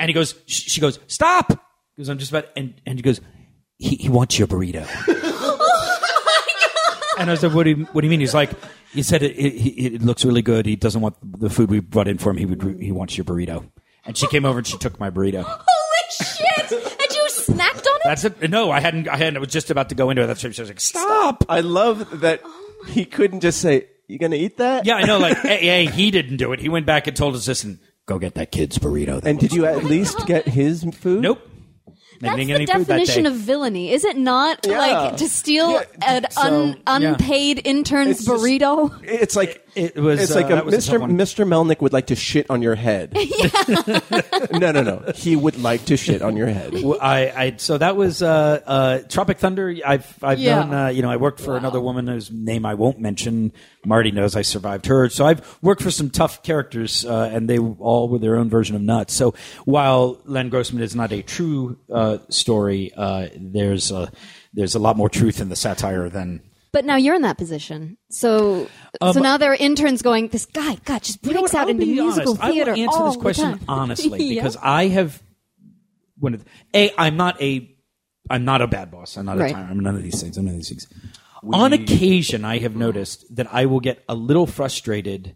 Speaker 3: and he goes. sh- She goes, "Stop!" Because I'm just about, and and he goes, "He, he wants your burrito." And I said, "What do you, what do you mean?" He's like, "He said it, it, it it looks really good. He doesn't want the food we brought in for him. He would he wants your burrito." And she came over and she took my burrito.
Speaker 4: Holy shit! and you snacked on it?
Speaker 3: That's it. No, I hadn't. I hadn't. I was just about to go into it. That's what she was like, "Stop!"
Speaker 2: I love that he couldn't just say, "You gonna eat that?"
Speaker 3: Yeah, I know. Like, hey, hey, he didn't do it. He went back and told his assistant, "Go get that kid's burrito." That
Speaker 2: And did you at least get his food?
Speaker 3: nope. They
Speaker 4: That's
Speaker 3: didn't get
Speaker 4: the
Speaker 3: any food that
Speaker 4: definition
Speaker 3: day.
Speaker 4: of villainy, is it not? Like to steal
Speaker 2: Yeah,
Speaker 4: an un,
Speaker 3: yeah.
Speaker 4: unpaid intern's
Speaker 2: It's just-
Speaker 4: burrito.
Speaker 2: It's like
Speaker 3: It was,
Speaker 2: It's
Speaker 3: uh,
Speaker 2: like a
Speaker 3: that was a
Speaker 2: Mr.
Speaker 3: tough one.
Speaker 2: Mr. Melnick would like to shit on your head. no, no, no. He would like to shit on your head.
Speaker 3: Well, I, I so that was uh, uh, Tropic Thunder. I've I've
Speaker 4: Yeah.
Speaker 3: known uh, you know I worked for another woman whose name I won't mention. Marty knows I survived her, so I've worked for some tough characters, uh, and they all were their own version of nuts. So while Len Grossman is not a true uh, story, uh, there's a, there's a lot more truth in the satire than
Speaker 4: But now you're in that position. So so now there are interns going, this guy, God, just
Speaker 3: Uh, You know
Speaker 4: breaks
Speaker 3: what,
Speaker 4: out
Speaker 3: I'll
Speaker 4: into
Speaker 3: be
Speaker 4: musical
Speaker 3: honest.
Speaker 4: theater.
Speaker 3: I will answer
Speaker 4: all
Speaker 3: this
Speaker 4: the
Speaker 3: question
Speaker 4: time.
Speaker 3: honestly
Speaker 4: Yeah.
Speaker 3: because I have one of the, a. I'm not a. I'm not a bad boss. I'm not
Speaker 4: Right.
Speaker 3: a tyrant. I'm none of these things. I'm none of these things. On occasion, I have noticed that I will get a little frustrated.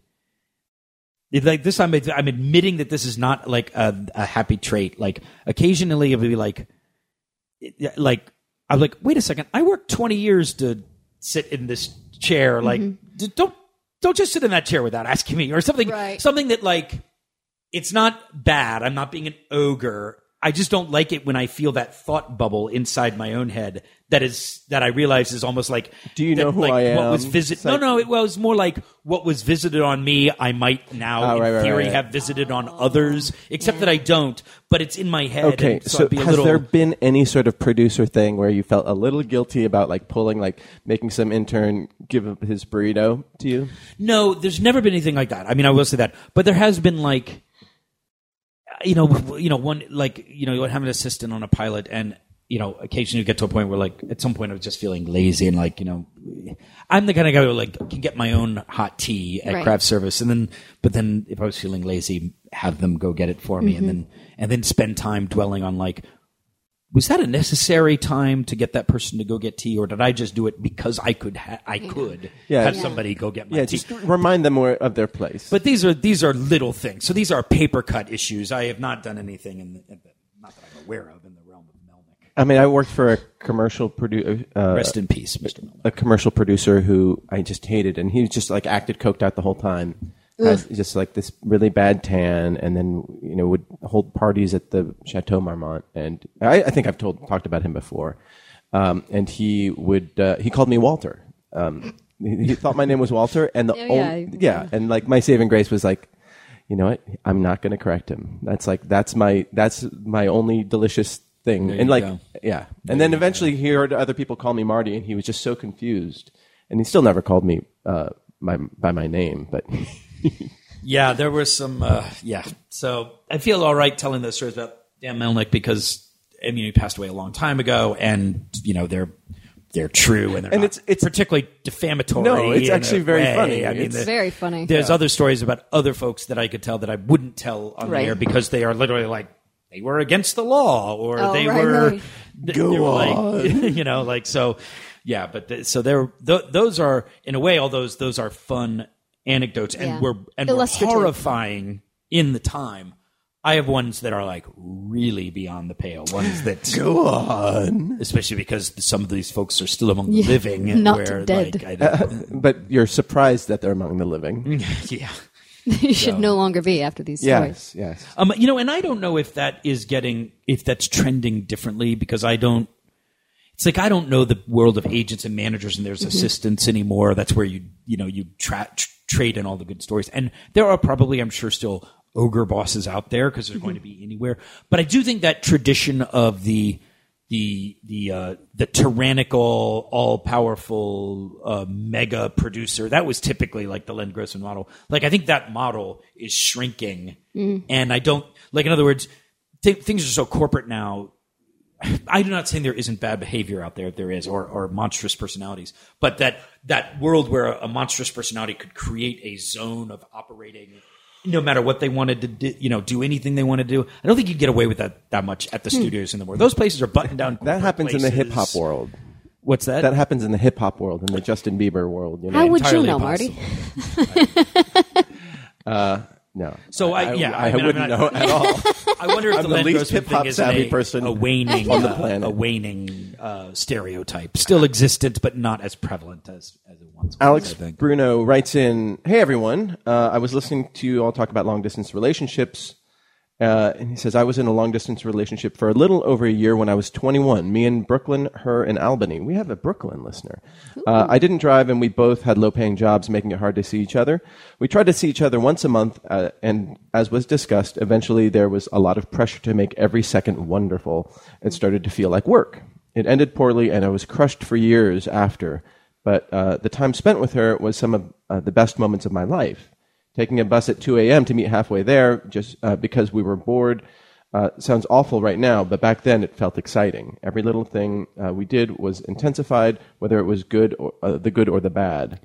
Speaker 3: It- Like this, I'm I'm admitting that this is not like a, a happy trait. Like occasionally, it would be like, yeah, like I'm like, wait a second, I worked 20 years to sit in this chair. Like, d- don't don't just sit in that chair without asking me or something.
Speaker 4: Right.
Speaker 3: Something that like, it's not bad. I'm not being an ogre. I just don't like it when I feel that thought bubble inside my own head that is that I realize is almost like.
Speaker 2: Do you
Speaker 3: that,
Speaker 2: know who
Speaker 3: like,
Speaker 2: I
Speaker 3: What was
Speaker 2: am?
Speaker 3: visit?
Speaker 2: It's like-
Speaker 3: no, no. It was more like what was visited on me. I might now,
Speaker 2: Oh,
Speaker 3: in
Speaker 2: right, right,
Speaker 3: theory,
Speaker 2: right, right.
Speaker 3: have visited on others, except that I don't. But it's in my head.
Speaker 2: Okay,
Speaker 3: and so,
Speaker 2: so
Speaker 3: I'd be a
Speaker 2: has
Speaker 3: little,
Speaker 2: there been any sort of producer thing where you felt a little guilty about like pulling, like making some intern give up his burrito to you?
Speaker 3: No, there's never been anything like that. I mean, I will say that, but there has been like, you know, you know, one like you know, you have an assistant on a pilot, and you know, occasionally you get to a point where like at some point I was just feeling lazy and like you know, I'm the kind of guy who like can get my own hot tea at
Speaker 4: Right.
Speaker 3: craft service, and then but then if I was feeling lazy, have them go get it for me, and then and then spend time dwelling on like was that a necessary time to get that person to go get tea, or did I just do it because I could? Ha- I could
Speaker 2: Yeah.
Speaker 3: have
Speaker 2: Yeah.
Speaker 3: somebody go get my
Speaker 2: Yeah,
Speaker 3: tea.
Speaker 2: just remind them where, of their place.
Speaker 3: but these are these are little things. So these are paper cut issues. I have not done anything in the, in the not that I'm aware of in the realm of Melnick.
Speaker 2: I mean, I worked for a commercial produ- uh,
Speaker 3: Rest in peace, Mr. Melnick.
Speaker 2: a commercial producer who I just hated, and he just like acted coked out the whole time. Has just like this really bad tan, and then you know would hold parties at the Chateau Marmont, and I, I think I've told talked about him before. Um, and he would uh, he called me Walter. Um, he, he thought my name was Walter, and the
Speaker 4: Oh,
Speaker 2: only,
Speaker 4: yeah.
Speaker 3: Mm-hmm.
Speaker 2: yeah, and like my saving grace was like, you know what? I'm not going to correct him. That's like that's my that's my only delicious thing. and
Speaker 3: you
Speaker 2: like
Speaker 3: go.
Speaker 2: yeah, and then eventually he heard other people call me Marty, and he was just so confused. And he still never called me uh, my, by my name, but
Speaker 3: Yeah, there were some. Uh, yeah, so I feel all right telling those stories about Dan Melnick because I mean he passed away a long time ago, and you know they're they're true and they're
Speaker 2: And
Speaker 3: not
Speaker 2: it's- it's-
Speaker 3: particularly defamatory.
Speaker 2: No, it's
Speaker 3: in a
Speaker 2: actually very
Speaker 3: way.
Speaker 2: funny.
Speaker 3: I mean,
Speaker 2: It's
Speaker 3: the-
Speaker 4: very funny.
Speaker 3: There's other stories about other folks that I could tell that I wouldn't tell on the
Speaker 4: Right.
Speaker 3: air because they are literally like they were against the law or
Speaker 4: Oh,
Speaker 3: they
Speaker 4: right,
Speaker 3: were
Speaker 4: right.
Speaker 3: th- they were like you know like so yeah but th- so there th- those are in a way all those those are fun anecdotes and
Speaker 4: Yeah.
Speaker 3: were and were
Speaker 4: Illustrative.
Speaker 3: horrifying in the time i have ones that are like really beyond the pale ones that go on especially because some of these folks are still among the
Speaker 4: Yeah.
Speaker 3: living and
Speaker 4: Not
Speaker 3: where,
Speaker 4: dead.
Speaker 3: like, I don't-
Speaker 2: but you're surprised that they're among the
Speaker 3: Mm-hmm.
Speaker 2: living.
Speaker 3: yeah
Speaker 4: you should no longer be after these
Speaker 2: yes,
Speaker 4: stories.
Speaker 2: yes.
Speaker 3: Um, you know, and I don't know if that is getting if that's trending differently because I don't. It's like I don't know the world of agents and managers and there's assistants anymore. That's where you you know you tra- tr- trade in all the good stories, and there are probably I'm sure still ogre bosses out there because they're going to be anywhere. But I do think that tradition of the the the uh, the tyrannical, all powerful uh, mega producer that was typically like the Len Grossman model. Like I think that model is shrinking, and I don't like. In other words, th- things are so corporate now I'm not saying there isn't bad behavior out there. There is, or, or monstrous personalities, but that that world where a monstrous personality could create a zone of operating, no matter what they wanted to, do, you know, do anything they wanted to do. I don't think you'd get away with that that much at the
Speaker 4: Hmm.
Speaker 3: studios anymore. Those places are buttoned down.
Speaker 2: That happens in the
Speaker 3: places.
Speaker 2: hip hop world.
Speaker 3: What's that?
Speaker 2: That happens in the hip hop world, in the Justin Bieber world. You know?
Speaker 4: How would you
Speaker 3: entirely
Speaker 4: know,
Speaker 3: possible.
Speaker 4: Marty?
Speaker 2: no.
Speaker 3: So I, yeah,
Speaker 2: I,
Speaker 3: mean,
Speaker 2: wouldn't
Speaker 3: I'm not-
Speaker 2: know at all.
Speaker 3: I wonder if
Speaker 2: I'm
Speaker 3: the,
Speaker 2: the
Speaker 3: Len
Speaker 2: least
Speaker 3: Grossman thing
Speaker 2: hip-hop
Speaker 3: isn't
Speaker 2: savvy
Speaker 3: a,
Speaker 2: person
Speaker 3: a waning
Speaker 2: on the
Speaker 3: uh,
Speaker 2: planet.
Speaker 3: a waning uh, stereotype, still existent but not as prevalent as, as it once was.
Speaker 2: Alex
Speaker 3: I think.
Speaker 2: Bruno writes in, "Hey everyone, uh, I was listening to you all talk about long distance relationships, uh, and he says I was in a long distance relationship for a little over a year when I was 21. Me in Brooklyn, her in Albany. We have a Brooklyn listener. Uh, I didn't drive, and we both had low paying jobs, making it hard to see each other. We tried to see each other once a month, uh, and as was discussed, eventually there was a lot of pressure to make every second wonderful. It started to feel like work." It ended poorly, and I was crushed for years after but uh, the time spent with her was some of uh, the best moments of my life. Taking a bus at 2 a.m. to meet halfway there just uh, because we were bored uh, sounds awful right now, but back then it felt exciting. Every little thing uh, we did was intensified, whether it was good or, uh, the good or the bad.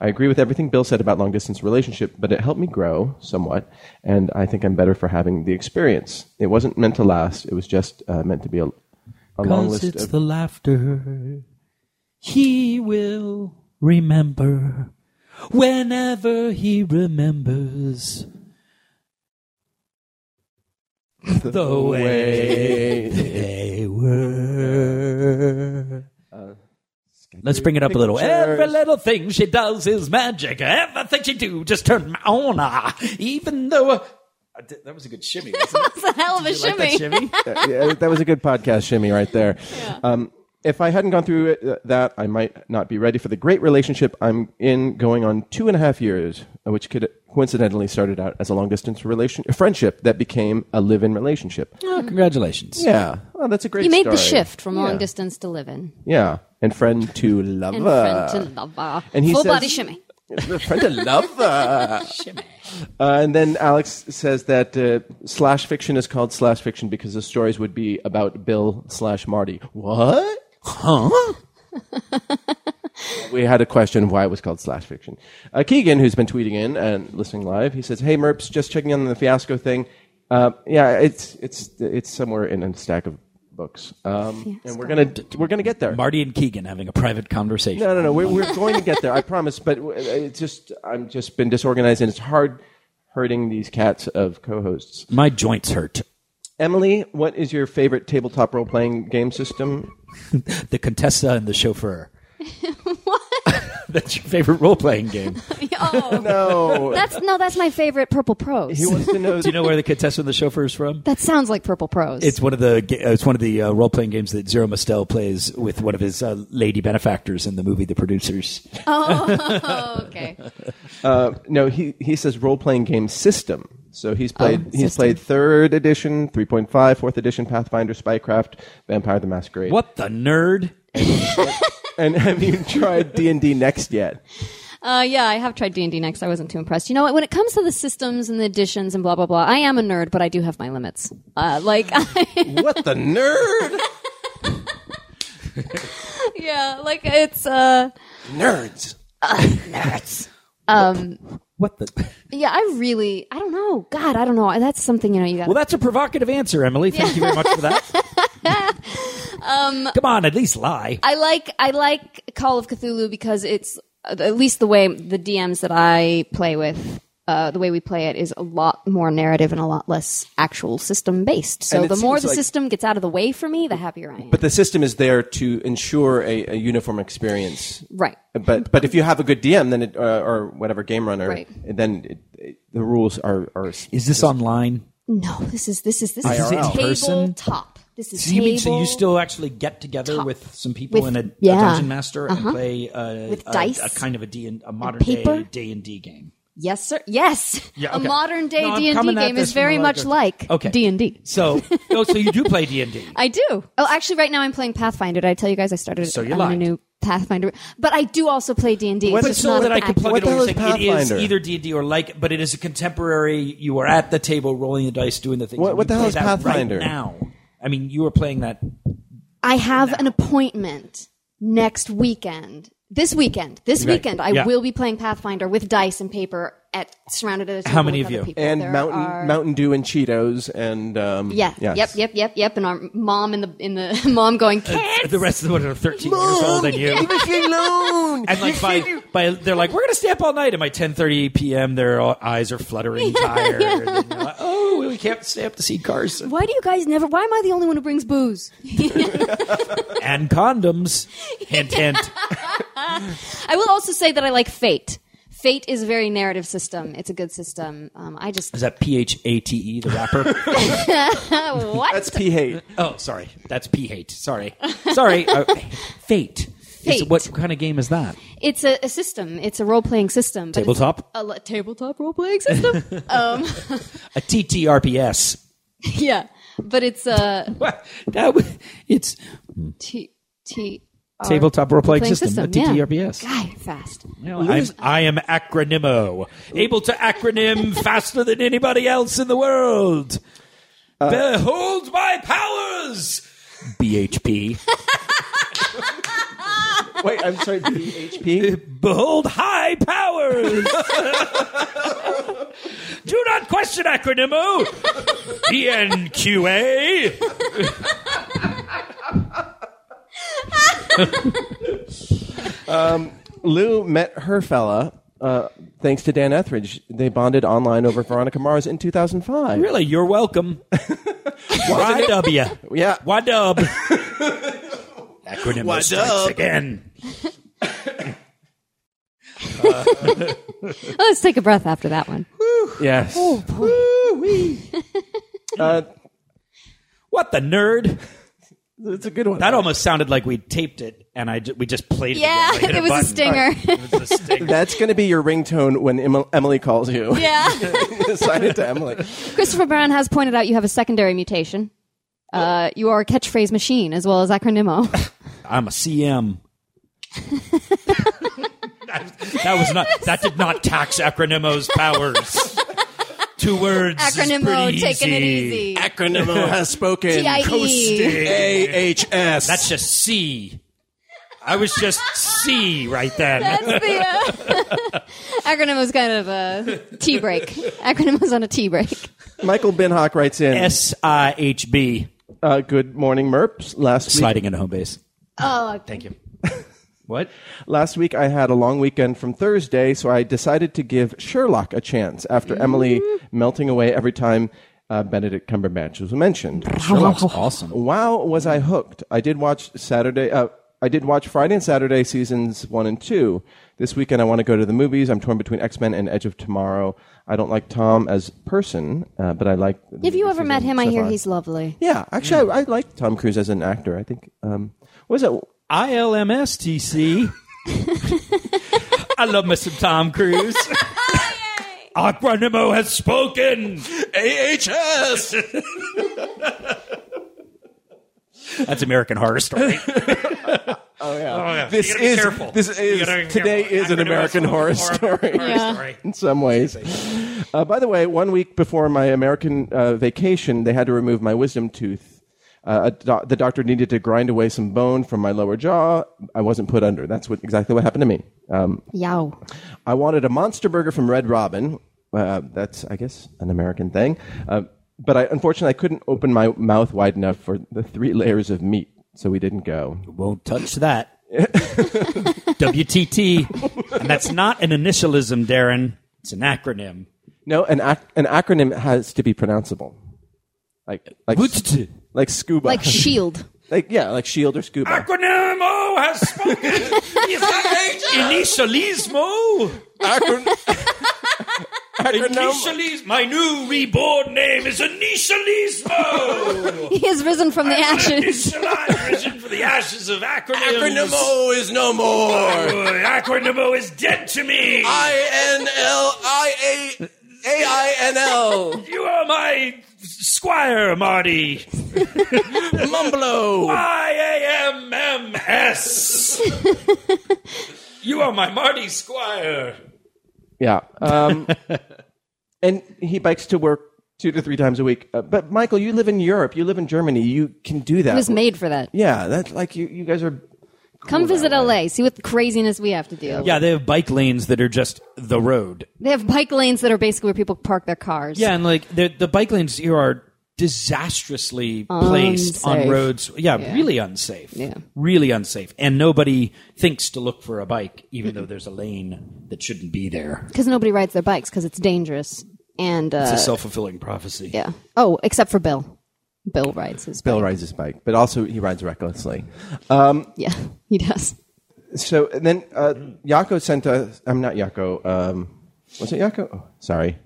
Speaker 2: I agree with everything Bill said about long distance relationship, but it helped me grow somewhat, and I think I'm better for having the experience. It wasn't meant to last; it was just uh, meant to be a, a long list
Speaker 3: it's
Speaker 2: of
Speaker 3: the laughter he will remember whenever he remembers the way they were. Uh, Let's bring it up a little. Every little thing she does is magic. Everything she do just turn my on. her. Even though I did- that was a good shimmy. Wasn't it?
Speaker 4: It's a hell of a
Speaker 3: You like that
Speaker 4: shimmy.
Speaker 3: shimmy?
Speaker 2: yeah, that was a good podcast shimmy right there. Um, if I hadn't gone through it, uh, that, I might not be ready for the great relationship I'm in going on two and a half years, uh, which could coincidentally started out as a long distance relation friendship that became a live in relationship.
Speaker 3: Oh, congratulations.
Speaker 2: Yeah, well, that's a great.
Speaker 4: You made the
Speaker 2: story.
Speaker 4: shift from long
Speaker 2: Yeah.
Speaker 4: distance to living
Speaker 2: Yeah, and friend to lover.
Speaker 4: and friend to lover.
Speaker 2: And he
Speaker 4: Full
Speaker 2: says-
Speaker 4: body shimmy.
Speaker 2: friend to lover. Uh, and then Alex says that uh, slash fiction is called slash fiction because the stories would be about Bill slash Marty. What? Huh? we had a question of why it was called slash fiction. Uh, Keegan, who's been tweeting in and listening live, he says, "Hey Merps, just checking on the fiasco thing. Uh, yeah, it's it's it's somewhere in a stack of books, um, and we're gonna we're gonna get there.
Speaker 3: Marty and Keegan having a private conversation.
Speaker 2: No, no, no. We're, we're going to get there. I promise. But w- it's just I'm just been disorganized, and it's hard hurting these cats of co-hosts.
Speaker 3: My joints hurt.
Speaker 2: Emily, what is your favorite tabletop role-playing game system?
Speaker 3: The Contessa and the Chauffeur. That's your favorite role playing game. Do
Speaker 4: Oh,
Speaker 2: No,
Speaker 4: that's no, that's my favorite Purple Prose.
Speaker 2: he wants to know.
Speaker 3: you know where the Contessa and the Chauffeur is from?
Speaker 4: That sounds like Purple Prose.
Speaker 3: It's one of the ga- uh, it's one of the uh, role playing games that Zero Mostel plays with one of his uh, lady benefactors in the movie The Producers.
Speaker 4: oh, okay.
Speaker 2: uh, no, he he says role-playing game system. So he's played
Speaker 4: Oh,
Speaker 2: he's
Speaker 4: system.
Speaker 2: played third edition, 3.5, fourth edition, Pathfinder, Spycraft, Vampire the Masquerade.
Speaker 3: What the nerd?
Speaker 2: And have you tried D and D next yet?
Speaker 4: Uh, yeah, I have tried D and D next. I wasn't too impressed. You know what? When it comes to the systems and the additions and blah blah blah, I am a nerd, but I do have my limits. Uh, like,
Speaker 2: What the nerd?
Speaker 4: yeah, like it's uh,
Speaker 2: Nerds.
Speaker 3: What the?
Speaker 4: yeah. I really, I don't know. God, I don't know. That's something you know. You got.
Speaker 3: Well, that's a provocative answer, Emily. Thank you very much for that. Come on, at least lie.
Speaker 4: I like I like Call of Cthulhu because it's uh, at least the way the DMs that I play with. Uh, the way we play it is a lot more narrative and a lot less actual system based. So
Speaker 2: And it
Speaker 4: the more
Speaker 2: seems
Speaker 4: the
Speaker 2: like-
Speaker 4: system gets out of the way for me, the happier I am.
Speaker 2: But the system is there to ensure a, a uniform experience.
Speaker 4: Right.
Speaker 2: But but if you have a good DM, then it, uh, or whatever game runner,
Speaker 4: Right.
Speaker 2: then it, it- the rules are are.
Speaker 3: Is this online?
Speaker 4: no, this is this is this
Speaker 2: IRL.
Speaker 4: is
Speaker 2: In
Speaker 3: person?
Speaker 4: tabletop. This is
Speaker 3: So you mean so
Speaker 4: table-
Speaker 3: you still actually get together
Speaker 4: Top.
Speaker 3: with some people
Speaker 4: With-
Speaker 3: in a,
Speaker 4: yeah.
Speaker 3: a dungeon master and play uh,
Speaker 4: With
Speaker 3: a,
Speaker 4: dice
Speaker 3: a kind of a, D and, a modern
Speaker 4: paper.
Speaker 3: day D and D game.
Speaker 4: Yes, sir. Yes.
Speaker 3: Yeah,
Speaker 4: A
Speaker 3: okay.
Speaker 4: modern day
Speaker 3: No, I'm
Speaker 4: D and D
Speaker 3: coming at
Speaker 4: game is
Speaker 3: this from
Speaker 4: very
Speaker 3: a-
Speaker 4: much like
Speaker 3: Okay.
Speaker 4: D and D.
Speaker 3: So oh, so you do play D and D.
Speaker 4: I do. Oh, actually, right now I'm playing Pathfinder. Did I tell you guys I started
Speaker 3: So you
Speaker 4: on a
Speaker 3: lied.
Speaker 4: new Pathfinder? But I do also play D and D.
Speaker 2: But
Speaker 4: But
Speaker 2: so
Speaker 4: not
Speaker 3: that I can
Speaker 4: active-
Speaker 3: plug
Speaker 2: What
Speaker 3: it
Speaker 2: the
Speaker 3: over.
Speaker 2: hell is
Speaker 3: and say It is
Speaker 2: Pathfinder?
Speaker 3: either D and D or like, but it is a contemporary. You are at the table rolling the dice, doing the things.
Speaker 2: What-
Speaker 3: and
Speaker 2: what the
Speaker 3: you
Speaker 2: hell
Speaker 3: play
Speaker 2: is
Speaker 3: that
Speaker 2: Pathfinder?
Speaker 3: Right now I mean, you were playing that.
Speaker 4: I have an appointment next weekend. This weekend, this weekend, I
Speaker 3: Yeah.
Speaker 4: will be playing Pathfinder with dice and paper at surrounded at a table
Speaker 3: How many
Speaker 4: with
Speaker 3: of
Speaker 4: other
Speaker 3: you?
Speaker 4: people.
Speaker 2: and
Speaker 4: There
Speaker 2: Mountain
Speaker 4: are-
Speaker 2: Mountain Dew and Cheetos and um,
Speaker 4: Yeah.
Speaker 2: yes.
Speaker 4: Yep. Yep. Yep. Yep. And our mom in the in the mom going kids.
Speaker 3: Uh, The rest of the women are 13 years old than you.
Speaker 5: Leave me alone.
Speaker 3: And like by, by they're like we're gonna stay up all night, and by ten thirty p.m. their all- eyes are fluttering, tired. And they're like, oh, we can't stay up to see Carson
Speaker 4: Why do you guys never? Why am I the only one who brings booze?
Speaker 3: and condoms. Hint, hint.
Speaker 4: I will also say that I like Fate. Fate is a very narrative system. It's a good system. Um, I just
Speaker 3: Is that P H A T E the rapper?
Speaker 4: what
Speaker 2: That's P hate.
Speaker 3: oh, sorry, that's P hate. Sorry, sorry. Uh, fate. Is-
Speaker 4: Fate.
Speaker 3: what kind of game is that?
Speaker 4: it's a, a system. It's a role playing system. but it's
Speaker 3: Tabletop?
Speaker 4: A, li- tabletop role playing system. um,
Speaker 3: A TTRPS.
Speaker 4: yeah, but it's a
Speaker 3: What? That w- it's
Speaker 4: t t R-
Speaker 3: tabletop role playing
Speaker 4: playing
Speaker 3: system.
Speaker 4: system.
Speaker 3: a TTRPS.
Speaker 4: Yeah. God, fast.
Speaker 3: No, I'm, I am acronimo, able to acronym faster than anybody else in the world. Behold my powers, BHP.
Speaker 2: Wait, I'm sorry, PHP.
Speaker 3: Behold high powers. Do not question acronimo. BNQA.
Speaker 2: Lou met her fella uh, thanks to Dan Etheridge. They bonded online over Veronica Mars in 2005.
Speaker 3: Really, you're welcome. YW.
Speaker 2: Yeah.
Speaker 3: YW. acronym strikes again.
Speaker 4: Oh, let's take a breath after that one.
Speaker 2: Yes.
Speaker 3: What the nerd?
Speaker 2: It's a good one.
Speaker 3: That almost sounded like we taped it and I ju- we just played it.
Speaker 4: Yeah,
Speaker 3: again. I hit
Speaker 4: it was a
Speaker 3: button.
Speaker 4: stinger.
Speaker 3: It was a stinger.
Speaker 2: That's going to be your ringtone when Em- Emily calls you.
Speaker 4: Yeah.
Speaker 2: Sign it to Emily.
Speaker 4: Christopher Brown has pointed out you have a secondary mutation. Uh, you are a catchphrase machine as well as acronimo.
Speaker 3: I'm a CM. that, that was not. That did not tax acronimo's powers. Two words. is
Speaker 4: Acronimo,
Speaker 3: pretty
Speaker 4: taking it easy.
Speaker 2: Acronimo has spoken.
Speaker 4: TIE.
Speaker 2: AHS.
Speaker 3: E. That's just C. I was just C right then.
Speaker 4: the uh, acronimo's kind of a tea break. Acronimo's on a tea break.
Speaker 2: Michael Binhock writes in.
Speaker 3: S I H B.
Speaker 2: Uh, good morning, Merps. Last week,
Speaker 3: Sliding into home base. Ah,
Speaker 4: Oh,
Speaker 3: Thank you. What?
Speaker 2: last week I had a long weekend from Thursday, so I decided to give Sherlock a chance after Emily
Speaker 3: Mm.
Speaker 2: melting away every time uh, Benedict Cumberbatch was mentioned.
Speaker 3: Sherlock's
Speaker 4: Oh.
Speaker 3: awesome.
Speaker 2: Wow, was I hooked? I did watch Saturday. Uh, I did watch Friday and Saturday seasons one and two. This weekend, I want to go to the movies. I'm torn between X Men and Edge of Tomorrow. I don't like Tom as person, uh, but I like. the
Speaker 4: If you
Speaker 2: movie
Speaker 4: ever met
Speaker 2: season
Speaker 4: him, I
Speaker 2: so
Speaker 4: hear
Speaker 2: far.
Speaker 4: he's lovely.
Speaker 2: Yeah, actually, I, I like Tom Cruise as an actor. I think. Um, what was it?
Speaker 3: I L M S T C. I love me some Tom Cruise. Acronimo has spoken.
Speaker 2: AHS.
Speaker 3: That's American Horror Story.
Speaker 2: Oh,
Speaker 3: Oh,
Speaker 2: This
Speaker 6: You gotta be
Speaker 2: is
Speaker 6: careful.
Speaker 2: this
Speaker 6: You
Speaker 2: is
Speaker 6: gotta be
Speaker 2: today
Speaker 6: careful.
Speaker 2: is an
Speaker 6: Acronymous
Speaker 2: American Horror Story.
Speaker 4: Yeah.
Speaker 6: Sorry.
Speaker 2: in some ways. Uh, by the way, one week before my American uh, vacation, they had to remove my wisdom tooth. Uh, a doc- the doctor needed to grind away some bone from my lower jaw. I wasn't put under. That's what exactly what happened to me. Um,
Speaker 4: Yow.
Speaker 2: I wanted a monster burger from Red Robin. Uh, that's, I guess, an American thing. Uh, but I, unfortunately, I couldn't open my mouth wide enough for the three layers of meat, so we didn't go.
Speaker 3: Won't touch that. WTT. And that's not an initialism, Darren. It's an acronym.
Speaker 2: No, an ac- an acronym has to be pronounceable, like like
Speaker 3: Wutt.
Speaker 2: like scuba,
Speaker 4: Like shield.
Speaker 2: Like yeah, like shield or scuba.
Speaker 3: Acronimo has spoken. Is initialismo? Initialismo. My new reborn name is Initialismo.
Speaker 4: He has risen from the ashes.
Speaker 6: Initialize vision for the ashes of acronyms.
Speaker 5: Acronimo is no more.
Speaker 6: Acronimo is dead to me.
Speaker 5: I N L I A A I N L.
Speaker 6: you are my squire, Marty.
Speaker 5: Mumblo.
Speaker 6: I A M M S. You are my Marty Squire.
Speaker 2: Yeah. Um, and he bikes to work two to three times a week. Uh, but Michael, you live in Europe. You live in Germany. You can do that.
Speaker 4: It was made for that.
Speaker 2: Yeah, that's like you. You guys are.
Speaker 4: Come visit LA. See what craziness we have to deal with.
Speaker 3: Yeah, they have bike lanes that are just the road.
Speaker 4: They have bike lanes that are basically where people park their cars.
Speaker 3: Yeah, and like the the bike lanes here are disastrously placed on
Speaker 4: Unsafe.
Speaker 3: roads. Yeah,
Speaker 4: Yeah.
Speaker 3: really unsafe.
Speaker 4: Yeah.
Speaker 3: Really unsafe. And nobody thinks to look for a bike even though there's a lane that shouldn't be there.
Speaker 4: Because nobody rides their bikes because it's dangerous. And, uh,
Speaker 3: It's a self-fulfilling prophecy.
Speaker 4: yeah. Oh, except for Bill. Bill rides his
Speaker 2: Bill rides his bike, but also he rides recklessly.
Speaker 4: bike. Yeah, he does.
Speaker 2: So and then uh, Yako sent us. I'm not Yako. Um, was it Yako? Oh, sorry,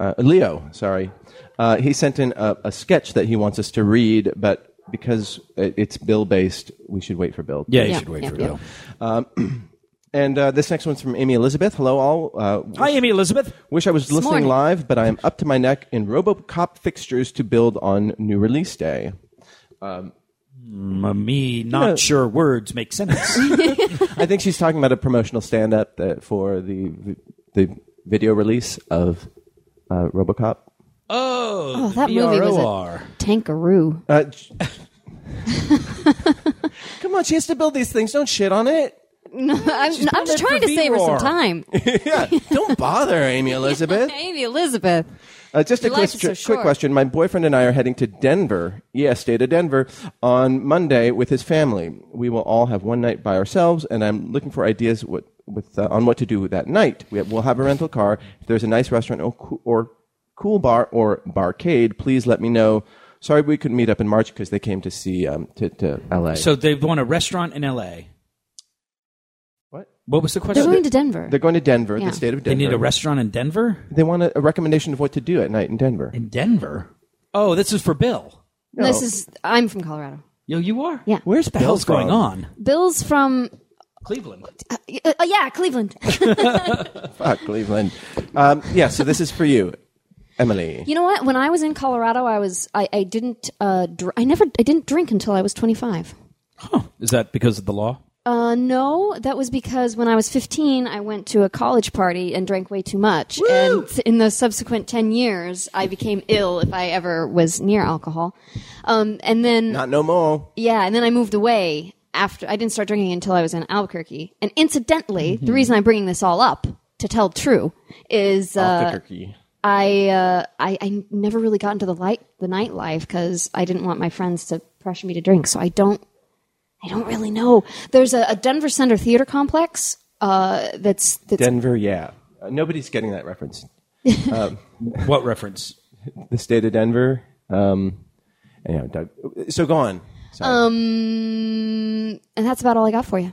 Speaker 2: uh, Leo. Sorry, uh, he sent in a, a sketch that he wants us to read, but because it, it's Bill based, we should wait for Bill.
Speaker 3: Yeah, you
Speaker 4: Yeah,
Speaker 3: should wait
Speaker 4: yeah,
Speaker 3: for
Speaker 4: yeah.
Speaker 3: Bill.
Speaker 2: And uh, this next one's from Amy Elizabeth. Hello, all. Uh,
Speaker 3: Hi, Amy Elizabeth.
Speaker 2: Wish I was listening
Speaker 4: morning.
Speaker 2: live, but I am up to my neck in RoboCop fixtures to build on new release day.
Speaker 3: Mm, Me not sure words make sense.
Speaker 2: I think she's talking about a promotional stand-up that for the the video release of uh, RoboCop.
Speaker 4: Oh, that movie was
Speaker 3: VROR.
Speaker 4: a tankaroo.
Speaker 2: Uh, j- Come on, she has to build these things. Don't shit on it.
Speaker 4: I'm, I'm
Speaker 2: it
Speaker 4: just trying
Speaker 2: for
Speaker 4: to save her some
Speaker 2: VROR.
Speaker 4: time.
Speaker 2: Don't bother, Amy Elizabeth.
Speaker 4: Amy Elizabeth.
Speaker 2: Uh, just a
Speaker 4: Your
Speaker 2: quick,
Speaker 4: life is so
Speaker 2: quick
Speaker 4: short.
Speaker 2: question. My boyfriend and I are heading to Denver, yes, stay to Denver, on Monday with his family. We will all have one night by ourselves, and I'm looking for ideas what, with, uh, on what to do that night. We will have a rental car. If there's a nice restaurant or, coo- or cool bar or barcade, please let me know. Sorry we couldn't meet up in March because they came to see um, to, to LA.
Speaker 3: so they want a restaurant in LA.
Speaker 2: What?
Speaker 3: What was the
Speaker 4: They're
Speaker 3: question?
Speaker 4: going to Denver.
Speaker 2: they're going to Denver,
Speaker 4: Yeah.
Speaker 2: the state of
Speaker 3: They
Speaker 2: Denver.
Speaker 3: need a restaurant in Denver?
Speaker 2: They want a, a recommendation of what to do at night in Denver.
Speaker 3: In Denver? Oh, this is for Bill.
Speaker 4: This is. I'm from Colorado.
Speaker 3: Yo, you are?
Speaker 4: Yeah.
Speaker 3: Where's
Speaker 2: Bill
Speaker 3: Bell's going
Speaker 2: from?
Speaker 3: on?
Speaker 4: Bill's from.
Speaker 3: Cleveland.
Speaker 4: Uh, uh, yeah, Cleveland.
Speaker 2: Fuck Cleveland. Um, yeah, so this is for you, Emily.
Speaker 4: You know what? When I was in Colorado, I was I, I didn't uh, dr- I never I didn't drink until I was 25.
Speaker 3: Is that because of the law?
Speaker 4: Uh, no, that was because when I was 15, I went to a college party and drank way too much, and in the subsequent 10 years, I became ill if I ever was near alcohol. Um, and then
Speaker 2: Not no more.
Speaker 4: yeah, and then I moved away after I didn't start drinking until I was in Albuquerque. And incidentally, the reason I'm bringing this all up to tell true is uh,
Speaker 2: Albuquerque.
Speaker 4: I, uh, I I never really got into the light the nightlife because I didn't want my friends to pressure me to drink. So I don't I don't really know. There's a, a Denver Center Theater Complex uh, that's that's
Speaker 2: Denver, yeah. Uh, nobody's getting that reference.
Speaker 3: What reference?
Speaker 2: The state of Denver. Um, anyhow, Doug. So go on. Sorry.
Speaker 4: Uh, um, and that's about all I got for you.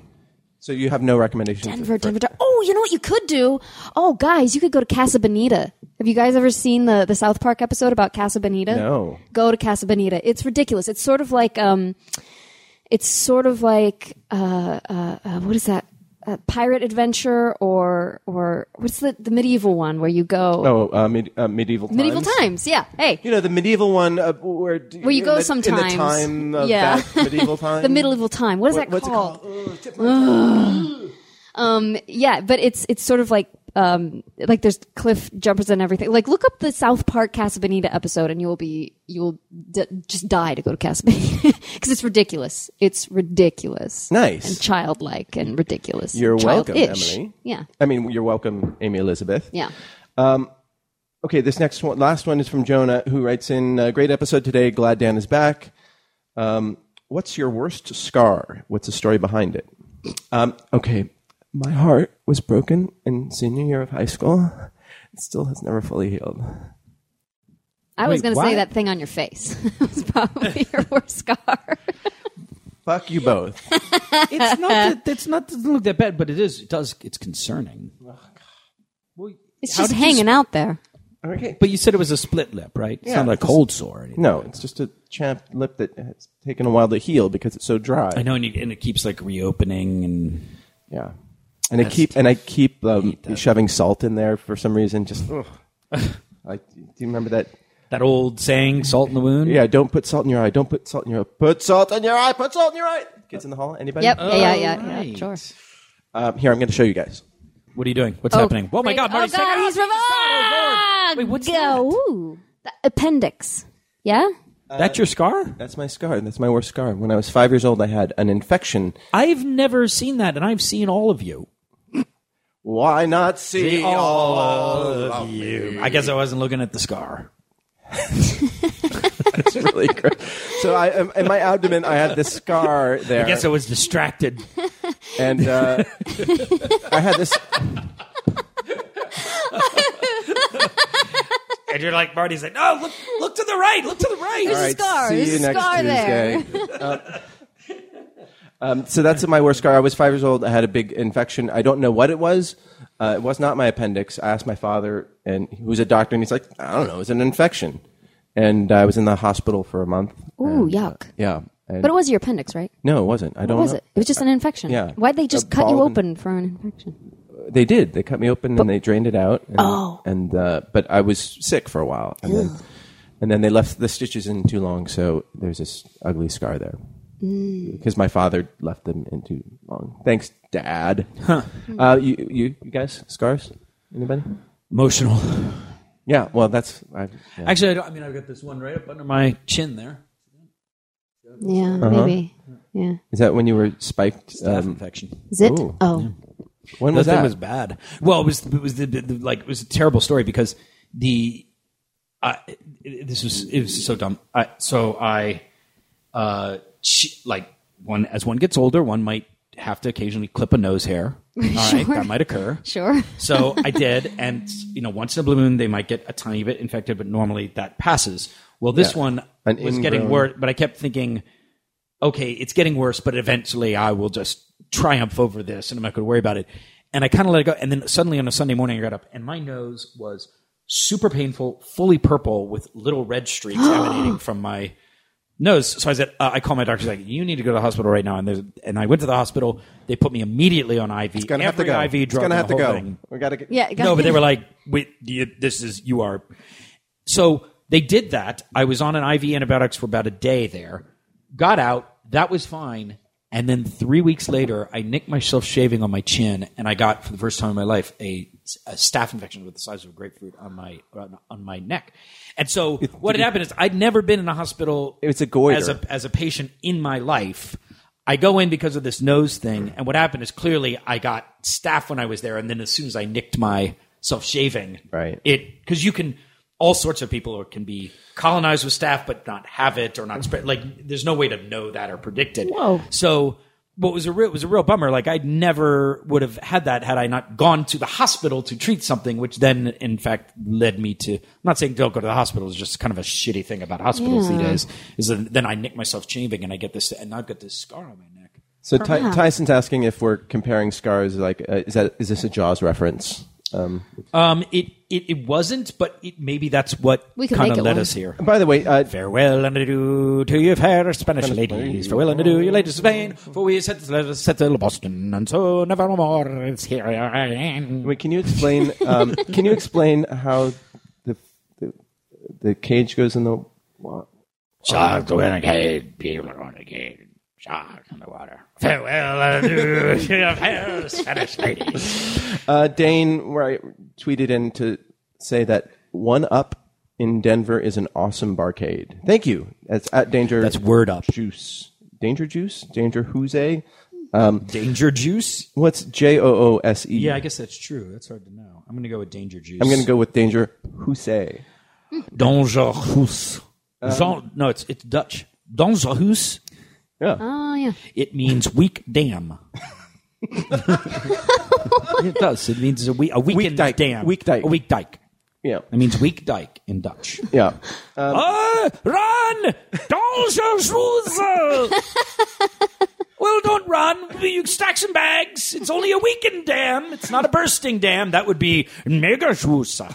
Speaker 2: so you have no recommendations.
Speaker 4: Denver, Denver. Denver. Oh, you know what you could do? Oh, guys, you could go to Casa Bonita. Have you guys ever seen the, the South Park episode about Casa Bonita?
Speaker 2: No.
Speaker 4: Go to Casa Bonita. It's ridiculous. It's sort of like um, it's sort of like uh, uh, uh, what is that? Uh, pirate adventure or or what's the the medieval one where you go
Speaker 2: Oh, uh, med- uh, medieval times.
Speaker 4: medieval times? Yeah. Hey,
Speaker 2: You know the medieval one uh, where
Speaker 4: where you go sometimes.
Speaker 2: in the time of
Speaker 4: yeah.
Speaker 2: that medieval time.
Speaker 4: the medieval time. What is
Speaker 2: What-
Speaker 4: that
Speaker 2: what's it
Speaker 4: called? um, yeah, but it's it's sort of like um, like there's cliff jumpers and everything. Like look up the South Park Casa Bonita episode, and you will be you will d- just die to go to Casa because it's ridiculous. It's ridiculous.
Speaker 2: Nice.
Speaker 4: and childlike and ridiculous.
Speaker 2: You're
Speaker 4: and
Speaker 2: welcome,
Speaker 4: childish.
Speaker 2: Emily.
Speaker 4: Yeah,
Speaker 2: I mean, you're welcome, Amy Elizabeth. Um,
Speaker 4: yeah.
Speaker 2: Okay, this next one, last one is from Jonah, who writes in uh, great episode today. Glad Dan is back. Um, what's your worst scar? What's the story behind it? Um, okay, my heart was broken in senior year of high school. It still has never fully healed.
Speaker 4: I was
Speaker 3: Wait,
Speaker 4: going to
Speaker 3: what?
Speaker 4: say that thing on your face was probably your worst scar.
Speaker 2: Fuck you both.
Speaker 3: it's not. That, it's not. Doesn't look that bad, but it is. It does. It's concerning.
Speaker 4: It's
Speaker 3: How
Speaker 4: just
Speaker 3: did you
Speaker 4: hanging out there.
Speaker 2: okay.
Speaker 3: But you said it was a split lip, right? It's
Speaker 2: Yeah,
Speaker 3: not a
Speaker 2: it's just-
Speaker 3: cold sore. Or anything.
Speaker 2: No, it's just a chapped lip that has taken a while to heal because it's so dry.
Speaker 3: I know, and, you, and it keeps like reopening, and
Speaker 2: Yeah. And I keep and I keep um, shoving salt in there for some reason. Just ugh. I, do you remember that
Speaker 3: that old saying, "Salt in the wound."
Speaker 2: Yeah, don't put salt in your eye. Don't put salt in your eye. Put salt in your eye. Put salt in your eye. Kids in the hall. Anybody?
Speaker 4: Yep. yeah, yeah, yeah, yeah,
Speaker 3: Alright.
Speaker 4: Sure.
Speaker 2: Um, here, I'm going to show you guys.
Speaker 3: What are you doing? What's
Speaker 4: Oh,
Speaker 3: happening? Oh my
Speaker 4: great.
Speaker 3: God!
Speaker 4: Oh
Speaker 3: Marty's
Speaker 4: God,
Speaker 3: taking- Oh,
Speaker 4: he's
Speaker 3: Jesus God, oh, Lord.
Speaker 4: revived.
Speaker 3: Wait, what's
Speaker 4: Go. Ooh. The appendix. Yeah?
Speaker 3: That's your scar?
Speaker 2: That's my scar. That's my worst scar. When I was five years old, I had an infection.
Speaker 3: I've never seen that, and I've seen all of you.
Speaker 2: Why not see all?
Speaker 3: I guess I wasn't looking at the scar.
Speaker 2: It's really great. So I, um, in my abdomen, I had this scar there.
Speaker 3: I guess I was distracted.
Speaker 2: and uh, I had this.
Speaker 3: and you're like, Marty's like, no, look, look to the right, look to the right.
Speaker 4: There's a scar.
Speaker 2: See
Speaker 4: There's
Speaker 2: you
Speaker 4: a
Speaker 2: next
Speaker 4: scar there.
Speaker 2: Tuesday. Uh, um, um, so that's my worst scar. I was five years old. I had a big infection. I don't know what it was. Uh, it was not my appendix. I asked my father, and he was a doctor, and he's like, I don't know, it's an infection. And I was in the hospital for a month.
Speaker 4: Ooh,
Speaker 2: and, uh,
Speaker 4: yuck.
Speaker 2: yeah. And-
Speaker 4: But it was your appendix, right?
Speaker 2: no, it wasn't. I don't
Speaker 4: What was
Speaker 2: know.
Speaker 4: it? It was just an infection.
Speaker 2: Yeah.
Speaker 4: Why'd they
Speaker 2: A
Speaker 4: just cut you
Speaker 2: bulb and-
Speaker 4: open for an infection?
Speaker 2: They did. They cut me open and they drained it out. And,
Speaker 4: Oh.
Speaker 2: And uh, but I was sick for a while, and then and then they left the stitches in too long, so there's this ugly scar there.
Speaker 4: Mm.
Speaker 2: Because my father left them in too long. Thanks, Dad.
Speaker 4: Hmm.
Speaker 2: Uh, you, you you guys scars? Anybody?
Speaker 3: Emotional.
Speaker 2: Yeah. Well, that's I, yeah.
Speaker 3: Actually, I, don't, I mean, I've got this one right up under my chin there.
Speaker 4: Yeah,
Speaker 2: Uh-huh.
Speaker 4: maybe. Yeah.
Speaker 2: is that when you were spiked?
Speaker 3: Staph
Speaker 2: Um,
Speaker 3: infection.
Speaker 4: Is it?
Speaker 2: Ooh.
Speaker 4: Oh.
Speaker 2: when
Speaker 3: That
Speaker 2: was
Speaker 3: thing
Speaker 2: that?
Speaker 3: was bad. Well, it was it was the, the, the like it was a terrible story because the I it- it- this was it was so dumb. I, so I uh ch- like one as one gets older, one might have to occasionally clip a nose hair. All right, that might occur.
Speaker 4: Sure.
Speaker 3: So I did, and you know, once in a blue moon, they might get a tiny bit infected, but normally that passes. Well, this
Speaker 2: Yeah.
Speaker 3: one
Speaker 2: An
Speaker 3: was getting
Speaker 2: ingrown-
Speaker 3: worse, but I kept thinking, okay, it's getting worse, but eventually I will just triumph over this, and I'm not going to worry about it. And I kind of let it go, and then suddenly on a Sunday morning, I got up, and my nose was super painful, fully purple, with little red streaks emanating from my nose. So I said, uh, I called my doctor. She's like, you need to go to the hospital right now. And there's, and I went to the hospital. They put me immediately on IV.
Speaker 2: It's gonna have to
Speaker 3: Every
Speaker 2: go.
Speaker 3: IV
Speaker 2: it's
Speaker 3: drug
Speaker 2: gonna
Speaker 3: and
Speaker 2: have
Speaker 3: the
Speaker 2: to go.
Speaker 3: whole thing.
Speaker 2: We gotta get.
Speaker 4: Yeah.
Speaker 3: No, but they were like, "Wait, do you, this is you are." So they did that. I was on an IV antibiotics for about a day there. Got out. That was fine. And then three weeks later, I nicked myself shaving on my chin, and I got for the first time in my life a, a staph infection with the size of a grapefruit on my on, on my neck. And so what had happened is I'd never been in a hospital.
Speaker 2: It's a goiter.
Speaker 3: as a as a patient in my life. I go in because of this nose thing, and what happened is clearly I got staff when I was there, and then as soon as I nicked my self shaving,
Speaker 2: Right.
Speaker 3: It because you can all sorts of people can be colonized with staff but not have it or not spread. Like there's no way to know that or predict it.
Speaker 4: Whoa.
Speaker 3: So what was a real, it was a real bummer. Like I never would have had that had I not gone to the hospital to treat something, which then in fact led me to. I'm not saying don't go to the hospital. It's just kind of a shitty thing about hospitals these days. Is that then I nick myself shaving and I get this and I've got this scar on my neck.
Speaker 2: So Ty- Tyson's asking if we're comparing scars. Like, uh, is that is this a Jaws reference? Um,
Speaker 3: Um, it it, it wasn't, but it, maybe that's what
Speaker 4: We can
Speaker 3: kind
Speaker 4: make
Speaker 3: of
Speaker 4: it
Speaker 3: led
Speaker 4: one.
Speaker 3: us here.
Speaker 2: by the way, uh,
Speaker 3: Farewell and adieu to your fair Spanish ladies. Farewell and adieu, your latest Spain. For we set, settle Boston, and so nevermore it's here I am.
Speaker 2: Wait, can you explain? Um, can you explain how the, the the cage goes in the? wa-
Speaker 3: Sharks were in a cage, people are in a cage, sharks in the water. Farewell and adieu to your fair Spanish ladies.
Speaker 2: Uh, Dane, where I tweeted in to say that one up in Denver is an awesome barcade. Thank you. That's at Danger.
Speaker 3: That's word up.
Speaker 2: Juice. Danger Juice. Danger Jose.
Speaker 3: Danger juice?
Speaker 2: What's J O O S E?
Speaker 3: Yeah, I guess that's true. That's hard to know. I'm going to go with danger juice.
Speaker 2: I'm gonna go with Danger Jose.
Speaker 3: Dangerous. Jean, no, it's it's Dutch. Dangerous.
Speaker 2: Yeah.
Speaker 4: Oh, yeah.
Speaker 3: It means weak dam. it does. It means a, we, a weakened
Speaker 2: dike.
Speaker 3: dam.
Speaker 2: Weak dike.
Speaker 3: A weak dike.
Speaker 2: Yeah.
Speaker 3: It means weak dike in Dutch.
Speaker 2: Yeah.
Speaker 3: Uh, run! Dangerous. well, don't run. You stack some bags. It's only a weakened dam. It's not a bursting dam. That would be megashusa.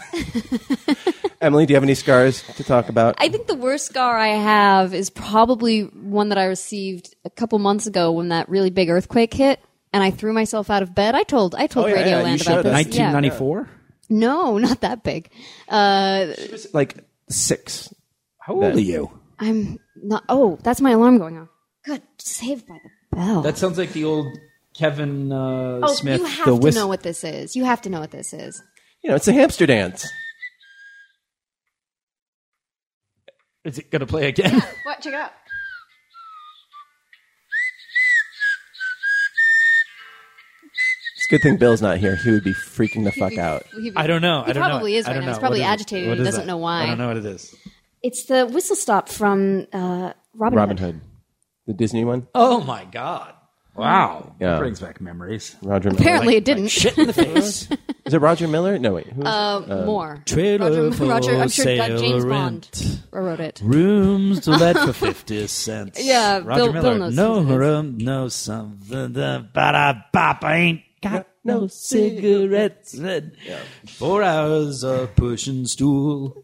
Speaker 2: Emily, do you have any scars to talk about?
Speaker 4: I think the worst scar I have is probably one that I received a couple months ago when that really big earthquake hit. And I threw myself out of bed. I told I told
Speaker 2: Oh, yeah, yeah, you
Speaker 4: Radioland
Speaker 2: showed
Speaker 4: about this.
Speaker 2: us.
Speaker 4: Yeah.
Speaker 3: 1994.
Speaker 4: No, not that big. Uh,
Speaker 2: like six.
Speaker 3: How old are you?
Speaker 4: I'm not. Oh, that's my alarm going off. Good, saved by the bell.
Speaker 3: That sounds like the old Kevin uh,
Speaker 4: oh,
Speaker 3: Smith.
Speaker 4: you have
Speaker 3: the
Speaker 4: to
Speaker 3: whist-
Speaker 4: know what this is. You have to know what this is.
Speaker 2: You know, it's a hamster dance.
Speaker 3: Is it going to play again?
Speaker 4: What? Check it out.
Speaker 2: It's a good thing Bill's not here. He would be freaking the fuck out.
Speaker 4: He-
Speaker 3: I don't know.
Speaker 4: He
Speaker 3: I don't
Speaker 4: probably
Speaker 3: know.
Speaker 4: is
Speaker 3: I
Speaker 4: right
Speaker 3: don't
Speaker 4: now. He's
Speaker 3: know.
Speaker 4: probably
Speaker 3: What is it?
Speaker 4: agitated.
Speaker 3: What
Speaker 4: He
Speaker 3: is
Speaker 4: doesn't
Speaker 3: that?
Speaker 4: know why.
Speaker 3: I don't know what it is.
Speaker 4: It's the whistle stop from uh, Robin,
Speaker 2: Robin
Speaker 4: Hood.
Speaker 2: Hood, the Disney one.
Speaker 3: Oh my god! Wow.
Speaker 2: Yeah.
Speaker 3: Brings back memories.
Speaker 2: Roger. Miller.
Speaker 4: Apparently, it didn't.
Speaker 3: Shit in the face.
Speaker 2: Is it Roger Miller? No wait. Who is it?
Speaker 4: Uh, More.
Speaker 3: Trailer
Speaker 4: Roger,
Speaker 3: for
Speaker 4: Roger I'm sure
Speaker 3: sale
Speaker 4: Doug James
Speaker 3: or
Speaker 4: Bond
Speaker 3: rent.
Speaker 4: wrote it.
Speaker 3: Rooms to let for fifty cents.
Speaker 4: Yeah,
Speaker 3: Roger
Speaker 4: Bill-
Speaker 3: Miller.
Speaker 4: Bill knows
Speaker 3: no
Speaker 4: who it is.
Speaker 3: room, no something. Da, ba da bop. I ain't got no,
Speaker 2: no
Speaker 3: cigarettes. Red. Four hours of pushing stool,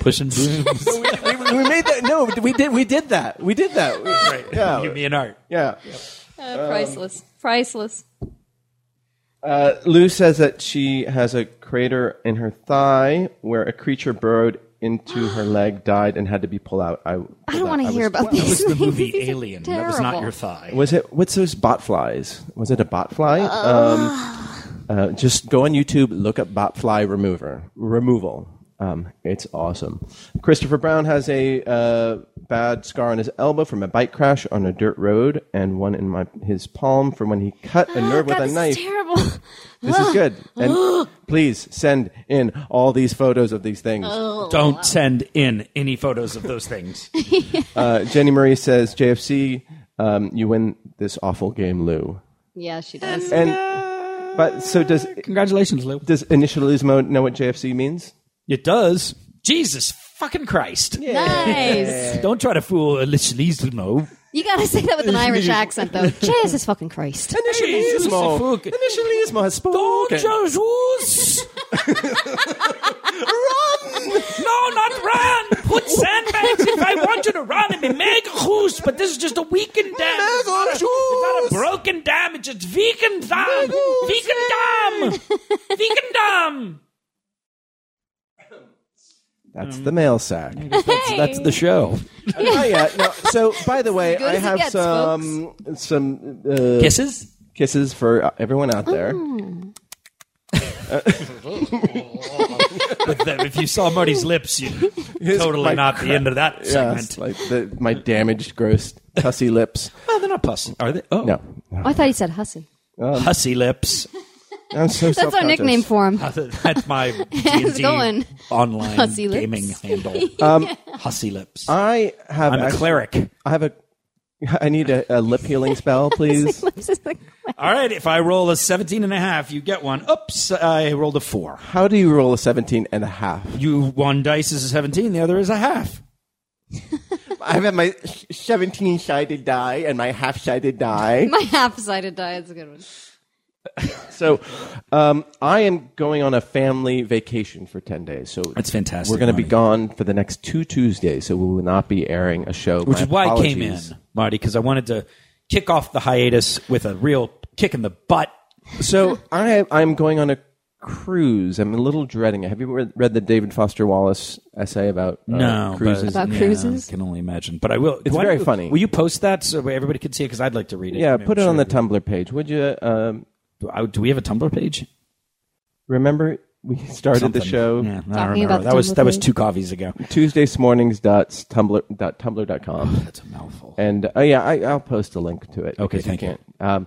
Speaker 3: pushing brooms.
Speaker 2: we, we made that. No, we did. We did that. We did that. We- Yeah.
Speaker 3: Give me an art.
Speaker 2: Yeah.
Speaker 4: Uh, priceless. priceless.
Speaker 2: Uh, Lou says that she has a crater in her thigh where a creature burrowed into her leg, died, and had to be pulled out. I,
Speaker 4: I don't want to hear about
Speaker 3: That
Speaker 4: these
Speaker 3: was the
Speaker 4: things.
Speaker 3: movie
Speaker 4: These are
Speaker 3: Alien. That was not
Speaker 4: terrible.
Speaker 3: your thigh.
Speaker 2: Was it what's those botflies? Was it a botfly? um, uh, just go on YouTube, look up botfly remover removal. Um, it's awesome. Christopher Brown has a uh, bad scar on his elbow from a bike crash on a dirt road, and one in my his palm from when he cut a nerve with
Speaker 4: Oh, God,
Speaker 2: a
Speaker 4: this is
Speaker 2: knife.
Speaker 4: terrible.
Speaker 2: This is good. And please send in all these photos of these things.
Speaker 4: Oh.
Speaker 3: Don't send in any photos of those things.
Speaker 2: Uh, Jenny Marie says, JFC, um, you win this awful game, Lou.
Speaker 4: yeah, she does.
Speaker 2: And but so does
Speaker 3: Congratulations, Lou.
Speaker 2: does initialismo know what JFC means?
Speaker 3: It does. Jesus fucking Christ.
Speaker 4: Nice.
Speaker 3: Don't try to fool Initialismo.
Speaker 4: You gotta say that with an Irish accent, though. Jesus fucking Christ.
Speaker 2: Initialismo.
Speaker 3: fuck.
Speaker 2: Initialismo has spoken.
Speaker 3: Jesus! run! No, not run! Put sandbags if I want you to run and be mega hoos, but this is just a weakened dam. It's not a, it's not a broken dam, it's just vegan dam! Vegan dam! Vegan dam!
Speaker 2: That's the mail sack.
Speaker 3: That's the show.
Speaker 2: Oh, yeah, no, so by the way,
Speaker 4: good
Speaker 2: I
Speaker 4: as it
Speaker 2: have
Speaker 4: gets,
Speaker 2: some some uh,
Speaker 3: Kisses?
Speaker 2: kisses for uh, everyone out there.
Speaker 4: Mm.
Speaker 3: But then if you saw Marty's lips, you'd
Speaker 2: Here's my
Speaker 3: totally not be into that
Speaker 2: Yeah,
Speaker 3: segment.
Speaker 2: like the, my damaged, gross, pussy lips.
Speaker 3: oh, they're not pussy. Are they? Oh.
Speaker 2: No,
Speaker 4: I thought he said hussy.
Speaker 3: Hussy lips.
Speaker 2: I'm so
Speaker 4: That's our nickname for him.
Speaker 3: That's my
Speaker 4: How's it going?
Speaker 3: D&D online
Speaker 4: Hussy lips.
Speaker 3: gaming handle. Hussy lips.
Speaker 2: I have.
Speaker 3: I'm a
Speaker 2: Um, actually-
Speaker 3: cleric.
Speaker 2: I have a. I need a, a lip healing spell, please.
Speaker 3: All right, if I roll a 17 and a half, you get one. Oops, I rolled a 4.
Speaker 2: How do you roll a 17 and a half?
Speaker 3: You one dice is a 17, the other is a half.
Speaker 2: I have my 17 sided die and my half sided die.
Speaker 4: My half-sided die is a good one.
Speaker 2: So, um, I am going on a family vacation for 10 days. So
Speaker 3: That's fantastic,
Speaker 2: We're going to be
Speaker 3: Ronnie.
Speaker 2: gone for the next two Tuesdays, so we will not be airing a show.
Speaker 3: Which
Speaker 2: My
Speaker 3: is why I came in,
Speaker 2: apologies.
Speaker 3: Marty, because I wanted to kick off the hiatus with a real kick in the butt.
Speaker 2: So I I'm going on a cruise. I'm a little dreading it. Have you read, read the David Foster Wallace essay about uh,
Speaker 3: No,
Speaker 2: cruises?
Speaker 3: but-
Speaker 4: About cruises?
Speaker 3: I can only imagine. But I will. It's
Speaker 2: very funny.
Speaker 3: Will you post that so everybody can see it? Because I'd like to read it.
Speaker 2: yeah,
Speaker 3: I mean,
Speaker 2: put it
Speaker 3: I'm
Speaker 2: on the
Speaker 3: sure-
Speaker 2: Tumblr page, would you? Um,
Speaker 3: I- Do we have a Tumblr page?
Speaker 2: remember we started the
Speaker 3: Something.
Speaker 2: show
Speaker 3: Yeah, I don't
Speaker 4: about
Speaker 3: remember.
Speaker 4: the
Speaker 3: That was
Speaker 4: Tumblr
Speaker 3: that was
Speaker 4: page.
Speaker 3: two coffees ago.
Speaker 2: Tuesdays mornings dot tumblr dot tumblr dot com.
Speaker 3: That's a mouthful.
Speaker 2: and oh yeah, I, I'll post a link to it.
Speaker 3: Okay,
Speaker 2: because
Speaker 3: thank you.
Speaker 2: can't. Um,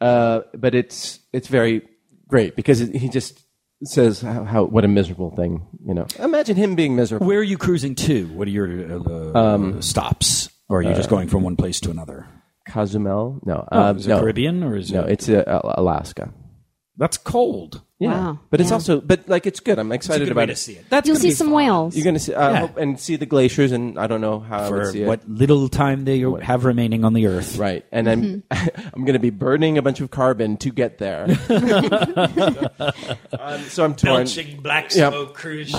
Speaker 2: uh, but it's it's very great because it, he just says how, how what a miserable thing. You know, imagine him being miserable.
Speaker 3: Where are you cruising to? What are your uh,
Speaker 2: Um,
Speaker 3: stops? Or are you
Speaker 2: uh,
Speaker 3: just going from one place to another?
Speaker 2: Cozumel? No, um,
Speaker 3: Oh, is it
Speaker 2: no.
Speaker 3: Caribbean or is
Speaker 2: no,
Speaker 3: it?
Speaker 2: it's uh, Al- Alaska.
Speaker 3: That's cold.
Speaker 4: Wow.
Speaker 2: but it's also but like it's good. I'm excited
Speaker 3: Good way
Speaker 2: about
Speaker 3: to
Speaker 2: it.
Speaker 3: see it. That's
Speaker 4: You'll
Speaker 3: gonna
Speaker 4: see
Speaker 3: be
Speaker 4: some
Speaker 3: fun.
Speaker 4: whales.
Speaker 2: You're gonna see I
Speaker 3: Yeah.
Speaker 2: hope, and see the glaciers, and I don't know how I would
Speaker 3: for
Speaker 2: see it.
Speaker 3: what little time they have remaining on the earth.
Speaker 2: Right, and
Speaker 3: Mm-hmm.
Speaker 2: I'm I'm going to be burning a bunch of carbon to get there. um, so I'm torn.
Speaker 3: black
Speaker 2: Yep.
Speaker 3: cruise ship.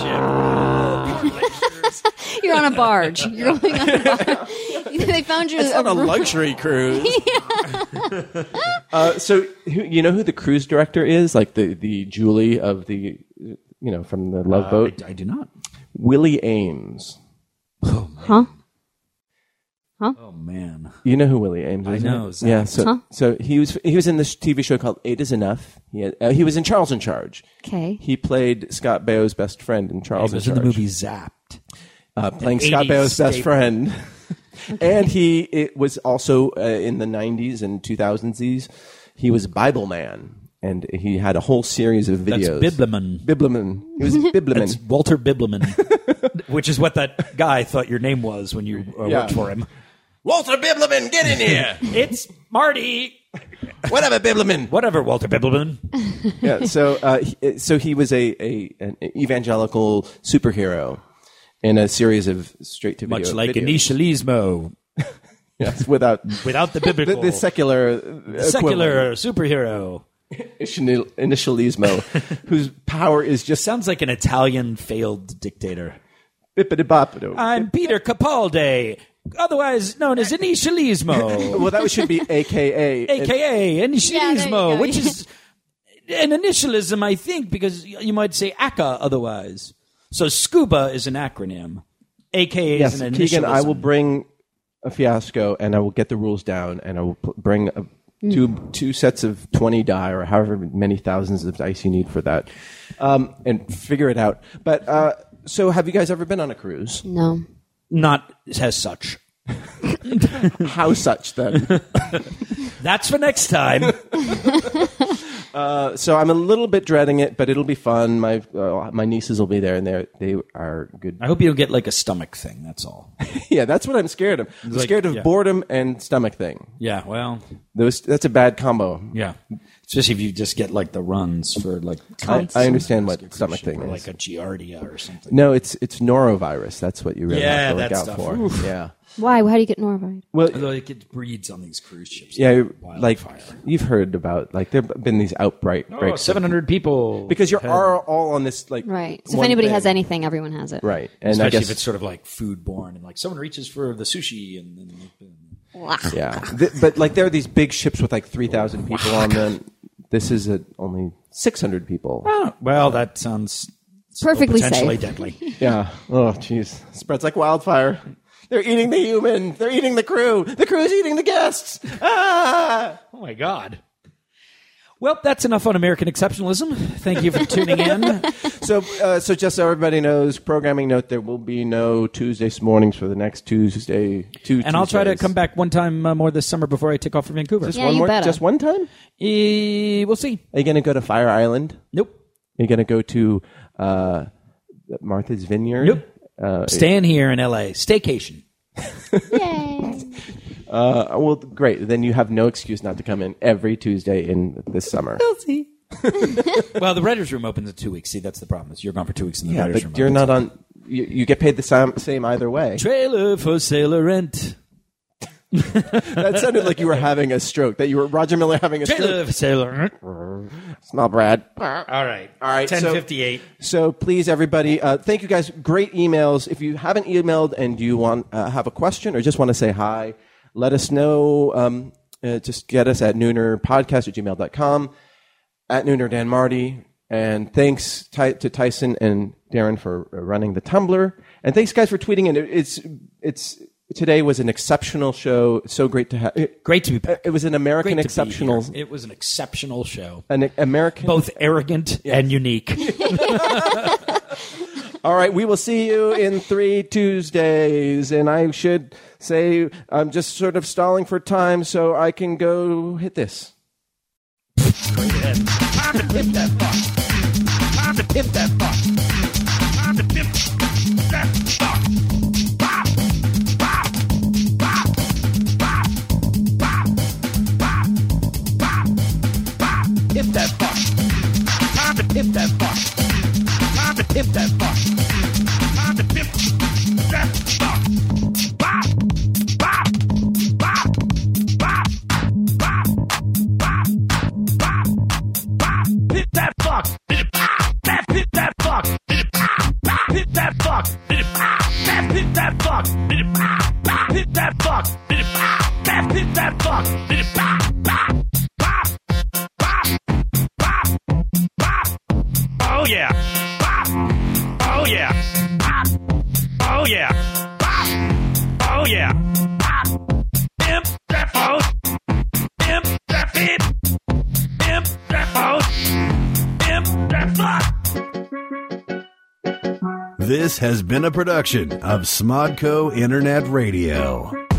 Speaker 4: You're on a barge. You're going on a barge. they found you
Speaker 2: on a
Speaker 4: room-
Speaker 2: luxury cruise. uh, so who, you know who the cruise director is? Like the the Julie of the you know from the Love
Speaker 3: Uh, I,
Speaker 2: Boat,
Speaker 3: I do not.
Speaker 2: Willie Ames.
Speaker 4: Huh?
Speaker 3: Oh man,
Speaker 2: You know who Willie Ames is?
Speaker 3: I know,
Speaker 2: right?
Speaker 3: Zach.
Speaker 2: Yeah. So so he was he was in this TV show called Eight Is Enough. He had, uh, he was in Charles in Charge.
Speaker 4: Okay.
Speaker 2: He played Scott Baio's best friend in Charles
Speaker 3: it was
Speaker 2: in
Speaker 3: in the
Speaker 2: Charge.
Speaker 3: movie Zapped.
Speaker 2: uh, playing Scott
Speaker 3: 80s
Speaker 2: Baio's best
Speaker 3: staple.
Speaker 2: friend. and he it was also uh, in the 90s and 2000s. He was Bible Man. And he had a whole series of
Speaker 3: That's
Speaker 2: videos.
Speaker 3: Bibleman.
Speaker 2: Bibleman. He was Bibleman.
Speaker 3: It's Walter Bibleman, which is what that guy thought your name was when you uh,
Speaker 2: Yeah.
Speaker 3: worked for him.
Speaker 5: Walter Bibleman, get in here.
Speaker 3: It's Marty.
Speaker 5: Whatever, Bibleman.
Speaker 3: Whatever, Walter Bibleman.
Speaker 2: yeah. So, uh, he, so he was a, a an evangelical superhero in a series of straight to video.
Speaker 3: Much like
Speaker 2: videos.
Speaker 3: initialismo,
Speaker 2: yes, without
Speaker 3: without the biblical.
Speaker 2: the, the secular uh,
Speaker 3: secular superhero.
Speaker 2: equivalent, initialismo, whose power is just
Speaker 3: Sounds like an Italian failed dictator.
Speaker 2: bippity boppity.
Speaker 3: I'm Peter Capaldi, otherwise known as initialismo,
Speaker 2: well, that should be AKA.
Speaker 3: aka
Speaker 4: Yeah, there you
Speaker 3: initialismo,
Speaker 4: go.
Speaker 3: which is an initialism, I think, because y- you might say ACA otherwise. So scuba is an acronym. AKA
Speaker 2: yes,
Speaker 3: is an initialism.
Speaker 2: Keegan, I will bring a fiasco, and I will get the rules down, and I will pl- bring a, two two sets of twenty die, or however many thousands of dice you need for that, um, and figure it out. But uh, so, have you guys ever been on a cruise?
Speaker 4: No.
Speaker 3: not as such.
Speaker 2: How such then?
Speaker 3: That's for next time.
Speaker 2: so I'm a little bit dreading it, but it'll be fun. My uh, my nieces will be there, and they they are good.
Speaker 3: I hope you don't get like a stomach thing. That's all.
Speaker 2: yeah, that's what I'm scared of. I'm
Speaker 3: Like,
Speaker 2: scared of
Speaker 3: yeah.
Speaker 2: boredom and stomach thing.
Speaker 3: Yeah. Well.
Speaker 2: Those that's a bad combo.
Speaker 3: Yeah. Especially if you just get like the runs for like
Speaker 2: I, I understand
Speaker 3: Like
Speaker 2: what
Speaker 3: a
Speaker 2: stomach
Speaker 3: cruciate
Speaker 2: thing
Speaker 3: or
Speaker 2: is.
Speaker 3: like a giardia or something.
Speaker 2: No, it's it's norovirus. That's what you really
Speaker 3: Yeah,
Speaker 2: have to look
Speaker 3: that
Speaker 2: out
Speaker 3: stuff.
Speaker 2: for. Yeah.
Speaker 4: Why? How do you get normal?
Speaker 2: Well,
Speaker 3: Although it breeds on these cruise ships.
Speaker 2: yeah, like you've heard about like there've been these outbreak
Speaker 3: Oh,
Speaker 2: breaks
Speaker 3: 700 people.
Speaker 2: because you're are all on this like
Speaker 4: Right. So if
Speaker 2: one
Speaker 4: anybody
Speaker 2: thing.
Speaker 4: has anything, everyone has it.
Speaker 2: right, and
Speaker 3: especially
Speaker 2: I guess
Speaker 3: if it's sort of like foodborne and like someone reaches for the sushi and then
Speaker 4: Blah.
Speaker 2: yeah, Th- but like there are these big ships with like three thousand people on them. This is a, only six hundred people.
Speaker 3: Oh, well, that sounds
Speaker 4: Perfectly
Speaker 3: potentially
Speaker 4: safe.
Speaker 3: deadly.
Speaker 2: Yeah. Oh, jeez, spreads like wildfire. They're eating the human. They're eating the crew. The crew's eating the guests. Ah!
Speaker 3: oh my god. Well, that's enough on American exceptionalism. Thank you for tuning in.
Speaker 2: So, uh, so just so everybody knows, programming note: there will be no Tuesday mornings for the next Tuesday. Two
Speaker 3: And I'll try to
Speaker 2: Tuesdays.
Speaker 3: come back one time uh, more this summer before I take off for Vancouver.
Speaker 2: Just
Speaker 4: Yeah,
Speaker 2: one
Speaker 4: you
Speaker 2: more,
Speaker 4: better.
Speaker 2: just one time.
Speaker 3: Eh, we'll see.
Speaker 2: Are you going to go to Fire Island?
Speaker 3: Nope.
Speaker 2: Are you going to go to uh, Martha's Vineyard? Uh,
Speaker 3: Nope. Staying here in LA. Staycation.
Speaker 4: Yay.
Speaker 2: Uh, well, great. Then you have no excuse not to come in every Tuesday in this summer.
Speaker 3: well, the writer's room opens in two weeks. See, that's the problem. Is you're gone for two weeks in the
Speaker 2: Yeah,
Speaker 3: writer's room.
Speaker 2: but you're
Speaker 3: opens.
Speaker 2: not on. You, you get paid the same, same either way.
Speaker 3: Trailer for Sailor Rent.
Speaker 2: That sounded like you were having a stroke. That you were Roger Miller having a stroke.
Speaker 3: Trailer for Sailor Rent.
Speaker 2: It's not Brad.
Speaker 3: All right.
Speaker 2: All right, so-
Speaker 3: 1058.
Speaker 2: So please, everybody, uh, thank you guys. Great emails. If you haven't emailed and you want uh, have a question or just want to say hi, let us know. Um, uh, just get us at noonerpodcast at gmail.com, at nooner Dan Marty. And thanks Ty- to Tyson and Darren for uh, running the Tumblr. And thanks, guys, for tweeting. And it's it's today was an exceptional show. So great to have. It,
Speaker 3: Great to be back.
Speaker 2: it was an
Speaker 3: Great
Speaker 2: American
Speaker 3: to be
Speaker 2: exceptional,
Speaker 3: here. It was an exceptional show.
Speaker 2: an American
Speaker 3: Both arrogant and unique.
Speaker 2: All right, we will see you in three Tuesdays. And I should say, I'm just sort of stalling for time so I can go hit this.
Speaker 6: Time to pimp that fuck. Time to pimp that fuck. Time to pimp that fuck. Bop, bop, bop, bop, bop, bop, bop, bop. Pimp that fuck. Time to pimp that fuck. Time to pimp that fuck. Time to pimp that fuck. Bop, bop, bop, bop, bop, bop, bop bop, pip that fuck, pip ah, that pip that fuck, pip ah, ah, pip that fuck, pip ah, that pip that fuck, pip ah, ah, pip that fuck, pip ah, that pip that fuck, pip ah, ah, pop, pop, pop, pop, oh yeah, pop, oh yeah, pop, oh yeah, pop, oh yeah, pop, imp that fuck, imp that fit. Imp that fuck. Imp that fuck.
Speaker 7: This has been a production of Smodco Internet Radio.